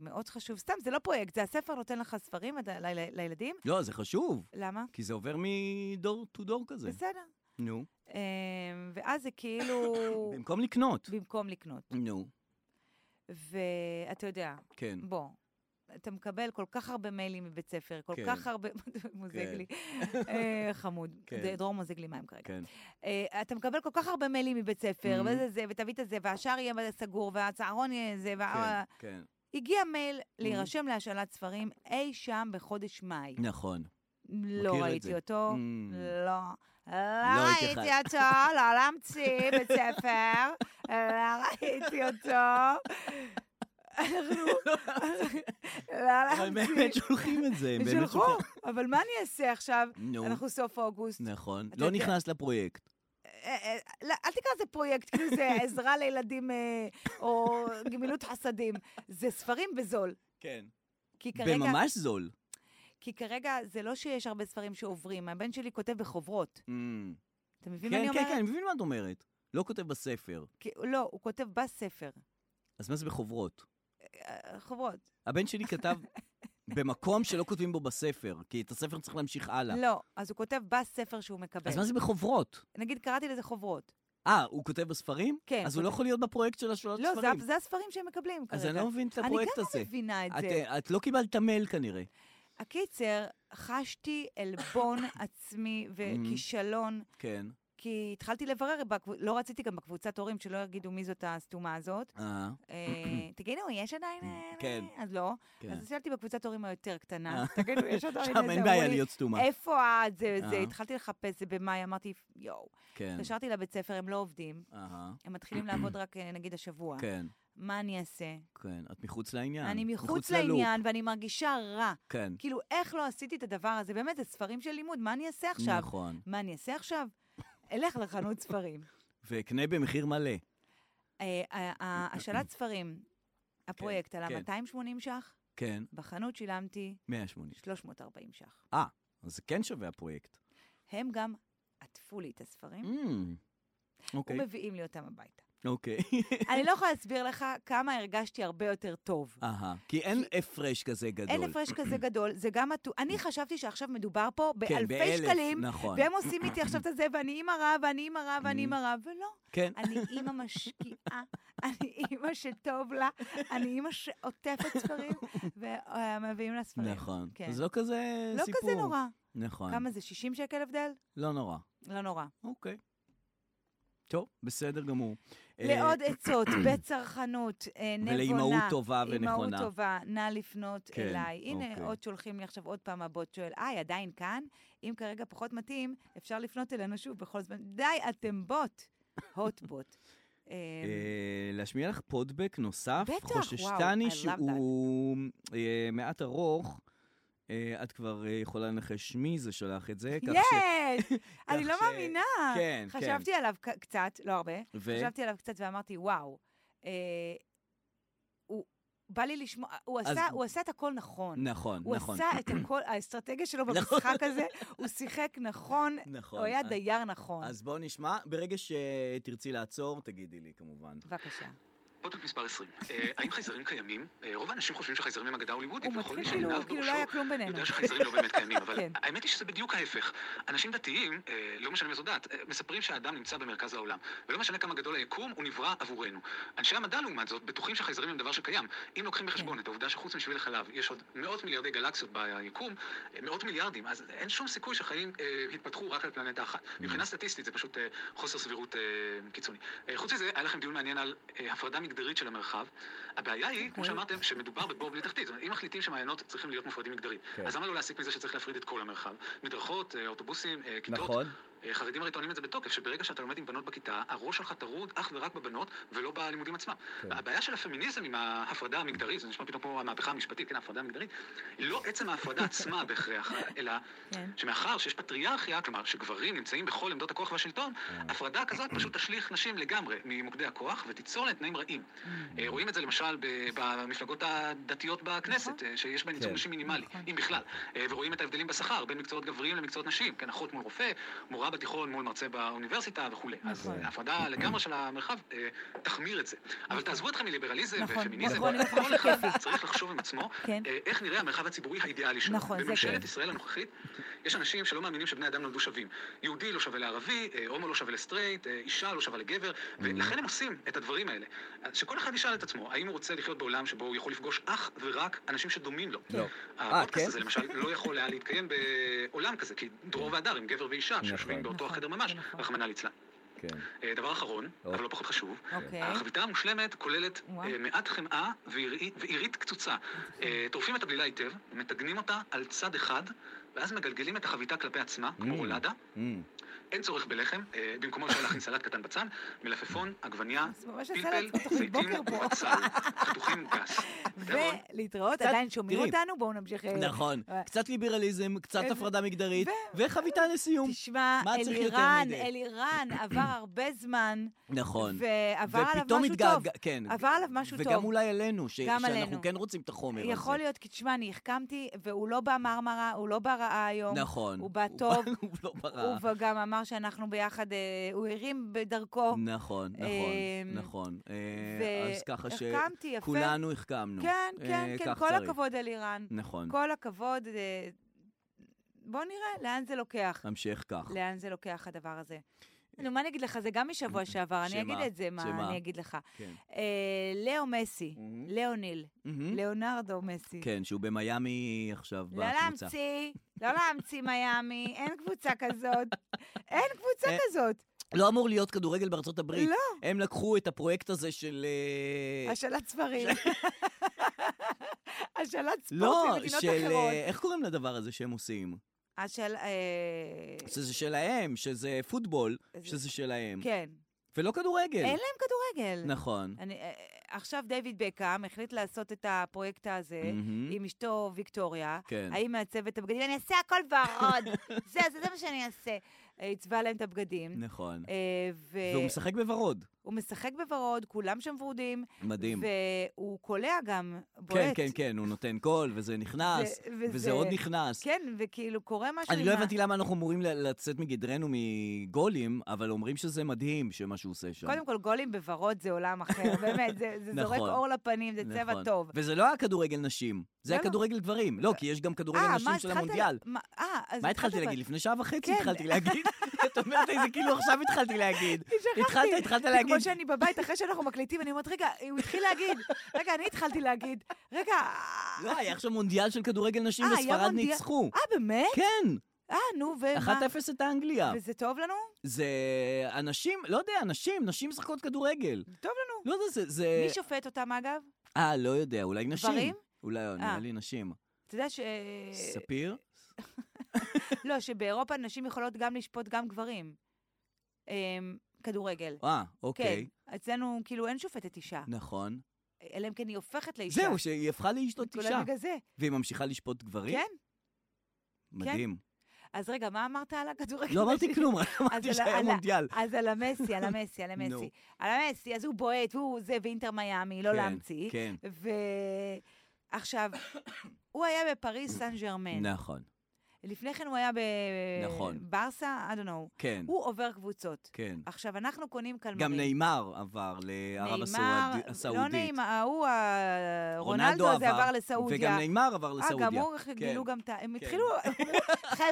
Speaker 3: מאוד חשוב, סתם, זה לא פרויקט, זה הספר נותן לך ספרים אתה- ל- ל- לילדים.
Speaker 2: לא, זה חשוב,
Speaker 3: למה?
Speaker 2: כי זה עובר מדור to דור כזה.
Speaker 3: בסדר.
Speaker 2: נו.
Speaker 3: אמ, ואז זה כאילו
Speaker 2: (coughs) במקום לקנות.
Speaker 3: במקום לקנות.
Speaker 2: נו,
Speaker 3: ואתה יודע,
Speaker 2: כן.
Speaker 3: בוא, אתה מקבל כל כך הרבה מיילים מבית ספר, כל
Speaker 2: כן.
Speaker 3: כך הרבה... (laughs) מוזג
Speaker 2: כן.
Speaker 3: לי, אה, חמוד.
Speaker 2: כן.
Speaker 3: זה דרור מוזג לי מים כרגע.
Speaker 2: כן.
Speaker 3: אה, אתה מקבל כל כך הרבה מיילים מבית ספר,
Speaker 2: Mhm.
Speaker 3: וזה זה, ותביא את זה, והשאר יהיה סגור, והצהרון יהיה זה, וה...
Speaker 2: כן, כן.
Speaker 3: הגיע מייל להירשם להשאלת ספרים אי שם בחודש מאי.
Speaker 2: נכון.
Speaker 3: לא
Speaker 2: מכיר את
Speaker 3: ראיתי
Speaker 2: זה.
Speaker 3: אותו,
Speaker 2: Mm.
Speaker 3: לא. לא
Speaker 2: לא התייחס-
Speaker 3: ראיתי אותו, לא להמציא בית ספר, לא ראיתי אותו. אנחנו... לא
Speaker 2: אבל הם באמת
Speaker 3: להמציא.
Speaker 2: שולחים את זה. הם באמת
Speaker 3: שלחו,
Speaker 2: שולחים-
Speaker 3: אבל מה אני אעשה עכשיו?
Speaker 2: נו,
Speaker 3: אנחנו סוף אוגוסט.
Speaker 2: נכון.
Speaker 3: אתה
Speaker 2: לא
Speaker 3: יודע-
Speaker 2: נכנס לפרויקט.
Speaker 3: אה, אה, לא, אל תקרא לזה פרויקט, כאילו זה עזרה לילדים אה, או גמילות חסדים. זה ספרים בזול.
Speaker 2: כן.
Speaker 3: כי כרגע,
Speaker 2: בממש זול.
Speaker 3: כי כרגע זה לא שיש הרבה ספרים שעוברים, הבן שלי כותב בחוברות.
Speaker 2: Mm.
Speaker 3: אתה
Speaker 2: כן,
Speaker 3: מבין מה אני
Speaker 2: כן,
Speaker 3: אומרת?
Speaker 2: כן, אני מבין מה את אומרת. לא כותב בספר.
Speaker 3: כי- לא, הוא כותב בספר.
Speaker 2: אז מה זה בחוברות?
Speaker 3: אה, חוברות.
Speaker 2: הבן שלי
Speaker 3: (laughs)
Speaker 2: כתב במקום שלא כותבים בו בספר, כי את הספר צריך להמשיך הלאה.
Speaker 3: לא, כן. אז הוא כותב בספר שהוא מקבל.
Speaker 2: אז מה זה בחוברות?
Speaker 3: נגיד, קראתי לזה חוברות.
Speaker 2: אה, הוא כותב בספרים?
Speaker 3: כן,
Speaker 2: אז הוא לא
Speaker 3: כותב-
Speaker 2: יכול להיות בפרויקט של השאלות
Speaker 3: לא,
Speaker 2: ספרים.
Speaker 3: זה, זה הספרים שהם מקבלים כרגע.
Speaker 2: אז אני לא מבין את
Speaker 3: אני
Speaker 2: הפרויקט
Speaker 3: גם
Speaker 2: הזה.
Speaker 3: לא מבינה את זה.
Speaker 2: את- את לא קיבלת מייל כנראה.
Speaker 3: הקיצר, חשתי
Speaker 2: (coughs)
Speaker 3: עלבון עצמי וכישלון,
Speaker 2: כן.
Speaker 3: כי התחלתי לברר, בקב... לא רציתי גם בקבוצת הורים שלא יגידו מי זאת הסתומה הזאת.
Speaker 2: אה, (coughs)
Speaker 3: אה, תגידו, יש עדיין... אה,
Speaker 2: כן.
Speaker 3: אז לא.
Speaker 2: כן. אה.
Speaker 3: אז שאלתי בקבוצת הורים היותר קטנה, תגידו, יש עדיין
Speaker 2: (laughs)
Speaker 3: איזה...
Speaker 2: שם אין
Speaker 3: אמרו
Speaker 2: בעיה
Speaker 3: לי,
Speaker 2: להיות סתומה.
Speaker 3: איפה את? זה, זה,
Speaker 2: אה.
Speaker 3: התחלתי לחפש, זה במאי, אמרתי, יואו.
Speaker 2: כן.
Speaker 3: התקשרתי לבית ספר, הם לא עובדים.
Speaker 2: אהה,
Speaker 3: הם מתחילים לעבוד רק אה, נגיד השבוע.
Speaker 2: כן,
Speaker 3: מה אני אעשה?
Speaker 2: כן. את מחוץ לעניין.
Speaker 3: אני מחוץ
Speaker 2: ללופ.
Speaker 3: לעניין ואני מרגישה רע.
Speaker 2: כן.
Speaker 3: כאילו, איך לא עשיתי את הדבר הזה? באמת, זה ספרים של לימוד, מה אני אעשה עכשיו?
Speaker 2: נכון.
Speaker 3: מה אני אעשה עכשיו? אלך לחנות ספרים.
Speaker 2: ואקנה במחיר מלא.
Speaker 3: אה, ה- ה- השאלת ספרים, הפרויקט עלה
Speaker 2: כן.
Speaker 3: 280 ש"ח,
Speaker 2: כן,
Speaker 3: בחנות שילמתי
Speaker 2: 180.
Speaker 3: 340 ש"ח.
Speaker 2: אה, אז זה כן שווה הפרויקט.
Speaker 3: הם גם עטפו לי את הספרים
Speaker 2: אמ, אוקיי,
Speaker 3: ומביאים לי אותם הביתה. (laughs)
Speaker 2: אוקיי.
Speaker 3: אני לא יכולה להסביר לך כמה הרגשתי הרבה יותר טוב.
Speaker 2: אהה, כי אין הפרש כזה גדול.
Speaker 3: אין הפרש כזה גדול, זה גם... הטו- אני חשבתי שעכשיו מדובר פה
Speaker 2: כן,
Speaker 3: באלפי
Speaker 2: באלף,
Speaker 3: שקלים,
Speaker 2: נכון. Mm-hmm.
Speaker 3: והם עושים איתי עכשיו את זה, ואני אימא רע, ואני אימא רע, ואני אימא רע, ולא.
Speaker 2: כן,
Speaker 3: אני אימא משקיעה, (laughs) אני אימא שטוב לה, אני אימא שעוטפת
Speaker 2: (laughs)
Speaker 3: ספרים, ומביאים לה ספרים.
Speaker 2: נכון.
Speaker 3: כן.
Speaker 2: אז לא כזה
Speaker 3: לא
Speaker 2: סיפור.
Speaker 3: כזה נורא.
Speaker 2: נכון.
Speaker 3: כמה זה, 60 שקל הבדל?
Speaker 2: לא נורא.
Speaker 3: לא נורא.
Speaker 2: אוקיי. טוב, בסדר גמור. אה, (clears throat)
Speaker 3: לעוד עצות, בצרכנות, אה, נבונה.
Speaker 2: ולאימהות טובה ונכונה.
Speaker 3: אימהות טובה, נא לפנות
Speaker 2: כן,
Speaker 3: אליי.
Speaker 2: אוקיי.
Speaker 3: הנה, עוד שולחים לי עכשיו עוד פעם הבוט שואל, היי, עדיין כאן? אם כרגע פחות מתאים, אפשר לפנות אלינו שוב בכל זמן. די, אתם בוט. הוט בוט. אמ,
Speaker 2: אה, להשמיע לך פודבק נוסף.
Speaker 3: בטח, וואו, I
Speaker 2: חוששתני
Speaker 3: love
Speaker 2: שהוא אה, מעט ארוך. אה, את כבר אה, יכולה לנחש מי זה שלח את זה, כך ש...
Speaker 3: אמ,
Speaker 2: (laughs)
Speaker 3: יש! אני לא
Speaker 2: ש-
Speaker 3: מאמינה.
Speaker 2: כן, כן.
Speaker 3: חשבתי עליו ק- קצת, לא הרבה.
Speaker 2: ו-
Speaker 3: חשבתי עליו קצת ואמרתי, וואו, אה, הוא- בא לי לשמוע, הוא
Speaker 2: אז-
Speaker 3: עשה, הוא עשה את הכל נכון.
Speaker 2: נכון,
Speaker 3: הוא
Speaker 2: נכון.
Speaker 3: עשה את הכל, האסטרטגיה
Speaker 2: (laughs)
Speaker 3: שלו במשחק הזה, הוא שיחק נכון,
Speaker 2: נכון.
Speaker 3: הוא היה
Speaker 2: אז-
Speaker 3: דייר נכון.
Speaker 2: אז בואו נשמע, ברגע שתרצי לעצור, תגידי לי כמובן.
Speaker 3: בבקשה.
Speaker 4: פודקאסט מספר 20. אה, האם חייזרים קיימים? אה, רוב האנשים חושבים שחייזרים הם אגדה הוליוודית,
Speaker 3: הוא
Speaker 4: וכל מי
Speaker 3: מתחיל כאילו-
Speaker 4: שעיניו
Speaker 3: כאילו לא
Speaker 4: בראשו
Speaker 3: היה כלום בינינו.
Speaker 4: יודע שחייזרים לא באמת קיימים, אבל
Speaker 3: כן.
Speaker 4: האמת היא שזה בדיוק ההפך. אנשים דתיים, אה, לא משנה איזו דת, אה, מספרים שהאדם נמצא במרכז העולם. ולא משנה כמה גדול היקום, הוא נברא עבורנו. אנשי המדע, לעומת זאת, בטוחים שחייזרים הם דבר שקיים. אם לוקחים
Speaker 3: כן.
Speaker 4: בחשבון את העובדה שחוץ משביל החלב יש עוד מאות מיליארדי גלקסיות ביקום, אה, מאות מיליארדים, אז אין שום סיכוי שחיים אה, התפתחו רק על פלנטה אחת.
Speaker 3: Mm-hmm.
Speaker 4: מבחינה סטטיסטית זה פשוט אה, חוסר סבירות אה, קיצוני. אה, חוץ מזה, היה לכם דיון מעניין על אה, הפרדה מגדרית של המרחב. הבעיה היא,
Speaker 3: אוקיי.
Speaker 4: כמו שאמרתם, שמדובר בבור בלי תחתית. זאת אומרת, אם מחליטים שמעיינות צריכים להיות מופרדים מגדרית,
Speaker 2: כן.
Speaker 4: אז למה לא להסיק מזה שצריך להפריד את כל המרחב? מדרכות, אה, אוטובוסים, אה, כיתות.
Speaker 2: נכון.
Speaker 4: אה, חרדים הרי טוענים את זה בתוקף, שברגע שאתה לומד עם בנות בכיתה, הראש שלך טרוד אך ורק בבנות ולא בלימודים עצמם.
Speaker 2: כן.
Speaker 4: הבעיה של הפמיניזם עם ההפרדה המגדרית, זה נשמע פתאום כמו המהפכה המשפטית, כן, ההפרדה המגדרית, היא לא עצם
Speaker 2: (laughs)
Speaker 4: ההפרדה עצמה בהכרח, אלא
Speaker 3: כן.
Speaker 4: שמאחר שיש פטריארכיה, כלומר שגברים נמצאים בכל עמדות הכוח והשלטון,
Speaker 2: אה.
Speaker 4: הפרדה כזאת פשוט תשליך נשים לגמרי ממוקדי הכוח ותיצור להן תנאים רעים. אה, רואים את זה למשל ב- במפלגות הדתיות בכנסת, אה, שיש בהן ייצוג
Speaker 2: כן.
Speaker 4: נשים מינימלי,
Speaker 3: נכון.
Speaker 4: אם בכלל. אה, ורואים את ההבדלים בשכר בין מקצועות גבריים למקצועות נשים, כן, אחות מול רופא, מורה בתיכון מול מרצה באוניברסיטה וכולי. אז
Speaker 3: נכון.
Speaker 4: אה, ההפרדה לגמרי של המרחב אה, תחמיר את זה. אבל תעזבו אתכם מליברליזם
Speaker 3: נכון,
Speaker 4: ופמיניזם,
Speaker 3: נכון, נכון,
Speaker 4: כל אחד
Speaker 3: כיפי.
Speaker 4: (laughs) צריך לחשוב עם עצמו,
Speaker 3: כן.
Speaker 4: אה, איך נראה המרחב הציבורי האידיאלי שלו.
Speaker 3: נכון, זה
Speaker 4: בממשלת
Speaker 3: כן.
Speaker 4: ישראל הנוכחית, יש אנשים שלא מאמינים שבני אדם נולדו שווים. יהודי לא שווה לערבי, אה, הומו לא שווה לסטרייט, אה, אישה לא שווה לגבר,
Speaker 3: Mm.
Speaker 4: ולכן הם עושים את הדברים האלה. אז שכל אחד ישאל את עצמו, האם הוא רוצה לחיות בעולם שבו הוא יכול לפגוש אך ורק אנשים שדומים לו.
Speaker 2: (laughs) לא. אה, כן?
Speaker 4: הפודקאסט הזה למשל לא יכול היה להתקיים בעולם כזה, כי דרור והדר הם גבר ואישה שיושבים
Speaker 2: נכון.
Speaker 4: באותו
Speaker 3: נכון,
Speaker 4: החדר ממש,
Speaker 3: נכון.
Speaker 4: רחמנא ליצלן.
Speaker 2: כן.
Speaker 4: אה, דבר אחרון,
Speaker 2: או.
Speaker 4: אבל לא פחות חשוב,
Speaker 3: אוקיי.
Speaker 4: החביתה המושלמת כוללת
Speaker 3: וואו.
Speaker 4: אה, מעט חמאה ועירי- ועירית קצוצה. אה, טורפים את הבלילה היטב, מתגנים אותה על צד אחד, ואז מגלגלים את החביתה כלפי עצמה, כמו
Speaker 2: Mm.
Speaker 4: רולדה.
Speaker 2: אמ,
Speaker 4: אין צורך בלחם, אה, במקומו אפשר להכין סלט קטן בצד, מלפפון, עגבניה,
Speaker 3: אז ממש עשה
Speaker 4: פלפל,
Speaker 3: לעצמו תוכנית
Speaker 4: זיתים
Speaker 3: בוקר (laughs) פה.
Speaker 4: ובצל, חתוכים וגס. פתרון.
Speaker 3: ולהתראות,
Speaker 2: קצת-
Speaker 3: עדיין שומעים
Speaker 2: תראי.
Speaker 3: אותנו? בואו נמשיך. אה,
Speaker 2: נכון,
Speaker 3: אה,
Speaker 2: קצת ליברליזם, קצת
Speaker 3: איזה-
Speaker 2: הפרדה מגדרית,
Speaker 3: ו-
Speaker 2: וחביתה לסיום.
Speaker 3: תשמע,
Speaker 2: מה צריך יותר
Speaker 3: אלירן,
Speaker 2: מדי? (coughs)
Speaker 3: אלירן עבר הרבה זמן,
Speaker 2: נכון.
Speaker 3: ועבר עליו
Speaker 2: ופתאום
Speaker 3: משהו
Speaker 2: התגעגע-
Speaker 3: טוב.
Speaker 2: כן.
Speaker 3: עבר עליו משהו טוב.
Speaker 2: וגם לא אולי עלינו, ש-
Speaker 3: גם
Speaker 2: שאנחנו
Speaker 3: עלינו.
Speaker 2: כן רוצים את החומר הזה.
Speaker 3: יכול להיות, כי תשמע, אני החכמתי, והוא לא בא מרמרה, הוא לא בא רעה היום.
Speaker 2: נכון.
Speaker 3: הוא בא טוב,
Speaker 2: (laughs) הוא לא ברע.
Speaker 3: הוא גם אמר שאנחנו ביחד, אה, הוא הרים בדרכו.
Speaker 2: נכון, נכון,
Speaker 3: אמ,
Speaker 2: נכון. אה,
Speaker 3: ו-
Speaker 2: אז ככה
Speaker 3: החכמתי, יפה.
Speaker 2: שכולנו החכמנו.
Speaker 3: כן, כן,
Speaker 2: אה,
Speaker 3: כן,
Speaker 2: כך
Speaker 3: כל
Speaker 2: צריך.
Speaker 3: הכבוד אלירן.
Speaker 2: נכון,
Speaker 3: כל הכבוד. אה, בוא נראה לאן זה לוקח.
Speaker 2: המשך כך.
Speaker 3: לאן זה לוקח הדבר הזה. נו, מה אני אגיד לך? זה גם
Speaker 2: (clears throat)
Speaker 3: משבוע שעבר, אני
Speaker 2: שמה?
Speaker 3: אגיד את זה,
Speaker 2: שמה?
Speaker 3: מה אני אגיד לך.
Speaker 2: כן.
Speaker 3: אה, לאו מסי,
Speaker 2: Mhm.
Speaker 3: לאוניל,
Speaker 2: מהמם.
Speaker 3: ליאונרדו מסי.
Speaker 2: כן, שהוא במיאמי עכשיו
Speaker 3: לא
Speaker 2: בקבוצה.
Speaker 3: להמציא, לא להמציא מיאמי, אין קבוצה
Speaker 2: (laughs)
Speaker 3: כזאת. אין קבוצה
Speaker 2: אה,
Speaker 3: כזאת.
Speaker 2: לא אמור להיות כדורגל בארצות הברית.
Speaker 3: לא.
Speaker 2: הם לקחו את הפרויקט הזה של... אה,
Speaker 3: השאלת ספרים. (laughs) השאלת
Speaker 2: לא,
Speaker 3: ספורט ממדינות
Speaker 2: של...
Speaker 3: אחרות.
Speaker 2: אה, איך קוראים לדבר הזה שהם עושים?
Speaker 3: השאל... אה,
Speaker 2: שזה שלהם, שזה פוטבול,
Speaker 3: זה-
Speaker 2: שזה שלהם.
Speaker 3: כן.
Speaker 2: ולא כדורגל.
Speaker 3: אין להם כדורגל.
Speaker 2: נכון.
Speaker 3: אני, אה, אה, עכשיו דיוויד בקאם החליט לעשות את הפרויקט הזה
Speaker 2: מהמם.
Speaker 3: אה, עם אשתו ויקטוריה.
Speaker 2: כן.
Speaker 3: האם מעצבת את הבגדים? אני אעשה הכל
Speaker 2: (laughs)
Speaker 3: ורוד. זה, זה, זה מה שאני אעשה. אה, עיצבה להם את הבגדים.
Speaker 2: נכון.
Speaker 3: אה, ו-
Speaker 2: והוא משחק בוורוד.
Speaker 3: הוא משחק בוורוד, כולם שם ורודים.
Speaker 2: מדהים.
Speaker 3: והוא קולע גם, בולט.
Speaker 2: כן, כן, כן, הוא נותן קול, וזה נכנס,
Speaker 3: זה- וזה-
Speaker 2: וזה עוד נכנס.
Speaker 3: כן, וכאילו קורה משהו
Speaker 2: אני
Speaker 3: עם
Speaker 2: לא
Speaker 3: ה-
Speaker 2: הבנתי למה אנחנו אמורים ל- לצאת מגדרנו מגולים, אבל אומרים שזה מדהים שמה שהוא עושה שם.
Speaker 3: קודם כל, גולים בוורוד זה
Speaker 2: (laughs)
Speaker 3: עולם אחר, באמת, זה, זה זורק
Speaker 2: נכון.
Speaker 3: אור לפנים, זה צבע
Speaker 2: נכון.
Speaker 3: טוב.
Speaker 2: וזה לא היה כדורגל נשים, זה היה
Speaker 3: לא, לא.
Speaker 2: כדורגל גברים. לא, כי יש גם כדורגל
Speaker 3: אה,
Speaker 2: נשים של
Speaker 3: התחלת
Speaker 2: המונדיאל.
Speaker 3: לה- מה- אה, אז
Speaker 2: מה התחלתי
Speaker 3: התחלת
Speaker 2: להגיד?
Speaker 3: לה-
Speaker 2: לפני שעה וחצי
Speaker 3: כן.
Speaker 2: התחלתי
Speaker 3: (laughs)
Speaker 2: להגיד. את אומרת איזה כאילו עכשיו התחלתי להגיד.
Speaker 3: שכחתי.
Speaker 2: התחלת, התחלת
Speaker 3: זה
Speaker 2: להגיד.
Speaker 3: כמו שאני בבית, אחרי שאנחנו מקליטים, אני אומרת, רגע, הוא התחיל להגיד.
Speaker 2: (laughs)
Speaker 3: רגע, אני התחלתי להגיד. רגע, אה,
Speaker 2: לא, היה עכשיו מונדיאל של כדורגל נשים
Speaker 3: אה, היה
Speaker 2: וספרד
Speaker 3: מונדיאל?
Speaker 2: ניצחו.
Speaker 3: אה, באמת?
Speaker 2: כן,
Speaker 3: אה, נו, ומה?
Speaker 2: 1-0 את האנגליה.
Speaker 3: וזה טוב לנו?
Speaker 2: זה אנשים, לא יודע, נשים, נשים משחקות כדורגל.
Speaker 3: טוב לנו.
Speaker 2: לא יודע, זה- זה...
Speaker 3: מי שופט אותם, אגב?
Speaker 2: אה, לא יודע, אולי נשים.
Speaker 3: גברים?
Speaker 2: אולי, לא, נראה
Speaker 3: אה.
Speaker 2: לי נשים.
Speaker 3: אתה יודע ש...
Speaker 2: ספיר?
Speaker 3: לא, שבאירופה נשים יכולות גם לשפוט גם גברים. אמ, כדורגל.
Speaker 2: אה,
Speaker 3: כן.
Speaker 2: אוקיי.
Speaker 3: אצלנו כאילו אין שופטת אישה.
Speaker 2: נכון.
Speaker 3: אלא אם כן היא הופכת לאישה.
Speaker 2: זהו, שהיא הפכה לאשתות
Speaker 3: כולל
Speaker 2: אישה.
Speaker 3: בגלל זה.
Speaker 2: והיא ממשיכה לשפוט גברים?
Speaker 3: כן.
Speaker 2: מדהים.
Speaker 3: אז רגע, מה אמרת על הכדורגל?
Speaker 2: לא אמרתי
Speaker 3: השני?
Speaker 2: כלום,
Speaker 3: (laughs)
Speaker 2: רק
Speaker 3: אז
Speaker 2: אמרתי
Speaker 3: על-
Speaker 2: שהיה
Speaker 3: על-
Speaker 2: מונדיאל.
Speaker 3: אז על המסי, על המסי, על
Speaker 2: נו.
Speaker 3: המסי. על המסי, אז הוא בועט, והוא זה, ואינטר מיאמי, לא
Speaker 2: כן,
Speaker 3: להמציא.
Speaker 2: כן.
Speaker 3: ועכשיו, הוא היה בפריס סן ג'רמן.
Speaker 2: נכון,
Speaker 3: לפני כן הוא היה
Speaker 2: נכון.
Speaker 3: בברסה, I don't know.
Speaker 2: כן,
Speaker 3: הוא עובר קבוצות.
Speaker 2: כן.
Speaker 3: עכשיו, אנחנו קונים קלמרים.
Speaker 2: גם נейמר עבר לערב הסעוד- הסעודית.
Speaker 3: לא נעים, ההוא, ה- רונלדו הזה עבר לסעודיה.
Speaker 2: וגם נאמר עבר
Speaker 3: אה,
Speaker 2: לסעודיה.
Speaker 3: גם הוא, איך גילו
Speaker 2: כן.
Speaker 3: גם את ה... הם התחילו, אמרו,
Speaker 2: (laughs)
Speaker 3: חבר'ה,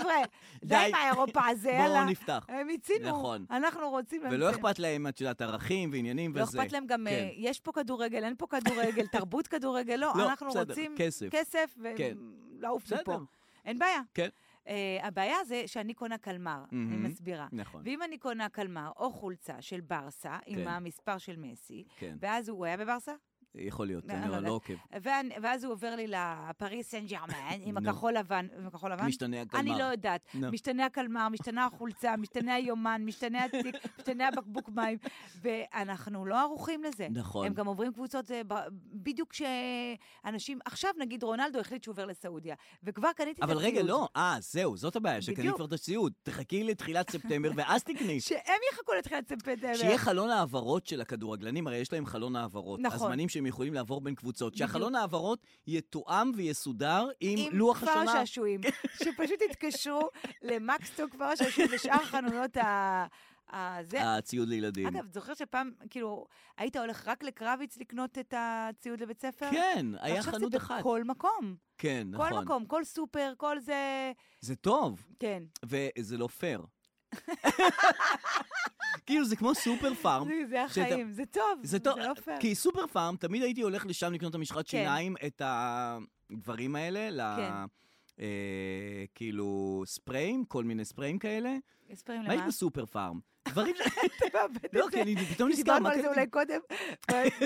Speaker 3: די
Speaker 2: די.
Speaker 3: עם האירופה הזה, יאללה.
Speaker 2: בואו
Speaker 3: (laughs)
Speaker 2: נפתח.
Speaker 3: אה, מיצינו.
Speaker 2: נכון.
Speaker 3: אנחנו רוצים...
Speaker 2: ולא
Speaker 3: לצאת.
Speaker 2: אכפת להם, את יודעת, ערכים ועניינים
Speaker 3: לא
Speaker 2: וזה.
Speaker 3: אכפת להם גם,
Speaker 2: כן.
Speaker 3: אה, יש פה כדורגל, אין פה
Speaker 2: (laughs)
Speaker 3: כדורגל, תרבות כדורגל, לא,
Speaker 2: לא,
Speaker 3: אנחנו
Speaker 2: בסדר,
Speaker 3: רוצים
Speaker 2: כסף.
Speaker 3: כסף
Speaker 2: כן.
Speaker 3: ולעוף
Speaker 2: בסדר.
Speaker 3: מפה. אין בעיה.
Speaker 2: כן.
Speaker 3: אה, הבעיה זה שאני קונה קלמר, אני
Speaker 2: מהמם.
Speaker 3: מסבירה.
Speaker 2: נכון.
Speaker 3: ואם אני קונה קלמר או חולצה של ברסה,
Speaker 2: כן.
Speaker 3: עם המספר של מסי,
Speaker 2: כן.
Speaker 3: ואז הוא הוא היה בברסה?
Speaker 2: יכול להיות,
Speaker 3: לא,
Speaker 2: אני
Speaker 3: לא
Speaker 2: לא
Speaker 3: יודעת.
Speaker 2: עוקב.
Speaker 3: ואני- ואז הוא עובר לי לפריס סן ג'רמן, עם
Speaker 2: נו.
Speaker 3: הכחול לבן, עם הכחול לבן?
Speaker 2: משתנה הגלמר.
Speaker 3: אני לא יודעת.
Speaker 2: נו.
Speaker 3: משתנה הקלמר, משתנה החולצה, משתנה היומן,
Speaker 2: (laughs)
Speaker 3: משתנה התיק, משתנה הבקבוק מים, ואנחנו לא ערוכים לזה.
Speaker 2: נכון.
Speaker 3: הם גם עוברים קבוצות, אה, ב- בדיוק כשאנשים, עכשיו נגיד רונלדו החליט שהוא עובר לסעודיה, וכבר קניתי את
Speaker 2: אבל
Speaker 3: הציוד.
Speaker 2: רגע, לא, אה, זהו, זאת הבעיה, שקנית
Speaker 3: בדיוק.
Speaker 2: כבר את הציוד. תחכי לתחילת ספטמבר ואז תקני.
Speaker 3: שהם יחכו לתחילת ספטמבר.
Speaker 2: שיהיה חלון העברות של הכדורגלנים, הרי יש להם חלון העברות.
Speaker 3: נכון.
Speaker 2: הזמנים שהם יכולים לעבור בין קבוצות.
Speaker 3: בדיוק.
Speaker 2: שהחלון העברות יתואם ויסודר עם לוח
Speaker 3: עם כפר
Speaker 2: השנה. כן.
Speaker 3: השעשועים, שפשוט
Speaker 2: (laughs)
Speaker 3: יתקשרו למקסטו כפר השעשועים ושאר חנויות ה... ה- זה,
Speaker 2: הציוד לילדים.
Speaker 3: אגב, זוכר שפעם, כאילו, היית הולך רק לקרביץ לקנות את הציוד לבית ספר?
Speaker 2: כן, היה
Speaker 3: ועכשיו
Speaker 2: חנות
Speaker 3: זה
Speaker 2: אחת.
Speaker 3: בכל מקום.
Speaker 2: כן,
Speaker 3: נכון. כל
Speaker 2: נכון.
Speaker 3: מקום, כל סופר, כל זה...
Speaker 2: זה טוב.
Speaker 3: כן.
Speaker 2: וזה לא פייר. (laughs) כאילו, זה כמו סופר פארם.
Speaker 3: (laughs) זה- זה
Speaker 2: שאתה-
Speaker 3: החיים, זה טוב.
Speaker 2: זה טוב,
Speaker 3: לא פייר. כן.
Speaker 2: כי סופר פארם, תמיד הייתי הולך לשם לקנות את המשחת שיניים, את הדברים האלה, ל...
Speaker 3: כן.
Speaker 2: אה, כאילו ספריים, כל מיני ספריים כאלה.
Speaker 3: הסברים
Speaker 2: מה יש
Speaker 3: למה?
Speaker 2: בסופר פארם? דברים ש...
Speaker 3: (laughs) אתה מאבד את
Speaker 2: לא,
Speaker 3: זה.
Speaker 2: כי אני פתאום נזכר,
Speaker 3: דיברנו
Speaker 2: מה
Speaker 3: על זה
Speaker 2: קניתי
Speaker 3: אולי קודם,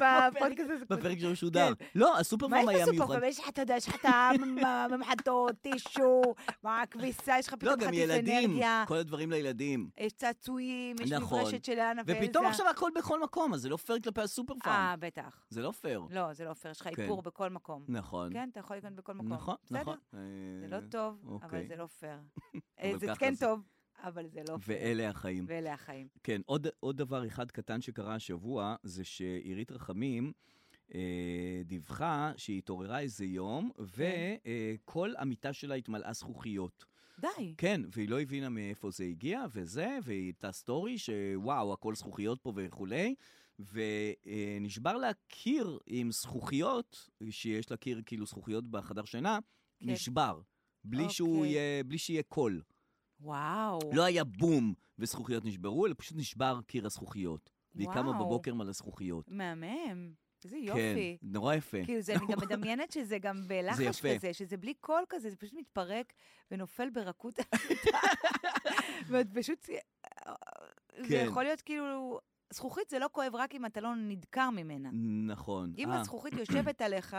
Speaker 2: (laughs)
Speaker 3: בפודקאסט הזה.
Speaker 2: בפרק שלא שודר. לא, הסופר
Speaker 3: מה
Speaker 2: פארם
Speaker 3: יש
Speaker 2: היה
Speaker 3: בסופר?
Speaker 2: מיוחד.
Speaker 3: פארם? יש לך, אתה יודע, יש לך את
Speaker 2: (laughs)
Speaker 3: הממחטות, טישו, מה, הכביסה, יש לך
Speaker 2: לא,
Speaker 3: פתאום
Speaker 2: גם
Speaker 3: חטיף
Speaker 2: ילדים,
Speaker 3: אנרגיה,
Speaker 2: כל הדברים לילדים.
Speaker 3: יש צעצועים, יש
Speaker 2: נכון.
Speaker 3: מברשת של אנה ואלזה.
Speaker 2: ופתאום עכשיו הכל בכל מקום, אז זה לא פייר כלפי הסופר
Speaker 3: אה,
Speaker 2: פארם.
Speaker 3: בטח.
Speaker 2: זה לא פייר.
Speaker 3: לא, זה לא פייר, יש לך
Speaker 2: כן.
Speaker 3: איפור בכל מקום.
Speaker 2: נכון.
Speaker 3: כן, אתה יכול לקנות בכל מקום.
Speaker 2: נכון,
Speaker 3: בסדר?
Speaker 2: נכון.
Speaker 3: זה
Speaker 2: אה,
Speaker 3: לא טוב, אבל
Speaker 2: אוקיי.
Speaker 3: זה לא פייר.
Speaker 2: (laughs)
Speaker 3: אה,
Speaker 2: אבל
Speaker 3: זה
Speaker 2: ככה
Speaker 3: כן
Speaker 2: זה.
Speaker 3: טוב, אבל זה לא פייר.
Speaker 2: ואלה החיים.
Speaker 3: ואלה החיים.
Speaker 2: כן, עוד, עוד דבר אחד קטן שקרה השבוע, זה שעירית רחמים אה, דיווחה שהיא התעוררה איזה יום,
Speaker 3: כן.
Speaker 2: וכל המיטה שלה התמלאה זכוכיות.
Speaker 3: די.
Speaker 2: כן, והיא לא הבינה מאיפה זה הגיע, וזה, והיא הייתה סטורי שוואו, הכל זכוכיות פה וכולי, ונשבר לה קיר עם זכוכיות, שיש לה קיר כאילו זכוכיות בחדר שינה,
Speaker 3: כן.
Speaker 2: נשבר. בלי, שהוא
Speaker 3: אוקיי.
Speaker 2: יהיה, בלי שיהיה קול.
Speaker 3: וואו.
Speaker 2: לא היה בום וזכוכיות נשברו, אלא פשוט נשבר קיר הזכוכיות. והיא קמה
Speaker 3: וואו.
Speaker 2: בבוקר על הזכוכיות.
Speaker 3: מהמם. איזה יופי.
Speaker 2: כן, נורא יפה.
Speaker 3: כאילו, זה, אני
Speaker 2: (laughs)
Speaker 3: גם מדמיינת שזה גם בלחש
Speaker 2: יפה.
Speaker 3: כזה, שזה בלי קול כזה, זה פשוט מתפרק ונופל ברכות על המיטה. ואת פשוט... אה, זה
Speaker 2: כן.
Speaker 3: יכול להיות כאילו... זכוכית זה לא כואב רק אם אתה לא נדקר ממנה.
Speaker 2: נכון.
Speaker 3: אם
Speaker 2: אה,
Speaker 3: הזכוכית יושבת עליך,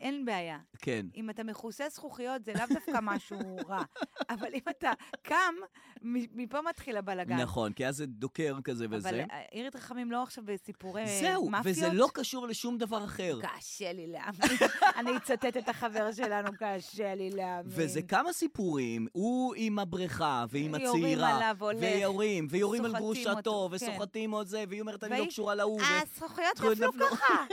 Speaker 3: אין בעיה.
Speaker 2: כן.
Speaker 3: אם אתה מכוסה זכוכיות, זה לאו דווקא משהו רע. אבל אם אתה קם, מ- מפה מתחיל הבלגן.
Speaker 2: נכון, כי אז זה דוקר כזה
Speaker 3: אבל
Speaker 2: וזה.
Speaker 3: אה, אירית רחמים לא עכשיו בסיפורי אה,
Speaker 2: זהו,
Speaker 3: מאפיות.
Speaker 2: וזה לא קשור לשום דבר אחר.
Speaker 3: קשה לי להאמין. אני אצטט את החבר שלנו, קשה לי להאמין.
Speaker 2: וזה כמה סיפורים, הוא עם הבריכה, ועם
Speaker 3: יורים
Speaker 2: הצעירה,
Speaker 3: עליו, הולך,
Speaker 2: ויורים, ויורים על
Speaker 3: סוחטים
Speaker 2: גרושתו,
Speaker 3: אותו, כן.
Speaker 2: וסוחטים עוד זה, והיא אומרת, אני לא
Speaker 3: והיא-
Speaker 2: קשורה להוא. ו-
Speaker 3: הזכוכיות
Speaker 2: זכוכיות
Speaker 3: אה, נפלו
Speaker 2: נפלו.
Speaker 3: ככה.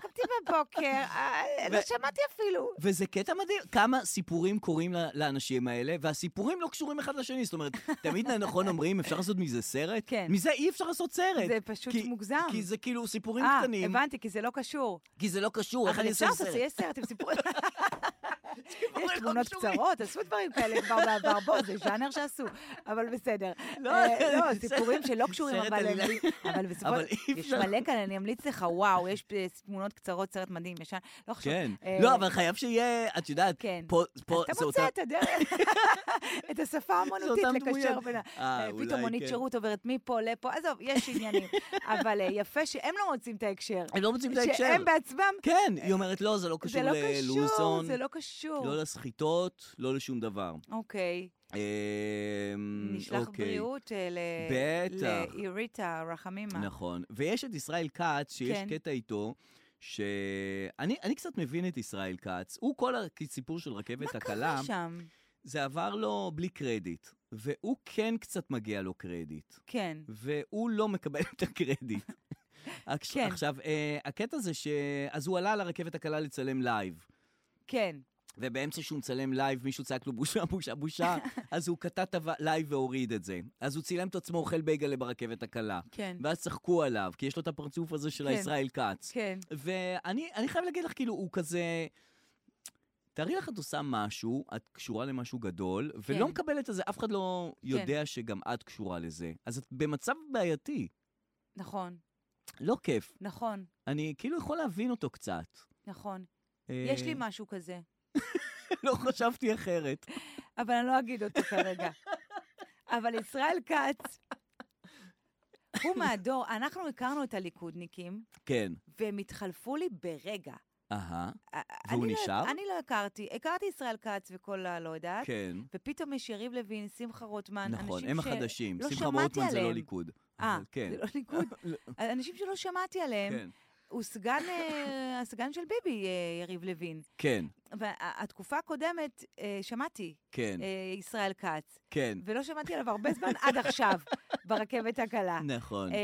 Speaker 3: קמתי בבוקר, אה,
Speaker 2: לא.
Speaker 3: לא
Speaker 2: ו-
Speaker 3: שמעתי אפילו.
Speaker 2: וזה קטע מדהים, כמה סיפורים קורים ל- לאנשים האלה, והסיפורים לא קשורים אחד לשני. זאת
Speaker 3: (laughs)
Speaker 2: אומרת, תמיד נכון אומרים, אפשר לעשות מזה סרט?
Speaker 3: כן.
Speaker 2: מזה אי אפשר לעשות סרט.
Speaker 3: זה פשוט
Speaker 2: כי-
Speaker 3: מוגזם.
Speaker 2: כי זה כאילו סיפורים
Speaker 3: אה,
Speaker 2: קטנים,
Speaker 3: הבנתי, כי זה לא קשור.
Speaker 2: כי זה לא קשור, איך
Speaker 3: אבל
Speaker 2: אני
Speaker 3: אפשר
Speaker 2: אעשה
Speaker 3: לעשות
Speaker 2: סרט?
Speaker 3: שיש סרט עם
Speaker 2: (laughs)
Speaker 3: סיפורים. יש
Speaker 2: לא
Speaker 3: תמונות
Speaker 2: קשורים.
Speaker 3: קצרות, עשו דברים כאלה כבר בעבר, בוא, זה ז'אנר שעשו, אבל בסדר.
Speaker 2: לא,
Speaker 3: אה, לא,
Speaker 2: זה
Speaker 3: סיפורים שלא קשורים,
Speaker 2: סרט
Speaker 3: אבל... הם-
Speaker 2: עלילה.
Speaker 3: אבל בסופו
Speaker 2: אבל אי
Speaker 3: יש
Speaker 2: אפשר.
Speaker 3: מלא כאן, אני אמליץ לך, וואו, יש אה, תמונות קצרות, סרט מדהים, ישן, לא חשוב.
Speaker 2: כן.
Speaker 3: אה,
Speaker 2: לא, אבל חייב שיהיה, את יודעת,
Speaker 3: כן.
Speaker 2: פה, פה,
Speaker 3: אתה
Speaker 2: זה
Speaker 3: מוצא
Speaker 2: אותה...
Speaker 3: את הדרך,
Speaker 2: (laughs)
Speaker 3: את השפה האמנותית
Speaker 2: אותם
Speaker 3: לקשר
Speaker 2: דמויות.
Speaker 3: בין ה...
Speaker 2: אה,
Speaker 3: אה, פתאום
Speaker 2: אולי
Speaker 3: מונית
Speaker 2: כן.
Speaker 3: שירות עוברת מפה לפה, עזוב, יש
Speaker 2: (laughs)
Speaker 3: עניינים. אבל אה, יפה שהם לא מוצאים את ההקשר.
Speaker 2: הם לא מוצאים את ההקשר.
Speaker 3: שהם בעצמם,
Speaker 2: כן, היא אומרת, לא, זה לא קשור
Speaker 3: זה לא קשור,
Speaker 2: ללוזון,
Speaker 3: זה לא קשור.
Speaker 2: לא לסחיטות, לא לשום דבר.
Speaker 3: אוקיי,
Speaker 2: אמ,
Speaker 3: נשלח
Speaker 2: אוקיי.
Speaker 3: בריאות אה, ל...
Speaker 2: בטח.
Speaker 3: לאיריטה רחמימה.
Speaker 2: נכון. ויש את ישראל כץ, שיש
Speaker 3: כן.
Speaker 2: קטע איתו, שאני אני קצת מבין את ישראל כץ. הוא כל הסיפור של רכבת
Speaker 3: מה
Speaker 2: הקלה.
Speaker 3: קרה שם?
Speaker 2: זה עבר לו בלי קרדיט, והוא כן קצת מגיע לו קרדיט,
Speaker 3: כן.
Speaker 2: והוא לא מקבל את
Speaker 3: (laughs)
Speaker 2: הקרדיט. עכש-
Speaker 3: כן.
Speaker 2: עכשיו, אה, הקטע זה ש... אז הוא עלה על הרכבת הקלה לצלם לייב.
Speaker 3: כן.
Speaker 2: ובאמצע שהוא מצלם לייב, מישהו צעק לו בושה, בושה,
Speaker 3: (laughs)
Speaker 2: בושה, אז הוא קטע את הלייב והוריד את זה. אז הוא צילם את עצמו אוכל בייגלה ברכבת הקלה.
Speaker 3: כן.
Speaker 2: ואז צחקו עליו, כי יש לו את הפרצוף הזה של
Speaker 3: כן.
Speaker 2: הישראל כץ.
Speaker 3: כן.
Speaker 2: ואני אני חייב להגיד לך, כאילו, הוא כזה... תארי לך, את עושה משהו, את קשורה למשהו גדול, כן. ולא
Speaker 3: כן.
Speaker 2: מקבלת את זה, אף אחד לא יודע כן. שגם את קשורה לזה. אז את במצב בעייתי,
Speaker 3: נכון,
Speaker 2: לא כיף.
Speaker 3: נכון,
Speaker 2: אני כאילו יכול להבין אותו קצת.
Speaker 3: נכון.
Speaker 2: אה.
Speaker 3: יש לי משהו כזה,
Speaker 2: (laughs) לא חשבתי אחרת.
Speaker 3: אבל אני לא אגיד אותו
Speaker 2: (laughs)
Speaker 3: כרגע. אבל ישראל כץ, הוא מהדור, אנחנו הכרנו את הליכודניקים,
Speaker 2: כן,
Speaker 3: והם התחלפו לי ברגע.
Speaker 2: אהה,
Speaker 3: אני
Speaker 2: והוא
Speaker 3: לא-
Speaker 2: נשאר?
Speaker 3: אני לא הכרתי, הכרתי ישראל כץ וכל הלא יודעת,
Speaker 2: כן.
Speaker 3: ופתאום יש יריב לוין, שמחה רוטמן,
Speaker 2: נכון,
Speaker 3: אנשים
Speaker 2: הם
Speaker 3: ש-
Speaker 2: החדשים.
Speaker 3: לא
Speaker 2: שמחה
Speaker 3: שמעתי
Speaker 2: רוטמן זה לא
Speaker 3: עליהם.
Speaker 2: ליכוד.
Speaker 3: אה,
Speaker 2: אבל כן.
Speaker 3: זה לא ליכוד. אנשים שלא שמעתי עליהם,
Speaker 2: כן,
Speaker 3: הוא סגן, אה, (laughs) הסגן של ביבי, אה, יריב לוין.
Speaker 2: כן,
Speaker 3: והתקופה הקודמת, אה, שמעתי,
Speaker 2: כן,
Speaker 3: אה, ישראל כץ,
Speaker 2: כן,
Speaker 3: ולא שמעתי עליו הרבה זמן עד
Speaker 2: (laughs)
Speaker 3: עכשיו, ברכבת הקלה.
Speaker 2: נכון.
Speaker 3: אה,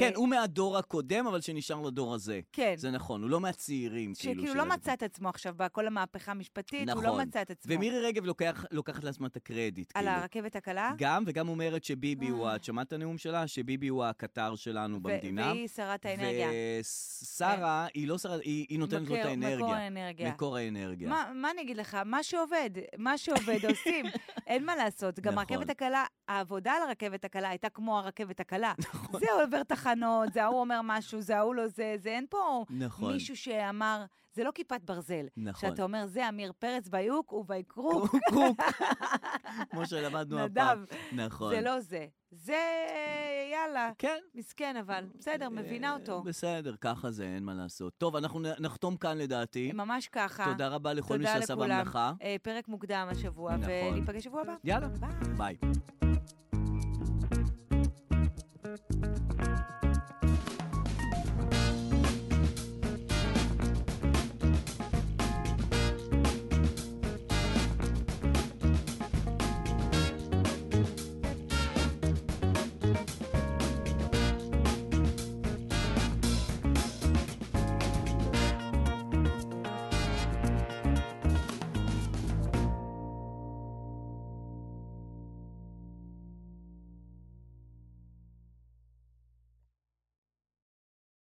Speaker 2: כן, הוא מהדור הקודם, אבל שנשאר לדור הזה.
Speaker 3: כן,
Speaker 2: זה נכון, הוא לא מהצעירים, כאילו.
Speaker 3: שכאילו
Speaker 2: של
Speaker 3: לא
Speaker 2: ה-
Speaker 3: מצא את עצמו עכשיו בכל המהפכה המשפטית, הוא לא
Speaker 2: נכון.
Speaker 3: מצא את עצמו.
Speaker 2: ומירי רגב לוקח- לוקחת לעצמה את הקרדיט,
Speaker 3: על
Speaker 2: כאילו.
Speaker 3: הרכבת הקלה?
Speaker 2: גם, וגם אומרת שביבי הוא,
Speaker 3: אה.
Speaker 2: ה- את שמעת את הנאום שלה? שביבי הוא הקטר שלנו
Speaker 3: ו-
Speaker 2: במדינה.
Speaker 3: והיא שרת האנרגיה. אה.
Speaker 2: ושרה, היא לא שרה, היא היא נותנת לו את
Speaker 3: מקור- מקור
Speaker 2: האנרגיה.
Speaker 3: האנרגיה.
Speaker 2: מקור האנרגיה.
Speaker 3: מה, מה אני אגיד לך? מה שעובד, מה שעובד
Speaker 2: (laughs)
Speaker 3: עושים, אין מה לעשות. גם
Speaker 2: נכון.
Speaker 3: הרכבת הקלה, העבודה על הרכבת הקלה הייתה כמו הרכבת הקלה.
Speaker 2: (laughs) נכון.
Speaker 3: זה עובר תחנות, זה ההוא אומר משהו, זה ההוא לא זה, זה אין פה
Speaker 2: נכון.
Speaker 3: מישהו שאמר, זה לא כיפת ברזל.
Speaker 2: נכון.
Speaker 3: שאתה אומר, זה עמיר פרץ ביוק וביקרוק,
Speaker 2: קרוק,
Speaker 3: (laughs)
Speaker 2: קרוק. כמו שלמדנו
Speaker 3: נדב.
Speaker 2: הפעם. (laughs) נכון.
Speaker 3: זה לא זה. זה, יאללה,
Speaker 2: כן.
Speaker 3: מסכן אבל, בסדר, מבינה
Speaker 2: אה,
Speaker 3: אותו.
Speaker 2: בסדר, ככה זה, אין מה לעשות. טוב, אנחנו נ- נחתום כאן לדעתי.
Speaker 3: ממש ככה.
Speaker 2: תודה רבה לכל מי
Speaker 3: תודה
Speaker 2: שעשה
Speaker 3: לכולם.
Speaker 2: במלאכה.
Speaker 3: אה, פרק מוקדם השבוע,
Speaker 2: נכון.
Speaker 3: וניפגש שבוע הבא.
Speaker 2: יאללה.
Speaker 3: ביי.
Speaker 2: ביי.